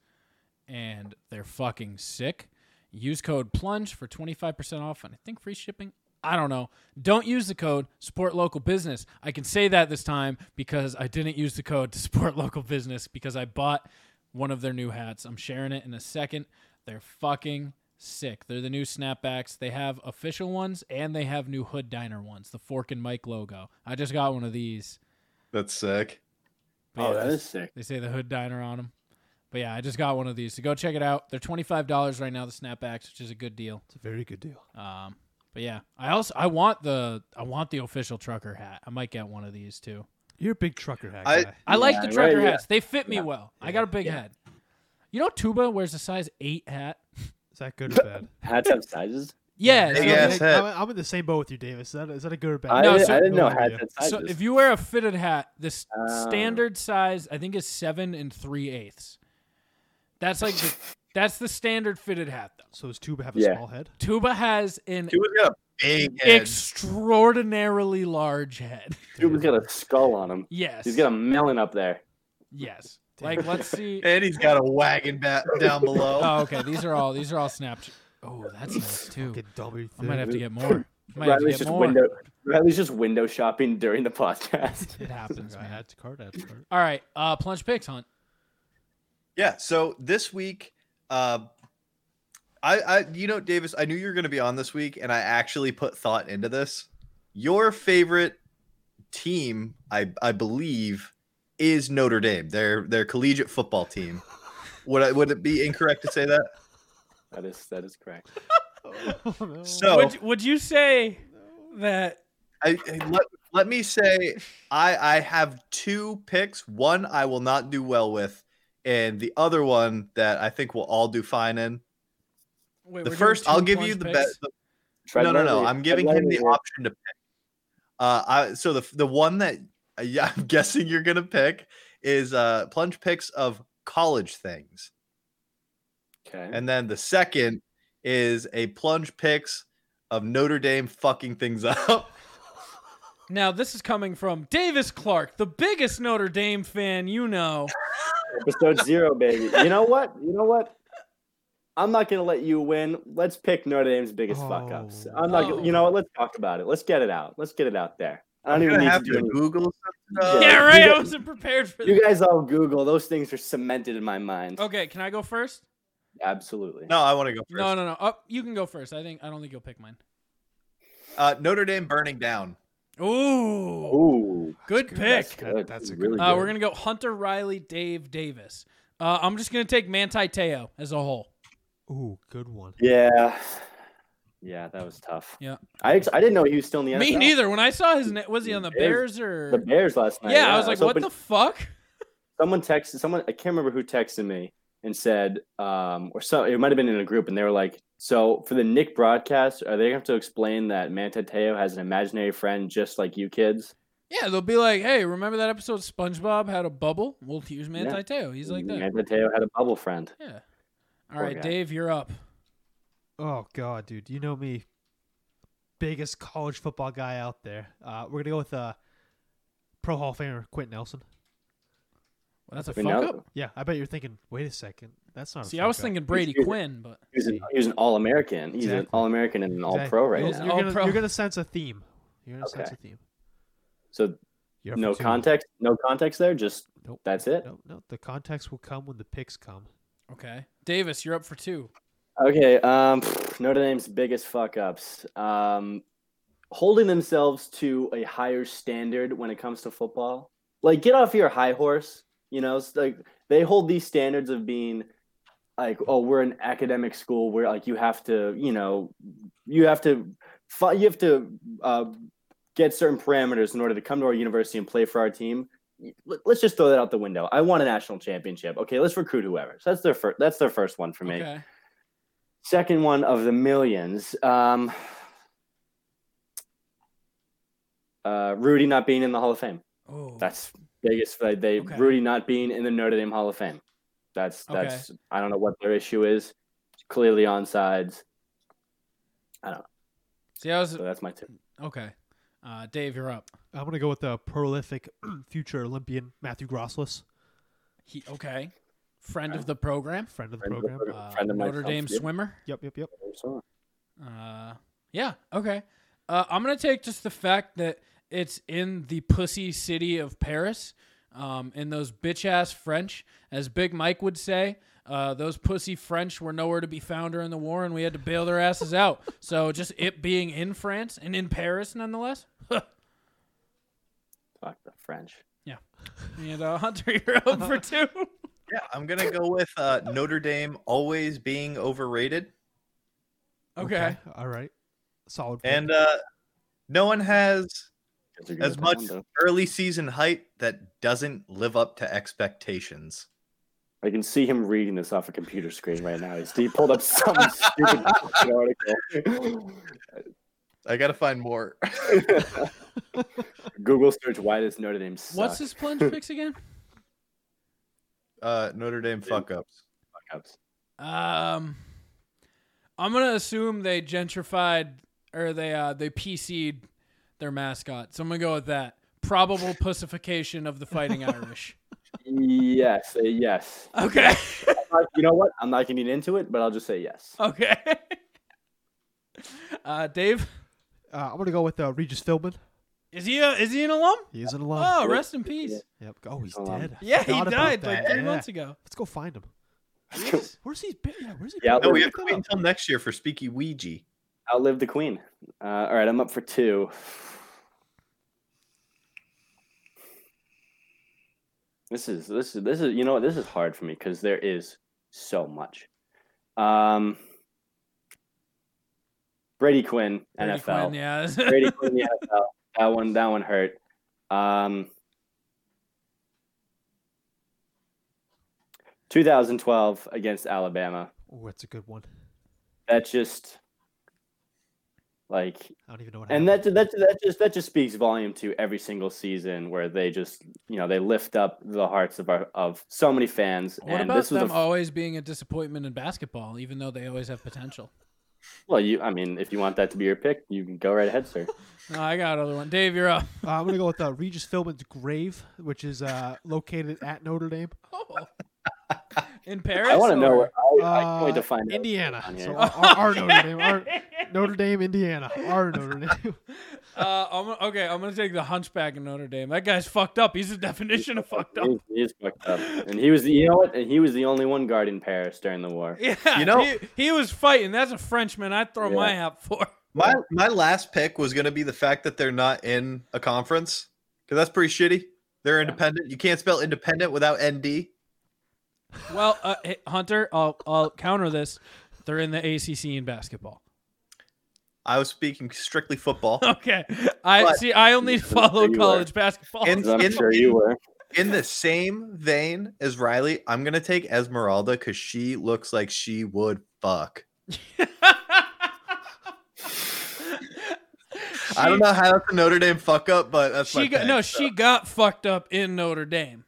S2: and they're fucking sick. Use code plunge for twenty five percent off and I think free shipping. I don't know. Don't use the code support local business. I can say that this time because I didn't use the code to (laughs) support local business because I bought one of their new hats. I'm sharing it in a second. They're fucking sick. They're the new snapbacks. They have official ones and they have new Hood Diner ones, the Fork and Mike logo. I just got one of these.
S5: That's sick.
S1: Oh, that
S2: Yeah,
S1: is sick.
S2: they say the Hood Diner on them. But yeah, I just got one of these. So go check it out. They're $25 right now, the snapbacks, which is a good deal.
S6: It's a very good deal.
S2: Um, but yeah, I also I want the I want the official trucker hat. I might get one of these too.
S6: You're a big trucker hat
S5: I-
S6: guy.
S2: I like the
S1: right,
S2: trucker
S1: yeah.
S2: hats. They fit me well. I got a big head. You know, Tuba wears a size eight hat.
S6: Is that good or
S2: (laughs)
S6: bad?
S1: Hats have sizes.
S2: Yeah.
S5: Big
S2: so-
S5: ass
S6: I'm,
S5: head.
S6: I'm in the same boat with you, Davis. Is that, is that a good or bad?
S1: I,
S2: No,
S1: didn't,
S2: so-
S1: I didn't know
S6: no
S1: hats
S6: idea.
S1: had sizes.
S2: So if you wear a fitted hat, the s-
S6: Um,
S1: Oh.
S2: standard size I think is seven and three eighths. That's like the, that's the standard fitted hat though.
S6: So does Tuba have a
S1: Yeah.
S6: small head?
S2: Tuba has an
S5: Dude's got a big head.
S2: extraordinarily large head.
S1: Cuban's got a skull on him.
S2: Yes.
S1: He's got a melon up there.
S2: yes. Like let's see.
S5: and he's got a wagon bat down below.
S2: (laughs) Oh, okay. These are all these are all Snapchat. Oh, that's nice too.
S6: Get W.
S2: I might have to get more. I might have to
S1: Riley's
S2: get
S1: just
S2: more.
S1: window. Riley's just window shopping during the
S6: (laughs)
S1: podcast. (laughs)
S2: It happens, man.
S6: Add to cart. Add to cart.
S2: All right, uh, plunge picks
S6: (laughs)
S2: hunt.
S5: Yeah. So this week, uh, I, I, you know, Davis, I knew you were going to be on this week, and I actually put thought into this. Your favorite team, I, I believe, is Notre Dame. Their their collegiate football team. Would I, would it be incorrect to say that?
S1: (laughs) that is that is correct.
S6: Oh,
S5: So
S2: Would would you say that?
S5: I, I- let, let me say I I have two picks. One I will not do well with, and the other one that I think we'll all do fine in.
S2: Wait,
S5: The
S2: we're doing
S5: first, I'll
S2: two
S5: give you
S2: plunge
S5: the
S2: picks?
S5: best.
S1: Tread
S5: no, no, no.
S1: lightly.
S5: I'm
S1: Tread
S5: giving him
S1: lightly
S5: the
S1: here.
S5: option to pick. Uh, I, so the the one that uh, yeah, (laughs) I'm guessing you're gonna pick is uh, plunge picks of college things,
S1: Okay.
S5: and then the second is a plunge picks of Notre Dame fucking things (laughs) up.
S2: Now this is coming from Davis Clark, the biggest Notre Dame fan you know.
S1: Episode zero, baby. You know what? You know what? I'm not gonna let you win. Let's pick Notre Dame's biggest fuck ups.
S6: Oh.
S1: I'm not. Gonna, you know what? Let's talk about it. Let's get it out. Let's get it out there. I don't
S5: I'm
S1: even
S5: gonna
S1: need
S5: have
S1: to do
S5: to
S1: anything.
S5: Google some
S1: Yeah,
S5: stuff.
S2: yeah,
S1: you
S2: right. I
S1: got-
S2: wasn't prepared for
S1: You
S2: that.
S1: guys all Google. Those things are cemented in my (laughs) mind.
S2: Okay, can I go first?
S1: Absolutely.
S5: No, I want to go first.
S2: No, no, no. Up, you can go first. I think I don't think you'll pick mine.
S5: Uh, Notre Dame burning down.
S2: Ooh,
S1: Ooh,
S2: good
S1: that's
S2: pick.
S1: good.
S6: that's a
S1: really
S2: Uh, we're gonna go Hunter Riley, Dave Davis. Uh, I'm just gonna take Manti Te'o as a whole.
S6: Ooh, good one.
S1: Yeah. Yeah, that was tough.
S2: Yeah.
S1: I ex- I didn't know he was still in the NFL.
S2: Me neither. When I saw his net, was he on the
S1: Bears.
S2: Bears or?
S1: The Bears last night.
S2: yeah, I was like, what
S1: hoping-
S2: the fuck? (laughs)
S1: someone texted someone I can't remember who texted me and said um or so it might have been in a group and they were like so for the Nick broadcast are they going to have to explain that Manta Teo has an imaginary friend just like you kids
S2: Yeah, they'll be like, hey, remember that episode SpongeBob had a bubble? We'll use Manti Te'o. He's like that.
S1: Manta Teo had a bubble friend
S2: Yeah. All
S1: Poor
S2: right,
S1: guy.
S2: Dave, you're up.
S6: Oh God, dude, you know me, biggest college football guy out there. Uh, we're gonna go with uh, Pro Hall of Famer Quentin Nelson.
S2: Well, that's a
S1: I mean,
S2: fuck
S1: now-
S2: up.
S6: Yeah, I bet you're thinking, wait a second, that's not. A
S2: See,
S6: fuck
S2: I was
S6: up."
S2: thinking Brady
S1: Excuse me.
S2: Quinn, but
S1: he was an, he was an all American he's an
S6: Exactly.
S1: all American and an all
S6: Exactly.
S1: pro right
S6: you're,
S1: now
S6: You're gonna,
S2: All-pro.
S6: you're gonna sense a theme. You're gonna sense
S1: Okay.
S6: a theme.
S1: so
S6: You're up
S1: no
S6: for two.
S1: context no context there just
S6: Nope.
S1: that's it
S6: No, no. The context will come when the picks come.
S2: okay. Davis, you're up for two.
S1: Okay, um, pfft, Notre Dame's biggest fuck ups. Um, holding themselves to a higher standard when it comes to football. Like, get off your high horse. You know, it's like they hold these standards of being like, oh, we're an academic school where like you have to, you know, you have to, fi- you have to uh, get certain parameters in order to come to our university and play for our team. Let- Let's just throw that out the window. I want a national championship. Okay, let's recruit whoever. So that's their first. That's their first one for me
S2: Okay.
S1: second one of the millions. Um, uh, Rudy not being in the Hall of Fame.
S2: Oh.
S1: That's biggest. They, they
S2: Okay.
S1: Rudy not being in the Notre Dame Hall of Fame. That's
S2: Okay.
S1: that's. I don't know what their issue is. It's clearly onsides.
S2: See, I was
S1: So that's my tip.
S2: okay. Uh, Dave, you're up.
S6: I'm gonna go with the prolific (clears throat) future Olympian Matthew Grossless,
S2: He okay. Friend of the program.
S6: friend of the
S1: Friend of the
S6: program.
S1: program.
S2: Uh,
S1: Friend of
S2: Notre
S1: myself,
S2: Dame
S1: yeah.
S2: swimmer.
S6: Yep, yep, yep.
S2: Uh, yeah. Okay. Uh, I'm gonna take just the fact that it's in the pussy city of Paris, um, in those bitch ass French, as Big Mike would say. Uh, those pussy French were nowhere to be found during the war, and we had to bail their asses out. So just it being in France and in Paris, nonetheless. (laughs)
S1: Fuck the French.
S2: and uh, Hunter, you're
S1: (laughs)
S2: up for two.
S5: Yeah, I'm gonna go with uh, Notre Dame always being overrated,
S2: Okay.
S6: All right. Solid. pick.
S5: and uh, no one has
S1: Guys are good
S5: as
S1: with that
S5: much
S1: one, though.
S5: early season hype that doesn't live up to expectations.
S1: I can see him reading this off a computer screen right now. He's, he pulled up (laughs) some stupid (laughs) fucking article.
S5: I gotta find more.
S1: Google search why does Notre Dame suck?
S2: What's his plunge picks again?
S5: Uh, Notre Dame fuck ups.
S1: Cups?
S2: Um, I'm gonna assume they gentrified or they uh they PC'd their mascot, so I'm gonna go with that.
S1: (laughs)
S2: Probable pussification of the Fighting Irish.
S1: Yes, uh, yes.
S2: Okay,
S1: (laughs) Uh, You know what? I'm not getting into it, but I'll just say yes.
S2: okay. (laughs) Uh, Dave,
S6: Uh, I'm gonna go with uh, Regis Philbin.
S2: is he a, is he an alum?
S6: He is an alum.
S2: Oh, rest in peace.
S6: Yep. Oh, he's
S1: alum.
S6: dead. I
S2: Yeah, he
S6: forgot about
S2: died like
S6: that.
S2: three
S6: Yeah.
S2: months ago.
S6: Let's go find him. Where's he? Been? Yeah, where's he?
S1: Yeah,
S5: No,
S6: been?
S5: we have to wait until next year for Speaky Ouija.
S1: Outlive the queen. Uh, all right, I'm up for two. This is this is this is you know what this is hard for me because there is so much. Um, Brady Quinn,
S2: Brady
S1: NFL.
S2: Quinn, (laughs) yeah.
S1: Brady Quinn in the NFL. That one, that one hurt. Um, 2012 against Alabama.
S6: Oh, that's a good one.
S1: That just like,
S6: I don't even know what.
S1: and
S6: happened.
S1: that that that just that just speaks volume to every single season where they just you know they lift up the hearts of our of so many fans.
S2: What
S1: and
S2: about
S1: this was
S2: them
S1: a,
S2: always being a disappointment in basketball, even though they always have potential?
S1: well, you I mean, if you want that to be your pick, you can go right ahead,
S2: (laughs)
S1: sir.
S2: No, Oh, I got another one. Dave, you're up.
S6: (laughs) Uh, I'm gonna go with uh, Regis Philbin's grave, which is uh, located at Notre Dame,
S2: Oh. In Paris?
S1: I want to know.
S2: or-
S1: Where, I, I can't wait
S6: Uh,
S1: to find out.
S6: Indiana.
S1: on here.
S6: So our, our, our Notre Dame,
S1: (laughs)
S2: (laughs)
S6: our Notre Dame, Indiana, our Notre Dame. (laughs)
S2: Uh, I'm, okay, I'm gonna take the Hunchback in Notre Dame. That guy's fucked up. He's the definition of fucked up.
S1: He's, he's fucked up, and he was the you know what? And he was the only one guard in Paris during the war.
S2: Yeah,
S5: You know-
S2: he, he was fighting. That's a Frenchman. I'd throw
S1: Yeah.
S2: my hat for.
S5: My my last pick was gonna be the fact that they're not in a conference because that's pretty shitty. They're independent. You can't spell independent without nd.
S2: Well, uh, hey, Hunter, I'll I'll counter this. They're in the ACC in basketball.
S5: I was speaking strictly football.
S2: (laughs) Okay, I
S5: But-
S2: see. I only (laughs) follow
S1: you were.
S2: college basketball.
S5: And-
S1: 'Cause I'm
S5: In-
S1: sure you were.
S5: in the same vein as Riley, I'm gonna take Esmeralda because she looks like she would
S2: (laughs)
S5: fuck. I don't know how that's a Notre Dame fuck up, but that's my
S2: she got,
S5: pick,
S2: no,
S5: so.
S2: she got fucked up in Notre Dame.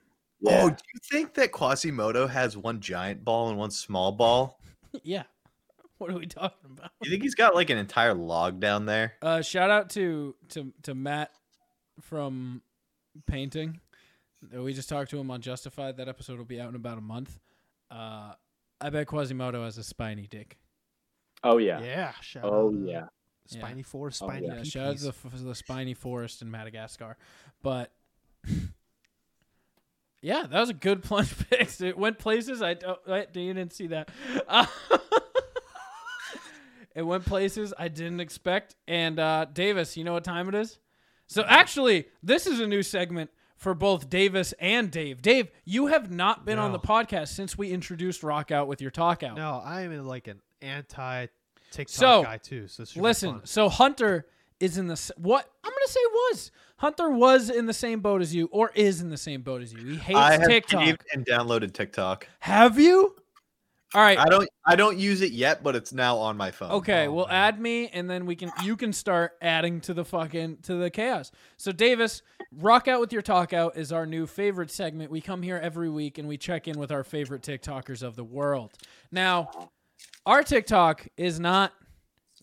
S5: Oh, do you think that Quasimodo has one giant ball and one small ball?
S2: yeah, what are we talking about?
S5: You think he's got like an entire log down there?
S2: Uh, shout out to to to Matt from painting. We just talked to him on Justified. That episode will be out in about a month. Uh, I bet Quasimodo has a spiny dick.
S1: Oh yeah.
S6: Yeah. shout
S1: Oh
S6: out, uh,
S1: yeah.
S6: Spiny four,
S1: Oh,
S6: spiny.
S1: yeah.
S2: Yeah, shout out to the,
S6: peepees.
S2: f- the spiny forest in Madagascar. But yeah, that was a good plunge (laughs) pick. It went places I don't. I didn't see that. (laughs) Uh, it went places I didn't expect. And uh, Davis, you know what time it is? So actually, this is a new segment for both Davis and Dave. Dave, you have not been on
S6: No.
S2: the podcast since we introduced Rock Out with your Talk Out.
S6: No, I am like an anti TikTok
S2: So,
S6: guy too. So this should be
S2: Listen,
S6: fun.
S2: so Hunter is in the s- what I'm gonna say was Hunter was in the same boat as you, or is in the same boat as you. He hates
S5: I have
S2: TikTok.
S5: caved and downloaded TikTok.
S2: Have you? All right.
S5: I don't I don't use it yet, but it's now on my phone.
S2: okay.
S6: oh,
S2: well,
S6: man.
S2: add me, and then we can you can start adding to the fucking to the chaos. So Davis, rock out with your talk out is our new favorite segment. We come here every week and we check in with our favorite TikTokers of the world. Now, our TikTok is not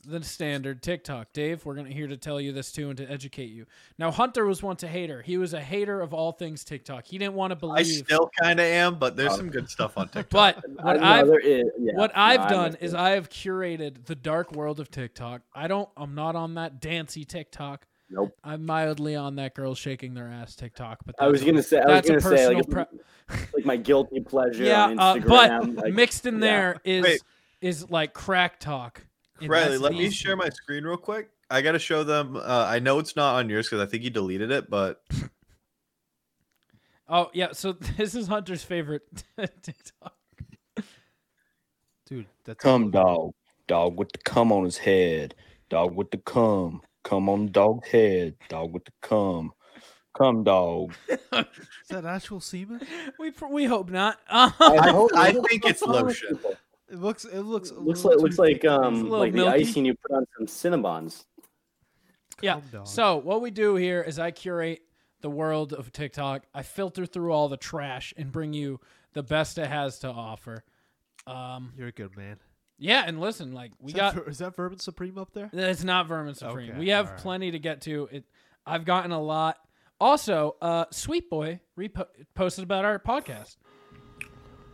S2: the standard TikTok. Dave, we're gonna here to tell you this too and to educate you. Now, Hunter was once a hater. He was a hater of all things TikTok. He didn't want to
S5: I
S2: believe.
S5: still kind of am, but there's some good stuff on TikTok.
S1: (laughs)
S2: but what
S1: I
S2: I've
S1: know there is- yeah,
S2: what
S1: no,
S2: I've
S1: I'm
S2: done
S1: with
S2: is
S1: you.
S2: I have curated the dark world of TikTok. I don't. I'm not on that dancey TikTok.
S1: Nope.
S2: I'm mildly on that girl shaking their ass TikTok. But
S1: I was
S2: that's-
S1: gonna say. I was
S2: that's a
S1: gonna say like,
S2: personal
S1: it's like my guilty pleasure
S2: yeah,
S1: on
S2: uh,
S1: Instagram.
S2: but
S1: like,
S2: mixed in
S1: yeah.
S2: there is
S5: Wait.
S2: is like crack talk. E. and
S5: Riley,
S2: that's
S5: let
S2: the
S5: me
S2: issue.
S5: share my screen real quick. I gotta show them. Uh, I know it's not on yours because I think you deleted it, but
S2: Oh yeah, so (laughs) this is Hunter's favorite (laughs) TikTok.
S6: dude. That's
S8: Come dog, dog with the cum on his head, dog with the cum, cum on dog's head, dog with the cum, cum dog.
S2: (laughs)
S6: Is that actual semen?
S2: We pr- we hope not. (laughs)
S5: I, I think it's lotion.
S6: It looks. It looks. a
S1: Looks like
S6: little
S1: looks
S6: too
S1: like
S6: thick.
S1: um
S2: little
S1: like the
S2: milky.
S1: icing you put on some Cinnabons.
S2: yeah.
S6: Calm down.
S2: So what we do here is I curate the world of TikTok. I filter through all the trash and bring you the best it has to offer. Um,
S6: You're a good man.
S2: yeah, and listen, like we
S6: Is
S2: got
S6: that, Ver- is that Vermin Supreme up there?
S2: It's not Vermin Supreme.
S6: Okay,
S2: we have
S6: alright.
S2: plenty to get to. It. I've gotten a lot. Also, uh, Sweet Boy repo- posted about our podcast.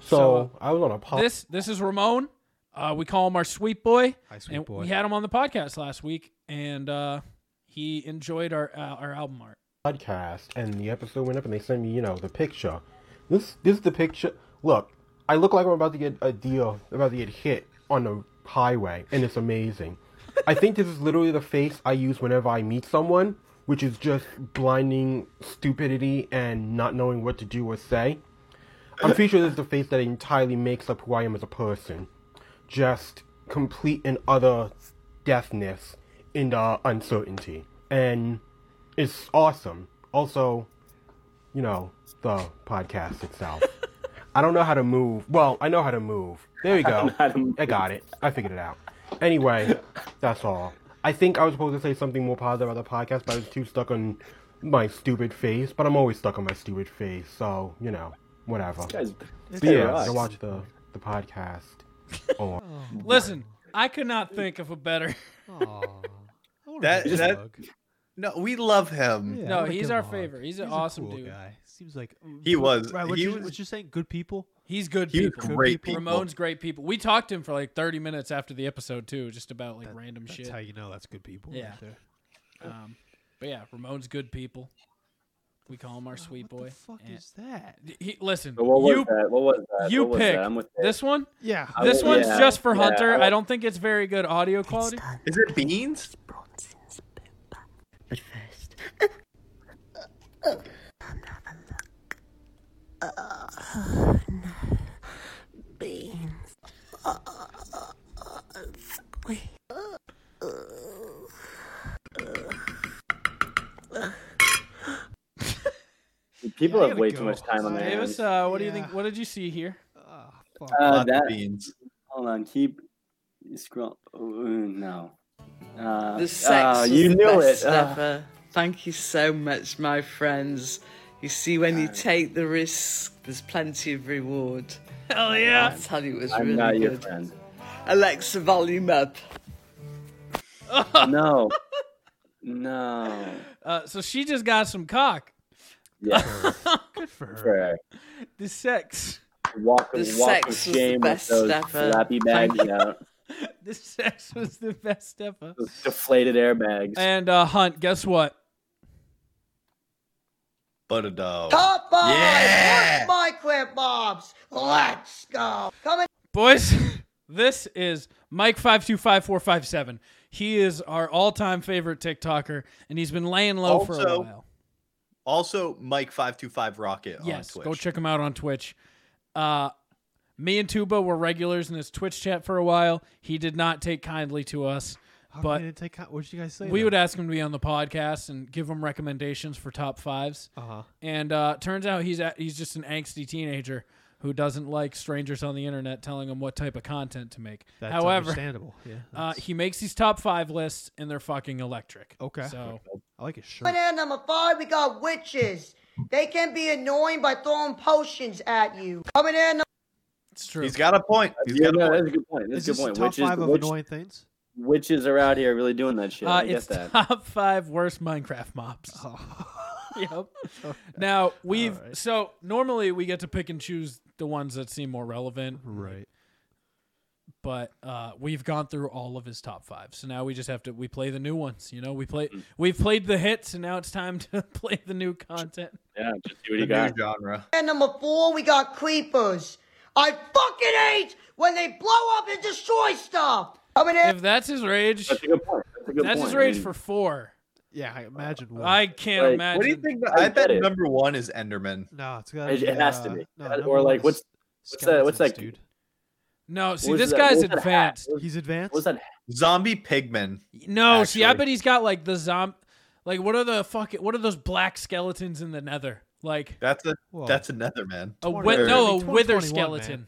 S9: So,
S2: So,
S9: I was on a pod.
S2: This this is Ramon. Uh, we call him our Sweet Boy.
S6: Hi, sweet
S2: and
S6: boy.
S2: We had him on the podcast last week, and uh, he enjoyed our uh, our album art.
S9: podcast and the episode went up and they sent me, you know, the picture. This this is the picture. Look, I look like I'm about to get a deal, about to get hit on the highway, and it's amazing. I think this is literally the face I use whenever I meet someone, which is just blinding stupidity and not knowing what to do or say. I'm pretty sure this is the face that entirely makes up who I am as a person. Just complete and utter deafness in the uncertainty. And it's awesome. Also, you know, the
S1: (laughs)
S9: podcast itself. I don't know how to move. Well, I know how to move. There you go.
S1: how to move.
S9: I got it. I figured it out. Anyway, that's all. I think I was supposed to say something more positive about the podcast, but I was too stuck on my stupid face. But I'm always stuck on my stupid face, so you know, whatever.
S1: Guys,
S9: But
S1: guys
S9: yeah,
S1: rocks.
S9: go watch the the podcast. Or
S2: Listen, I could not think of a better.
S6: (laughs) Aw. I wanna
S5: That-
S6: give him a
S5: that-
S6: hug.
S5: No, we love him.
S6: Yeah, I
S2: no,
S6: wanna
S2: he's
S6: give him
S2: our
S6: a hug.
S2: favorite. He's an
S6: a
S2: awesome
S6: cool
S2: dude.
S6: guy. Seems like mm,
S5: He was-
S6: Right, what
S5: he
S6: you,
S5: was-
S6: what you saying? Good people.
S2: He's good.
S5: He was
S2: people.
S5: great people.
S2: Ramon's great people. We talked to him for like 30 minutes after the episode too, just about like random
S6: That's
S2: shit.
S6: how you know that's good people.
S2: Yeah.
S6: Right there.
S2: Um, but yeah, Ramon's good people. We call him our sweet
S6: What
S2: boy.
S6: the fuck
S2: and-
S6: is that?
S2: he, listen,
S1: But what was
S2: you
S1: that? What was that?
S2: you
S1: uh, What was
S2: pick
S1: that? I'm with Dave.
S2: this one.
S6: Yeah.
S1: I
S2: This
S1: will-
S2: one's
S1: yeah,
S2: just for
S1: yeah,
S2: Hunter.
S1: I will-
S2: I don't think it's very good audio quality.
S5: Is it beans?
S1: People
S2: Oh.
S6: Yeah, I
S1: have
S6: gotta
S1: way
S6: go.
S1: too much time on their
S6: Sorry.
S1: hands.
S2: Davis,
S1: Uh,
S2: uh, what do you
S6: Yeah.
S2: think? What did you see here?
S6: Ah, fuck.
S5: Lots of
S1: that,
S5: beans.
S1: hold on, keep scroll. oh, no. Uh,
S10: The sex
S1: uh,
S10: was
S1: you
S10: the
S1: knew
S10: best
S1: it. Uh,
S10: ever. Thank you so much, my friends. You see, when
S1: Ah.
S10: you take the risk, there's plenty of reward.
S2: Hell yeah!
S10: I tell you, it was
S1: I'm
S10: really
S1: not your
S10: good.
S1: friend.
S10: Alexa, volume
S2: (laughs)
S10: up.
S1: No. No.
S2: Uh, so she just got some cock.
S1: Yeah. (laughs)
S6: Good for her.
S1: sure.
S2: The sex. (laughs)
S1: Walk,
S10: The
S1: walk of
S10: sex was the
S1: shame with
S10: best uh,
S1: those
S10: ever.
S1: flappy bags out,
S2: The sex was the best ever.
S1: those
S10: (laughs)
S1: deflated airbags.
S2: And uh, Hunt, guess what?
S5: But a dog.
S11: Top five
S5: Yeah!
S11: Mike Whip Bobs. Let's go. Coming
S2: Boys, (laughs) this is Mike five two five four five seven. He is our all time favorite TikToker, and he's been laying low for a
S5: Also,
S2: while.
S5: Also, Mike five two five Rocket
S2: Yes,
S5: on Twitch.
S2: go check him out on Twitch. Uh, me and Tuba were regulars in his Twitch chat for a while. He did not take kindly to us.
S6: How but
S2: But-
S6: did take? What did you guys say?
S2: We would ask him to be on the podcast and give him recommendations for top fives.
S6: Uh huh.
S2: And uh, turns out he's at, he's just an angsty teenager who doesn't like strangers on the internet telling him what type of content to make.
S6: That's
S2: However,
S6: understandable. Yeah.
S2: uh,
S6: that's-
S2: he makes these top five lists, and they're fucking electric.
S6: okay.
S2: So
S6: I like his shirt.
S11: in number five, we got witches. They can be annoying by throwing potions at you. Coming in
S2: it's true.
S5: He's got a point. He's
S1: yeah,
S5: got a
S1: no,
S5: point.
S1: that's a good point. That's
S6: Is
S1: a
S6: this
S1: good point.
S6: top
S1: Which is
S6: five of
S1: which,
S6: annoying things?
S1: witches are out here really doing that shit.
S2: Uh,
S1: I get
S2: it's
S1: that. Oh.
S2: top five worst Minecraft mobs. (laughs) yep.
S6: (laughs)
S1: (laughs)
S2: Now we've so normally we get to pick and choose the ones that seem more relevant,
S6: Right.
S2: but uh, we've gone through all of his top five. So now we just have to we play the new ones. You know, we play
S1: Mm.
S2: we've played the hits, and now it's time (laughs) to play the new content.
S1: Yeah, just see
S5: The
S1: what
S5: new
S1: you got.
S5: genre.
S11: And number four, we got creepers. I fucking hate when they blow up and destroy stuff. I mean,
S2: If that's his rage,
S1: That's a good point. That's a good
S2: that's
S1: point.
S2: his
S1: I
S2: rage
S1: mean,
S2: for four.
S6: Yeah, I imagine one.
S2: I can't
S1: Like,
S2: imagine.
S5: What do you think?
S1: I
S5: I bet
S1: get it.
S5: number one is Enderman.
S6: no, it's uh, got.
S1: It- it has to be. Or like, what's- what's that-
S6: that?
S1: what's that-
S6: dude?
S2: No, Oh, see,
S1: what was
S2: this
S1: that- what was
S2: guy's
S1: that hat?
S2: advanced.
S1: What was-
S6: He's
S1: what
S6: advanced.
S1: was that?
S5: Zombie Pigman.
S2: No, see, I
S5: actually.
S2: bet he's got like the zomb, like what are the fucking what are those black skeletons in the Nether? Like
S5: That's a
S6: Whoa.
S5: that's a Netherman.
S2: a
S6: Twenty-
S2: wi- no, a
S6: Twenty-
S2: wither
S6: 21, man.
S2: skeleton,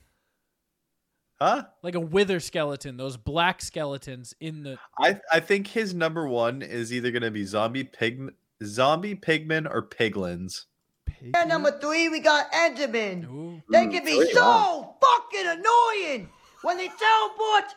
S5: Huh?
S2: like a wither skeleton. Those black skeletons in the
S5: I I think his number one is either gonna be zombie pig zombie pigmen or piglins.
S6: Pig?
S11: at number three, we got Enderman.
S2: Ooh.
S11: They can be
S1: Oh, yeah.
S11: so fucking annoying when they teleport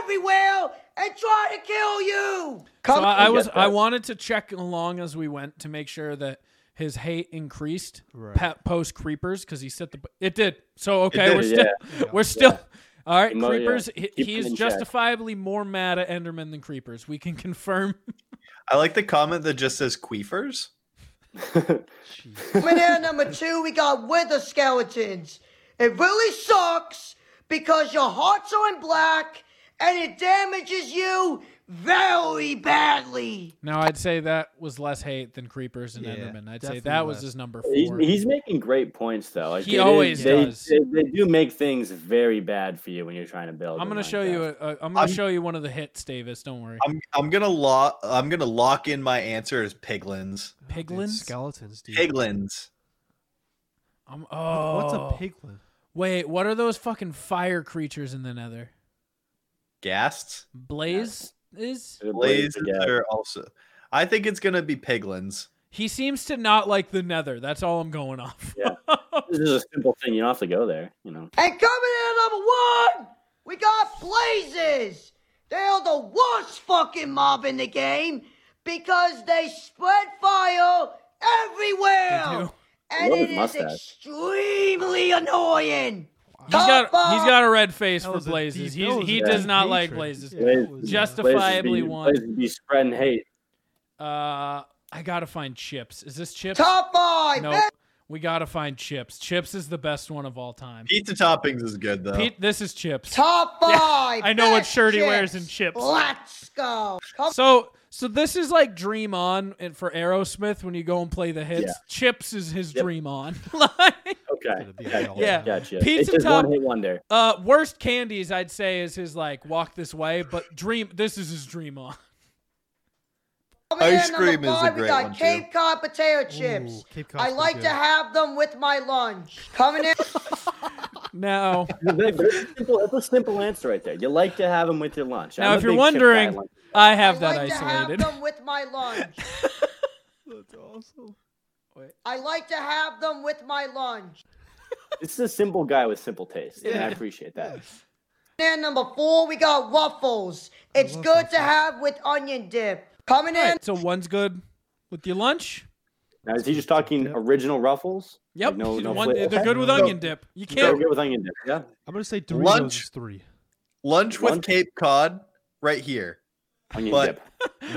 S11: everywhere and try to kill you.
S2: So
S11: Come
S2: I, I
S1: I
S2: was
S1: get
S2: I
S1: that.
S2: wanted to check along as we went to make sure that his hate increased
S6: Right.
S2: post creepers because he set the it did. So okay,
S5: did,
S2: we're still (laughs) we're still. All right,
S1: Emo- yeah.
S2: creepers. he-
S1: Keep
S2: He
S1: them
S2: is
S1: in check.
S2: justifiably more mad at Enderman than creepers. We can (laughs) confirm.
S5: I like the comment that just says queefers.
S11: Coming in at number two, we got wither skeletons. It really sucks because your hearts are in black and it damages you very badly.
S2: Now I'd say that was less hate than creepers and
S6: Yeah,
S2: Enderman. I'd say
S6: definitely
S2: that was
S6: less.
S2: his number
S1: He's,
S2: four.
S1: he's making great points though. Like
S2: He
S1: it is-
S2: always
S1: they,
S2: does.
S1: They, they do make things very bad for you when you're trying to build.
S2: I'm
S1: in
S2: gonna show you. A,
S1: Minecraft.
S2: a, I'm gonna show you one of the hits, Davis. Don't worry.
S5: I'm I'm gonna lock I'm gonna lock in my answer as piglins.
S6: Oh, dude,
S2: Piglins?
S6: Skeletons, dude.
S5: Piglins.
S2: I'm,
S6: What-
S2: oh,
S6: What's a piglin?
S2: Wait, what are those fucking fire creatures in the Nether?
S5: Gasts.
S2: Blaze is.
S1: It blazes
S5: Blazes
S1: together.
S5: are also I think it's gonna be piglins.
S2: He seems to not like the Nether. That's all I'm going off. (laughs)
S1: Yeah. This is a simple thing. You don't have to go there. You know.
S11: And coming in at number one, we got blazes. They are the worst fucking mob in the game because they spread fire
S2: They
S11: everywhere.
S2: do.
S11: And
S1: Love
S11: it
S1: his
S11: is
S1: mustache.
S11: extremely annoying.
S2: He's got
S11: Top
S2: he's got a red face
S6: That
S2: for
S6: was a
S2: blazes.
S6: deep- that
S2: He's,
S6: was
S2: he
S6: a
S2: does
S6: deep
S2: not like
S6: hatred.
S2: blazes.
S6: Yeah,
S1: Blaze-
S6: that was, uh,
S2: Justifiably
S1: Blazes be-
S2: one.
S1: Blazes be spreading hate.
S2: Uh, I gotta find chips. Is this chips?
S11: Top five.
S2: no, we gotta find chips. Chips is the best one of all time.
S5: Pizza toppings is good though.
S2: Pete, this is chips.
S11: Top five.
S2: (laughs) I know what
S11: best
S2: shirt he wears
S11: chips.
S2: in chips.
S11: Let's go. Come
S2: So so this is like Dream On and for Aerosmith when you go and play the hits.
S1: Yeah.
S2: Chips is his
S1: Yep.
S11: (laughs)
S2: Dream On. like,
S1: Okay.
S6: It'd be
S1: okay.
S6: all-
S2: yeah.
S1: Gotcha.
S2: Pizza
S1: it's just
S2: Top-
S1: one hit wonder.
S2: uh worst candies I'd say is his like walk this way, but dream this is his dream on.
S11: Coming
S5: Ice
S11: in at number
S5: cream is a
S11: five,
S5: great
S11: we got
S5: one, too.
S11: Cape Cod potato chips.
S6: Ooh, Cape Cod's
S11: I
S6: pretty
S11: like
S6: good.
S11: to have them with my lunch.
S2: (laughs)
S11: Coming in.
S1: (laughs)
S2: Now
S1: That's a simple, that's a simple answer right there. You like to have them with your lunch.
S2: now
S1: I'm a
S2: if you're
S1: big chip guy,
S2: wondering,
S1: like-
S2: I have that
S11: like
S2: isolated. (laughs)
S11: to have them with my lunch.
S6: That's awesome.
S11: I like to have them with my lunch.
S1: this is a simple guy with simple taste, and I appreciate that.
S2: (laughs)
S11: And number four, we got waffles. It's
S6: love
S11: good to have with onion dip. Coming in.
S2: Alright, so one's good with your lunch.
S1: Now, is he just talking original ruffles?
S2: Yep.
S1: Like, no, no
S2: One-
S1: flavor?
S2: they're good with
S5: No.
S2: onion dip. You
S1: Go
S2: can't
S1: get with onion dip.
S2: (laughs)
S1: Yeah.
S6: I'm gonna say Doritos
S5: Lunch.
S6: is three.
S5: Lunch with
S1: Lunch-
S5: Cape Cod right here.
S1: Onion
S5: But-
S1: dip.
S5: (laughs)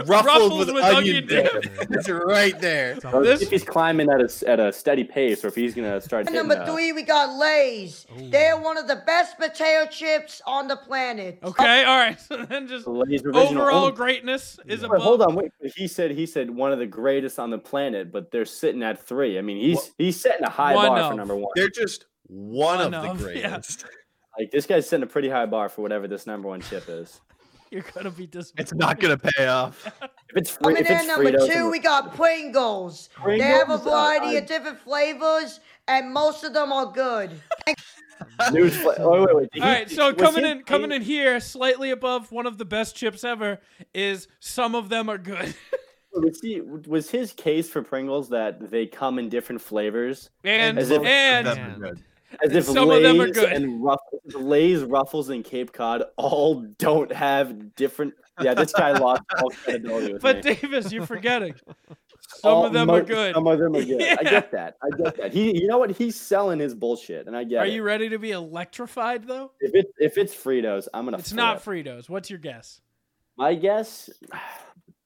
S5: Ruffles, with, onion,
S1: (laughs)
S5: dip. (laughs) it's right there.
S1: I was-
S2: This-
S1: if he's climbing at a s- at a steady pace, or if he's gonna start.
S11: And
S1: Hitting,
S11: number
S1: uh,
S11: three, we got Lay's. They're one of the best potato chips on the planet.
S2: Okay, all right. So then just
S1: Lay's original-
S2: overall
S1: oh,
S2: greatness is
S1: Wait,
S2: above
S1: hold on, wait. He said he said one of the greatest on the planet, but they're sitting at three. I mean, he's he's setting a high
S2: One
S1: bar
S2: of.
S1: for number one.
S5: They're just one,
S2: One
S5: of,
S2: of, (laughs)
S5: the
S2: yeah.
S5: greatest.
S1: Like this guy's setting a pretty high bar for whatever this number one chip is.
S2: (laughs) You're gonna be disappointed.
S5: It's not gonna pay
S1: (laughs)
S5: off.
S1: If it's free,
S11: Coming
S1: if
S11: in
S1: it's
S11: at number
S1: Fritos
S11: two,
S1: and-
S11: we got Pringles. They have a
S1: Pringles, uh,
S11: variety
S1: I-
S11: of different flavors, and most of them are good.
S1: News fla- oh, wait, wait, wait. Did
S2: All
S1: he-
S2: right, so
S1: was
S2: coming
S1: he (laughs)
S2: in, coming
S1: paying-
S2: in here, slightly above one of the best chips ever is some of them are good.
S1: Was, he, was his case for Pringles that they come in different flavors?
S2: and
S1: As if-
S2: and
S5: That's good.
S1: As if
S2: Some of
S1: Lay's
S2: them are good.
S1: and Ruffles, Lay's, Ruffles, and Cape Cod all don't have different. Yeah, this guy lost all credibility with
S2: (laughs) But
S1: me.
S2: Davis,
S1: (laughs)
S2: you're forgetting. Some
S1: All-
S2: of them
S1: mo-
S2: are good.
S1: Some of them are good. I
S2: Yeah. (laughs)
S1: get that. I get that. He, you know what? He's selling his bullshit, and I get
S2: Are
S1: it.
S2: you ready to be electrified though?
S1: If it if it's Fritos, I'm gonna.
S2: It's
S1: flip.
S2: not Fritos. What's your guess?
S1: My guess.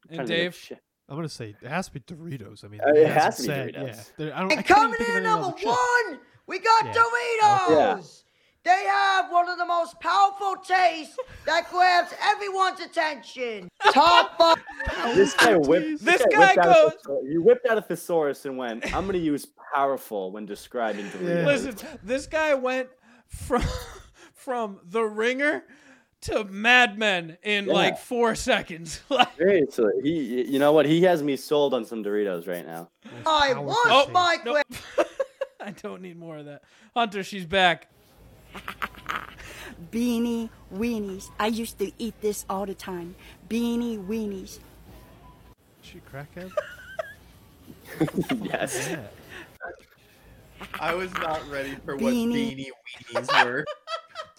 S1: (sighs)
S2: And Dave,
S6: I'm gonna say it has to be Doritos. I mean,
S1: Uh, it
S6: that's
S1: has to be
S6: sad.
S1: Doritos.
S6: Yeah, There- I don't, I
S11: And
S6: can't even
S11: coming
S6: think of
S11: in at
S6: any other
S11: number
S6: chip.
S11: one, we got
S6: Oh, Yeah.
S11: Doritos. They have one of the most powerful tastes that grabs
S1: (laughs)
S11: everyone's attention. Top five.
S1: This guy whipped.
S2: This guy
S1: whipped out a
S2: goes-
S1: thesaurus- He whipped out a thesaurus and went. I'm gonna use powerful when describing Doritos.
S2: listen, this guy went from (laughs) from The Ringer to Mad Men in
S1: Yeah.
S2: like four seconds. (laughs) Like,
S1: Seriously, he. You know what? He has me sold on some Doritos right now.
S11: I
S6: Powerful
S11: want
S5: Oh.
S6: taste.
S11: my grab.
S2: nope. (laughs) I don't need more of that. Hunter, she's back.
S7: Beanie weenies. I used to eat this all the time. Beanie weenies.
S6: She crackhead.
S1: (laughs) yes.
S5: I was not ready for what
S7: Beanie.
S5: beanie weenies
S2: (laughs)
S5: were.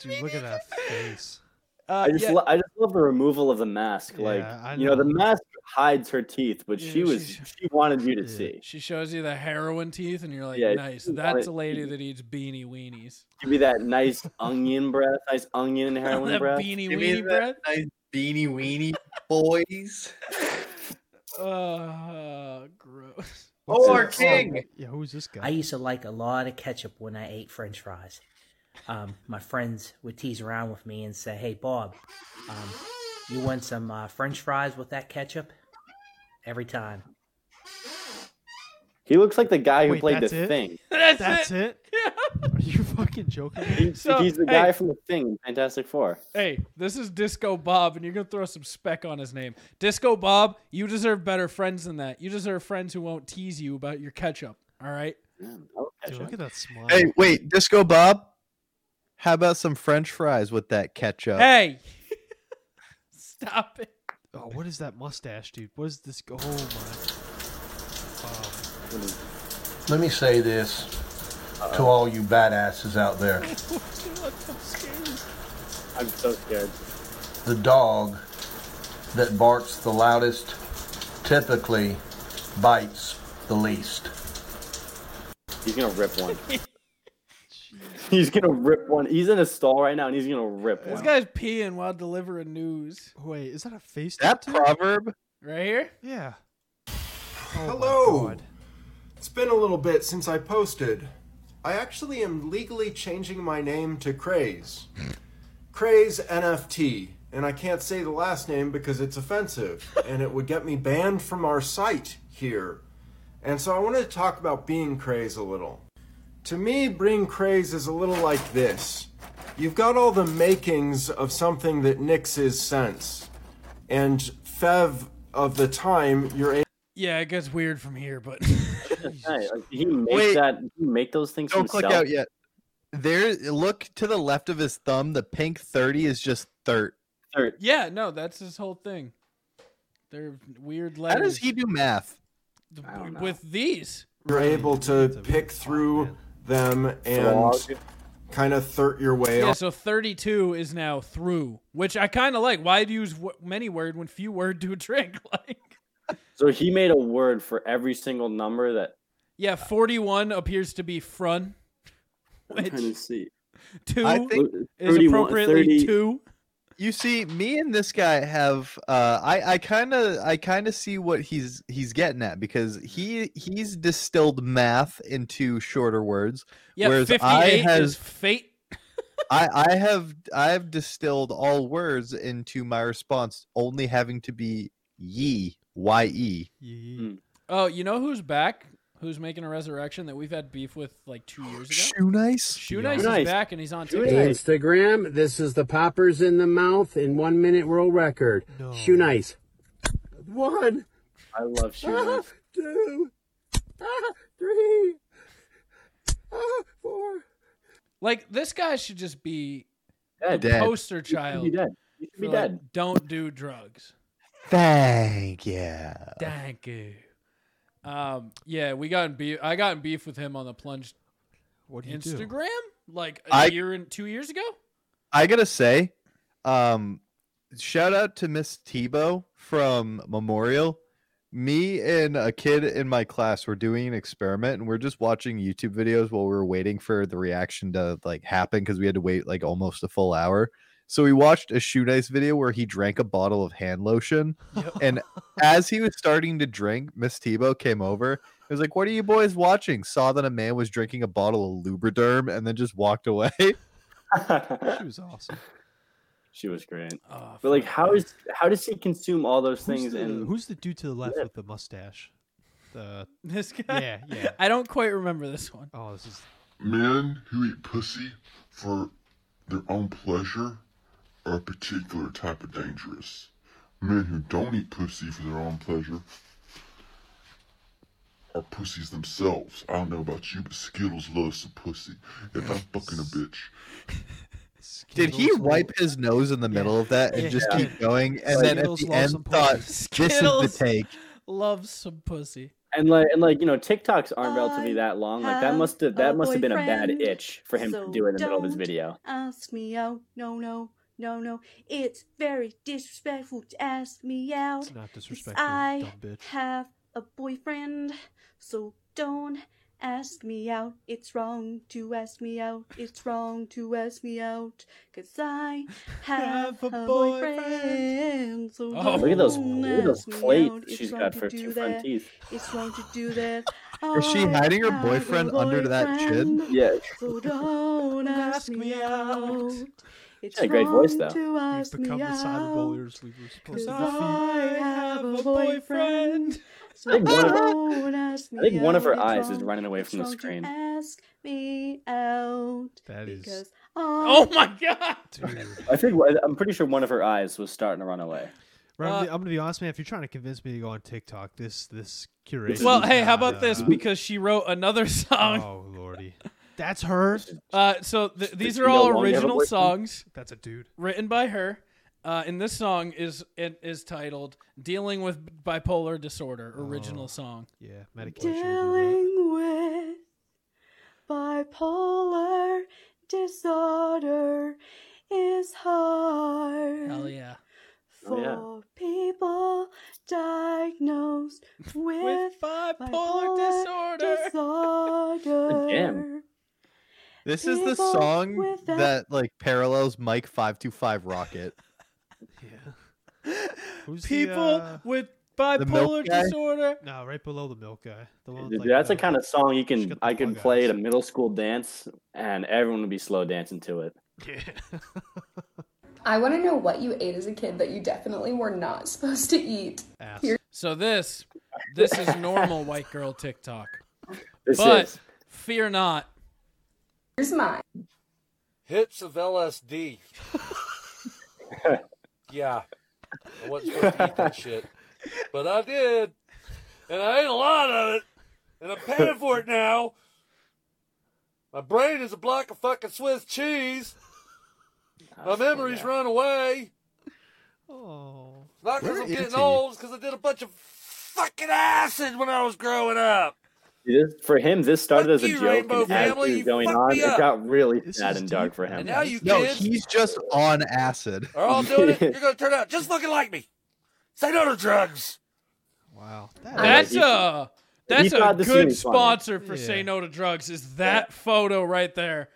S6: Dude, look at that face.
S2: Uh,
S1: I just,
S2: yeah,
S1: lo- I just love the removal of the mask.
S6: Yeah, I
S1: like, you know, the
S6: know.
S1: mask hides her teeth, but she
S2: Yeah,
S1: was
S2: she's-
S1: she wanted you to
S6: Yeah.
S1: see.
S2: she shows you the heroin teeth, and you're like,
S1: Yeah,
S2: nice.
S1: she
S2: That's
S1: wanted-
S2: a
S6: (laughs)
S2: lady that eats beanie weenies.
S1: Give me that nice onion breath, nice onion and heroin
S2: that
S1: breath.
S2: beanie
S5: Give me
S2: weenie
S5: that
S2: breath.
S5: nice beanie weenie boys.
S2: Uh, gross.
S6: What's
S5: our
S6: this-
S5: king.
S6: Oh, Yeah, who's this
S12: I
S6: guy?
S12: used to like a lot of ketchup when I ate french fries. Um, my friends would tease around with me and say, Hey, Bob, um, you want some uh, french fries with that ketchup? Every time.
S1: He looks like the guy who
S6: Wait,
S1: played
S6: that's
S1: the
S6: it?
S1: thing.
S6: (laughs)
S2: That's,
S6: That's
S2: it.
S6: it. Are
S12: (laughs)
S6: you
S2: (laughs)
S6: fucking joking? me?
S1: He-
S2: So,
S1: he's the
S2: hey.
S1: guy from the thing, in Fantastic Four.
S2: Hey, this is Disco Bob, and you're gonna throw some speck on his name. Disco Bob, you deserve better friends than that. You deserve friends who won't tease you about your ketchup. All right.
S1: Yeah, I'll catch
S6: Dude,
S1: him.
S6: look at that smile.
S5: Hey, wait, Disco Bob. How about some French fries with that ketchup?
S2: Hey, (laughs) stop it.
S6: Oh, what is that mustache, dude? What is this? Oh my.
S13: Let me say this to all you badasses out there.
S1: I'm so scared.
S13: The dog that barks the loudest typically bites the least.
S1: He's gonna rip
S2: (laughs)
S1: one. (laughs) he's gonna rip one. He's in a stall right now, and he's gonna rip
S2: This
S1: one.
S2: guy's peeing while delivering news.
S6: Wait, is that a face?
S5: That
S6: tattoo?
S5: proverb.
S2: Right here.
S6: Yeah. Oh my
S4: Hello.
S6: God.
S4: It's been a little bit since I posted. I actually am legally changing my name to Craze. Craze NFT, and I can't say the last name because it's offensive and it would get me banned from our site here. And so I wanted to talk about being Craze a little. To me, being Craze is a little like this you've got all the makings of something that nixes sense, and Fev of the time, you're able.
S2: Yeah, it gets weird from
S1: (laughs)
S2: here, but
S1: Hey, like, did he make
S5: Wait.
S1: that? Did he make those things
S5: Don't
S1: himself?
S5: click out yet. There, look to the left of his thumb. The pink thirty is just third.
S1: Or-
S2: yeah, no, that's his whole thing. They're weird
S5: How
S2: letters.
S5: does he do math?
S1: I don't know.
S2: with these?
S4: you're able to pick through them and kind of thirt your way
S2: Yeah, so 32 is now through, which I kind of like. Why do you use w- many word when few word do a drink? Like,
S1: So he made a word for every single number that
S2: (laughs) yeah, 41 appears to be front.
S1: I'm trying to
S2: Which
S1: see.
S2: (laughs) two
S5: I think
S2: is
S1: 31
S2: appropriately
S1: 30
S2: two.
S5: You see, me and this guy have. Uh, I I kind of I kind of see what he's he's getting at because he he's distilled math into shorter words.
S2: Yeah,
S5: Whereas I
S2: 58
S5: has-
S2: is fate. (laughs)
S5: I I have I have distilled all words into my response, only having to be ye y e.
S1: Hmm.
S6: Yeah.
S2: Oh, you know who's back? Who's making a resurrection that we've had beef with like two years ago?
S5: Shoe nice.
S2: Shoe Nice
S1: Nice.
S2: is back and he's on
S1: Shoe
S2: TikTok.
S1: Nice.
S14: Instagram. This is the poppers in the mouth in one minute world record.
S6: No.
S14: Shoe nice. One,
S1: I love shoes.
S14: two, ah, three, ah, four.
S2: Like this guy should just be
S1: Dead.
S5: Dead.
S2: poster
S1: You should
S2: child.
S1: be dead. You should be
S2: for, like,
S1: dead.
S2: Don't do drugs.
S5: Thank you.
S2: Thank you. Um, yeah, we got in beef. I got in beef with him on the plunge
S6: What do you do?
S2: Instagram. like a
S5: I-
S2: year and two years ago.
S5: I gotta say, um, shout out to Miss Tebow from Memorial. Me and a kid in my class were doing an experiment, and we're just watching YouTube videos while we were waiting for the reaction to like happen because we had to wait like almost a full hour. So we watched a shoe dice video where he drank a bottle of hand lotion, and as he was starting to drink, Miss Tebow came over. It was like, "What are you boys watching?" Saw that a man was drinking a bottle of Lubriderm, and then just walked away. (laughs)
S6: she was awesome.
S1: She was great. but like, how is how does he consume all those
S6: Ah, Who's
S1: things?
S6: the,
S1: and
S6: who's the dude to the left with the mustache? The
S2: (laughs) This guy.
S6: Yeah, yeah.
S2: I don't quite remember this one.
S6: Oh, this is
S15: Men who eat pussy for their own pleasure are a particular type of dangerous. Men who don't eat pussy for their own pleasure are pussies themselves. I don't know about you, but Skittles loves some pussy. If I'm fucking a bitch,
S5: Did he wipe his nose in the middle of that and
S2: Yeah.
S5: just
S2: Yeah.
S5: keep going? And then at
S2: Skittles
S5: the
S2: loves some
S5: end, thought, "This
S2: Skittles
S5: is the take."
S2: Loves some pussy.
S1: and like and like you know, TikToks aren't relatively that long. Like that
S7: have
S1: must have that
S7: a
S1: must have been a bad
S7: boyfriend,
S1: itch for him
S7: so
S1: to do it in the middle of his
S7: don't
S1: video.
S7: Ask me out. No, no, no, no. It's very disrespectful to ask me out.
S6: It's not
S7: 'cause
S6: disrespectful, you
S7: I
S6: dumb bitch.
S7: have a boyfriend, so don't ask me out. It's wrong to ask me out. It's wrong to ask me out. Cause I have, a, boyfriend. so
S1: Oh, look at those-
S7: don't
S1: look at those
S7: ask me
S1: plates
S7: out.
S1: she's
S7: It's
S1: got
S7: wrong to
S1: for
S7: do
S1: two front
S7: that.
S1: teeth.
S7: It's wrong to do that.
S5: Is she
S7: I
S5: hiding her
S7: have a
S5: boyfriend under that chin?
S7: boyfriend.
S1: Yeah.
S7: So don't (laughs) ask me out. It's
S1: She had a great voice,
S7: wrong
S1: though.
S7: To ask
S6: We've become
S7: me
S6: the
S7: out,
S6: cyber bulliers we were supposed
S7: Cause
S6: to
S7: I have a boyfriend. So
S1: I think one of-
S7: don't ask me
S1: I think one of her
S7: out.
S1: eyes
S7: It's
S1: is
S7: wrong-
S1: running away
S7: it's
S1: from the
S7: wrong to
S1: screen.
S7: Ask me out.
S6: That is-
S7: Because
S2: Oh my god!
S1: I think I'm pretty sure one of her eyes was starting to run away.
S6: Right, I'm, gonna,
S2: Uh,
S6: I'm gonna be honest, man. If you're trying to convince me to go on TikTok, this this curation. uh,
S2: Well, hey, how about this? Because she wrote another (laughs) song.
S6: Oh lordy, that's her.
S2: (laughs) Uh, so th- these
S6: she
S2: are
S6: no
S2: all
S6: longer have a
S2: original
S6: boyfriend?
S2: songs.
S6: That's a dude.
S2: written by her. Uh, and this song is it is titled "Dealing with Bipolar Disorder." Original song.
S6: Oh, Yeah,
S7: Dealing with bipolar disorder is hard.
S2: Hell yeah.
S1: Oh,
S7: For people diagnosed with, bipolar, disorder.
S5: Damn. This is the
S7: People
S5: song
S7: with that-
S5: that like parallels Mike five two five Rocket.
S2: People
S6: uh,
S2: with
S5: the milk
S2: bipolar
S5: guy?
S2: disorder.
S6: No, right below the milk guy. The one with,
S1: Dude,
S6: like,
S1: That's the
S6: the-
S1: kind of song you
S6: she
S1: can
S6: got the
S1: I can
S6: bug
S1: play
S6: eyes.
S1: at a middle school dance, and everyone would be slow dancing to it.
S16: I want to know what you ate as a kid that you definitely were not supposed to eat. Here-
S2: So this this is normal white girl TikTok.
S16: (laughs) This
S2: but
S16: is.
S2: fear not.
S16: Here's mine.
S17: Hips
S6: (laughs)
S17: of LSD. yeah. I wasn't supposed to eat that shit. But I did. And I ate a lot of it. And I'm paying for it now. My brain is a block of fucking Swiss cheese. My memories run away.
S6: Oh.
S17: Not because
S6: Where
S17: I'm
S6: is
S17: getting
S6: he?
S17: old, because I did a bunch of fucking acid when I was growing up.
S1: Dude, this- For him, this started as a
S17: you,
S1: joke,
S17: Rainbow
S1: and as
S17: Family,
S1: it was
S17: you
S1: going
S17: fucked
S1: on,
S17: me
S1: it
S17: up.
S1: got really sad and dark for him.
S17: And now you
S5: no,
S17: kids-
S5: he's just on acid.
S18: (laughs)
S17: They're all doing it.
S5: (laughs)
S17: You're going to turn out just looking like me. Say no to drugs.
S6: Wow.
S2: That's
S17: He-
S2: a that's
S17: he
S2: a
S17: thought this
S2: good
S17: was funny.
S2: sponsor for
S6: Yeah.
S2: Say No to Drugs. Is that photo right there?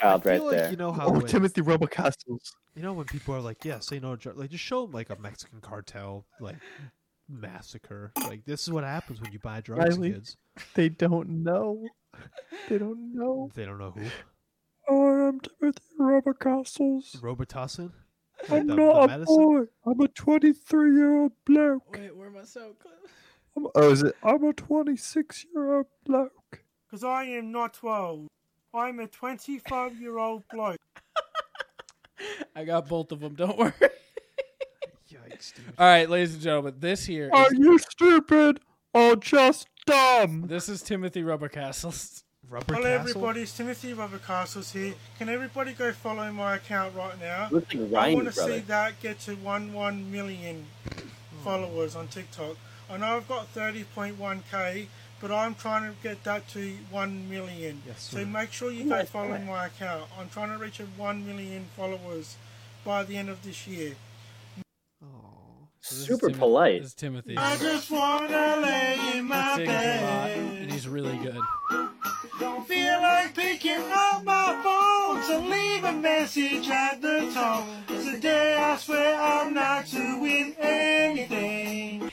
S1: child
S6: I feel like you know how
S5: oh,
S6: when-
S5: Timothy Robocastles.
S6: you know when people are like, yeah, say no to drugs. Like, just show 'em, like a Mexican cartel like massacre. Like, this is what happens when you buy drugs,
S5: Riley.
S6: kids.
S5: They don't know. They don't know.
S6: They don't know who.
S5: Oh, I'm Timothy Robocastles.
S6: Robitussin.
S5: I'm
S6: the-
S5: not
S6: the
S5: a
S6: medicine?
S5: boy. I'm a 23 year old bloke.
S2: Wait, where am I so close?
S5: I'm, oh, is it? I'm a 26 year old bloke.
S19: Because I am not 12. I'm a 25 year old bloke.
S2: I got both of them. Don't worry. (laughs) All right, ladies and gentlemen, this here is
S5: Are you stupid or just dumb?
S2: This is Timothy Rubbercastles.
S6: Rubber
S19: Hello, everybody. It's Timothy Rubbercastles here. Can everybody go follow my account right now?
S1: Looks like
S19: I
S1: Ryan
S19: want to
S1: Brother.
S19: see that get to 1 1 million followers on TikTok. I know I've got 30.1k, but I'm trying to get that to 1 million. so
S17: sir.
S19: make sure you go
S17: Yes,
S19: follow
S17: sir.
S19: my account. I'm trying to reach a 1 million followers by the end of this year.
S1: Super polite.
S2: It's Timothy.
S19: I just want to lay in my
S2: He sings a lot,
S19: bed.
S2: and he's really good.
S19: Don't feel like picking up my phone, so leave a message at the tone. Today I swear I'm not doing anything.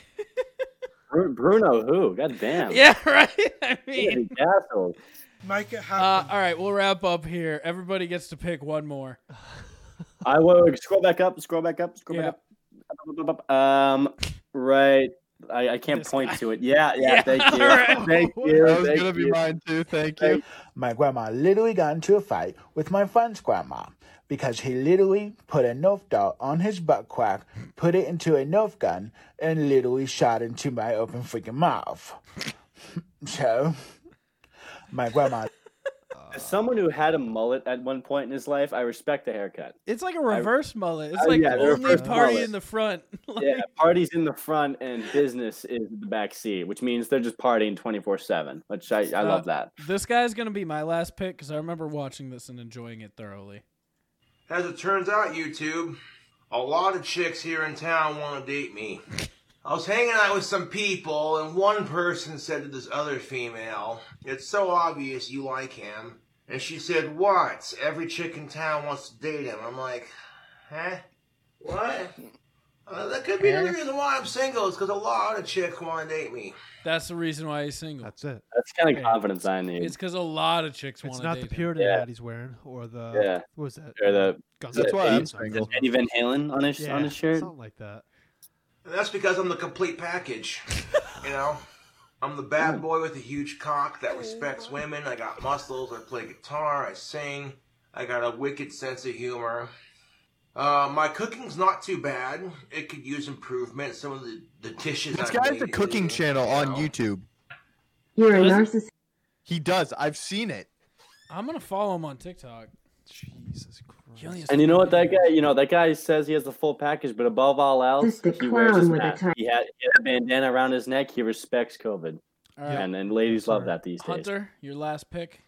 S1: Bru- Bruno, who? God damn.
S2: Yeah, (laughs) right. I
S1: He's
S2: mean,
S1: an asshole.
S19: Make it
S2: happen. Uh, all right, we'll wrap up here. Everybody gets to pick one more.
S1: I will scroll back up, scroll back up, scroll back up, up, up, up. Um, right. I, I can't point to it. Yeah, yeah.
S13: Yeah,
S1: Thank you.
S13: all right.
S20: (laughs)
S13: (laughs)
S1: Thank you.
S13: That was
S1: thank
S13: gonna be
S1: you.
S13: mine.
S5: Too, thank
S1: you.
S20: My grandma literally got into a fight with my friend's grandma because he literally put a Nerf dart on his butt crack, put it into a Nerf gun, and literally shot into my open freaking mouth. (laughs) So, my grandma.
S1: As someone who had a mullet at one point in his life, I respect the haircut.
S2: It's like a reverse mullet. It's
S1: Oh,
S2: like
S1: yeah, the
S2: only
S1: reverse
S2: party
S1: mullet.
S2: in the front. (laughs) Like,
S1: yeah, parties in the front and business is the back seat, which means they're just partying twenty four seven. Which I, I
S2: uh,
S1: love that.
S2: This guy's gonna be my last pick because I remember watching this and enjoying it thoroughly.
S21: As it turns out, YouTube, a lot of chicks here in town want to date me. I was hanging out with some people, and one person said to this other female, It's so obvious you like him. And she said, What? Every chick in town wants to date him. I'm like, Huh? What? Uh, that could be the reason why I'm single, is because a lot of chicks want to date me.
S2: That's the reason why he's single.
S6: That's it.
S1: That's kind of confidence I need.
S2: It's because a lot of chicks want
S6: It's
S2: to
S6: not
S2: date
S6: the
S2: him.
S6: Puritan
S1: Yeah.
S6: hat he's wearing, or the
S1: yeah.
S6: what was that?
S1: Or the
S6: Guns
S1: the-
S6: N' Roses.
S1: Eddie Van Halen on his
S6: Yeah,
S1: on his shirt.
S6: something like that.
S21: And that's because I'm the complete package. You know? I'm the bad boy with a huge cock that respects women. I got muscles. I play guitar. I sing. I got a wicked sense of humor. Uh, my cooking's not too bad. It could use improvement. Some of the, the dishes
S5: This
S21: I
S5: guy has
S21: made
S5: a cooking channel on YouTube.
S2: You're a
S5: narcissist. He does. I've seen it.
S2: I'm gonna follow him on TikTok. Jesus Christ!
S1: And you know what that guy? You know that guy says he has the full package, but above all else,
S2: Just a
S1: he wears his
S2: clown with a
S1: mask.
S2: tongue.
S1: He had, he had a bandana around his neck. He respects COVID,
S2: All right.
S1: and and ladies love that these days.
S2: Hunter, your last pick.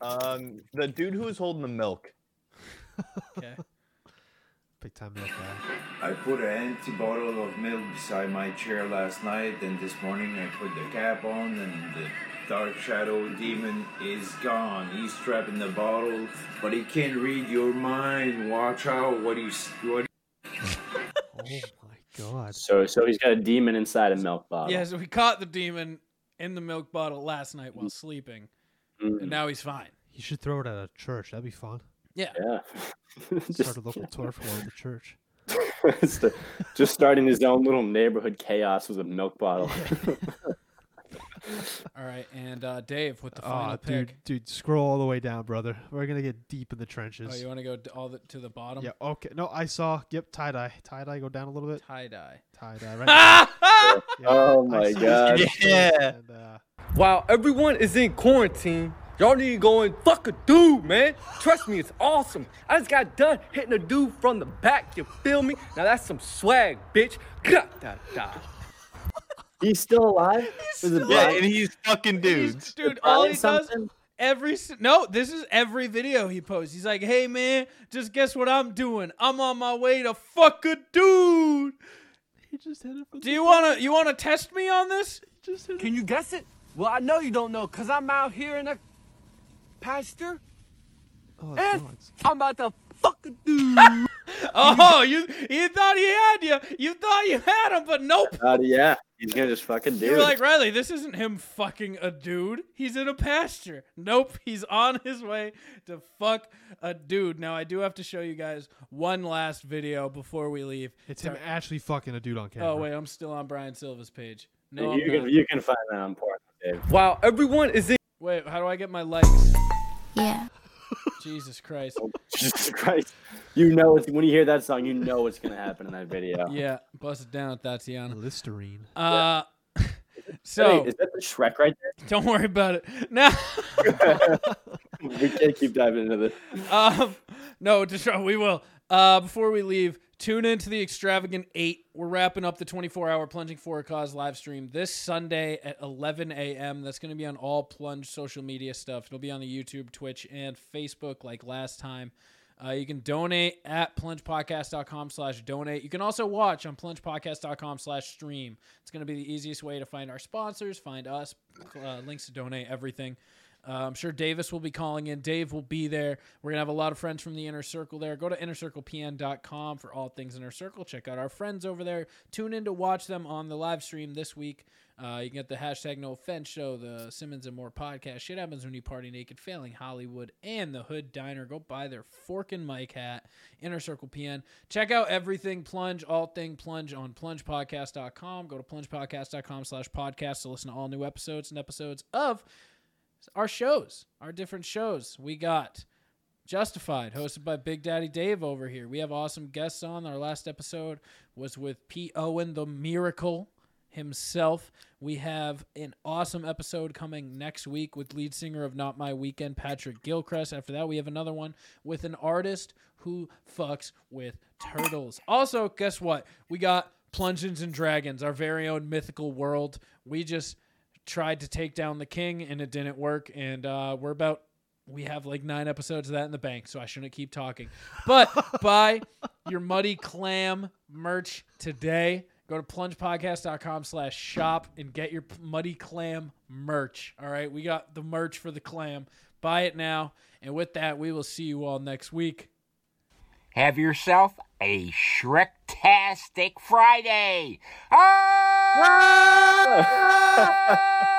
S5: Um, the dude who was holding the milk.
S2: Okay.
S6: Big time milk guy.
S22: I put an empty bottle of milk beside my chair last night, and this morning I put the cap on, and the dark shadow demon is gone. He's trapped in the bottle, but he can't read your mind. Watch out! What you s- what?
S6: God.
S1: So so he's got a demon inside a milk bottle.
S2: Yeah, so we caught the demon in the milk bottle last night while sleeping,
S1: Mm-hmm.
S2: and now he's fine.
S6: You should throw it at a church. That'd be fun.
S2: Yeah.
S1: Yeah.
S6: (laughs) Start a local turf war at the church.
S1: (laughs) It's the- just starting his own little neighborhood chaos with a milk
S2: (laughs)
S1: bottle.
S2: All right, and uh, Dave with the final
S6: Oh,
S2: pick.
S6: dude, dude, scroll all the way down, brother. We're gonna get deep in the
S2: Oh,
S6: trenches.
S2: you want to go d- all the, to the bottom?
S6: yeah. Okay. No, I saw. Yep. Tie dye. Tie dye. Go down a little bit.
S2: Tie dye.
S6: Tie
S2: (laughs)
S6: dye. Right. now. Yeah,
S1: Oh
S6: I
S1: my
S6: saw-
S1: god.
S6: uh,
S18: While everyone is in quarantine, y'all need to go and fuck a dude, man. Trust me, it's awesome. I just got done hitting a dude from the back, you feel me? Now that's some swag, bitch. God, da, da.
S1: He's still alive?
S5: yeah, and he's fucking dudes.
S2: Dude, all he does every s- no, this is every video he posts. He's like, "Hey man, just guess what I'm doing? I'm on my way to fuck a dude." (laughs)
S6: He just hit it from
S2: Do you wanna you wanna test me on this?
S18: Can you guess it? Well, I know you don't know, cause I'm out here in a pasture.
S5: Oh,
S18: and I'm about to fuck a dude.
S2: Oh, you you thought he had you. You thought you had him, but nope.
S1: Uh, yeah, he's gonna just fucking do
S2: You were
S1: it.
S2: like, Riley, this isn't him fucking a dude. He's in a pasture. Nope, he's on his way to fuck a dude. Now, I do have to show you guys one last video before we leave.
S6: It's
S2: Sorry.
S6: him actually fucking a dude on camera.
S2: Oh, wait, I'm still on Brian Silva's page. No,
S1: you
S2: I'm
S1: can
S2: not.
S1: you can find that on porn, Dave.
S18: Wow, everyone is in.
S2: Wait, how do I get my likes?
S18: Yeah.
S2: Jesus Christ.
S1: (laughs) Jesus Christ. You know it's when you hear that song, you know what's gonna happen in that video.
S2: Yeah, bust it down with Tatiana.
S6: Listerine.
S2: Uh, (laughs) so
S1: Wait, is that the Shrek right there?
S2: Don't worry about it.
S1: (laughs)
S2: (laughs) Now,
S1: we can't keep diving into this.
S2: um, no, Deshaun, we will. Uh, before we leave, Tune into the Extravagant 8. We're wrapping up the 24 hour Plunging for a Cause live stream this Sunday at 11 a.m. That's going to be on all Plunge social media stuff. It'll be on the YouTube, Twitch, and Facebook like last time. Uh, you can donate at plungepodcast.com slash donate. You can also watch on plungepodcast.com slash stream. It's going to be the easiest way to find our sponsors, find us, uh, links to donate, everything. Uh, I'm sure Davis will be calling in. Dave will be there. We're going to have a lot of friends from the inner circle there. Go to innercirclepn.com for all things inner circle. Check out our friends over there. Tune in to watch them on the live stream this week. Uh, you can get the hashtag no offense show, the Simmons and More podcast. Shit happens when you party naked, failing Hollywood, and the Hood Diner. Go buy their fork and mic hat, Inner Circle PN. Check out everything plunge, all thing plunge on plungepodcast.com. Go to plungepodcast.com slash podcast to listen to all new episodes and episodes of our shows, our different shows. We got Justified, hosted by Big Daddy Dave over here. We have awesome guests on. Our last episode was with Pete Owen, the miracle himself. We have an awesome episode coming next week with lead singer of Not My Weekend, Patrick Gilchrist. After that, we have another one with an artist who fucks with turtles. Also, guess what? We got Plungeons and Dragons, our very own mythical world. We just tried to take down the king and it didn't work. And uh, we're about we have like nine episodes of that in the bank, so I shouldn't keep talking. But buy your Muddy Clam merch today. Go to plungepodcast.com slash shop and get your Muddy Clam merch. All right, we got the merch for the clam. Buy it now. And with that, we will see you all next week.
S3: Have yourself a
S1: (laughs)
S3: Shrek-tastic Friday. Ah!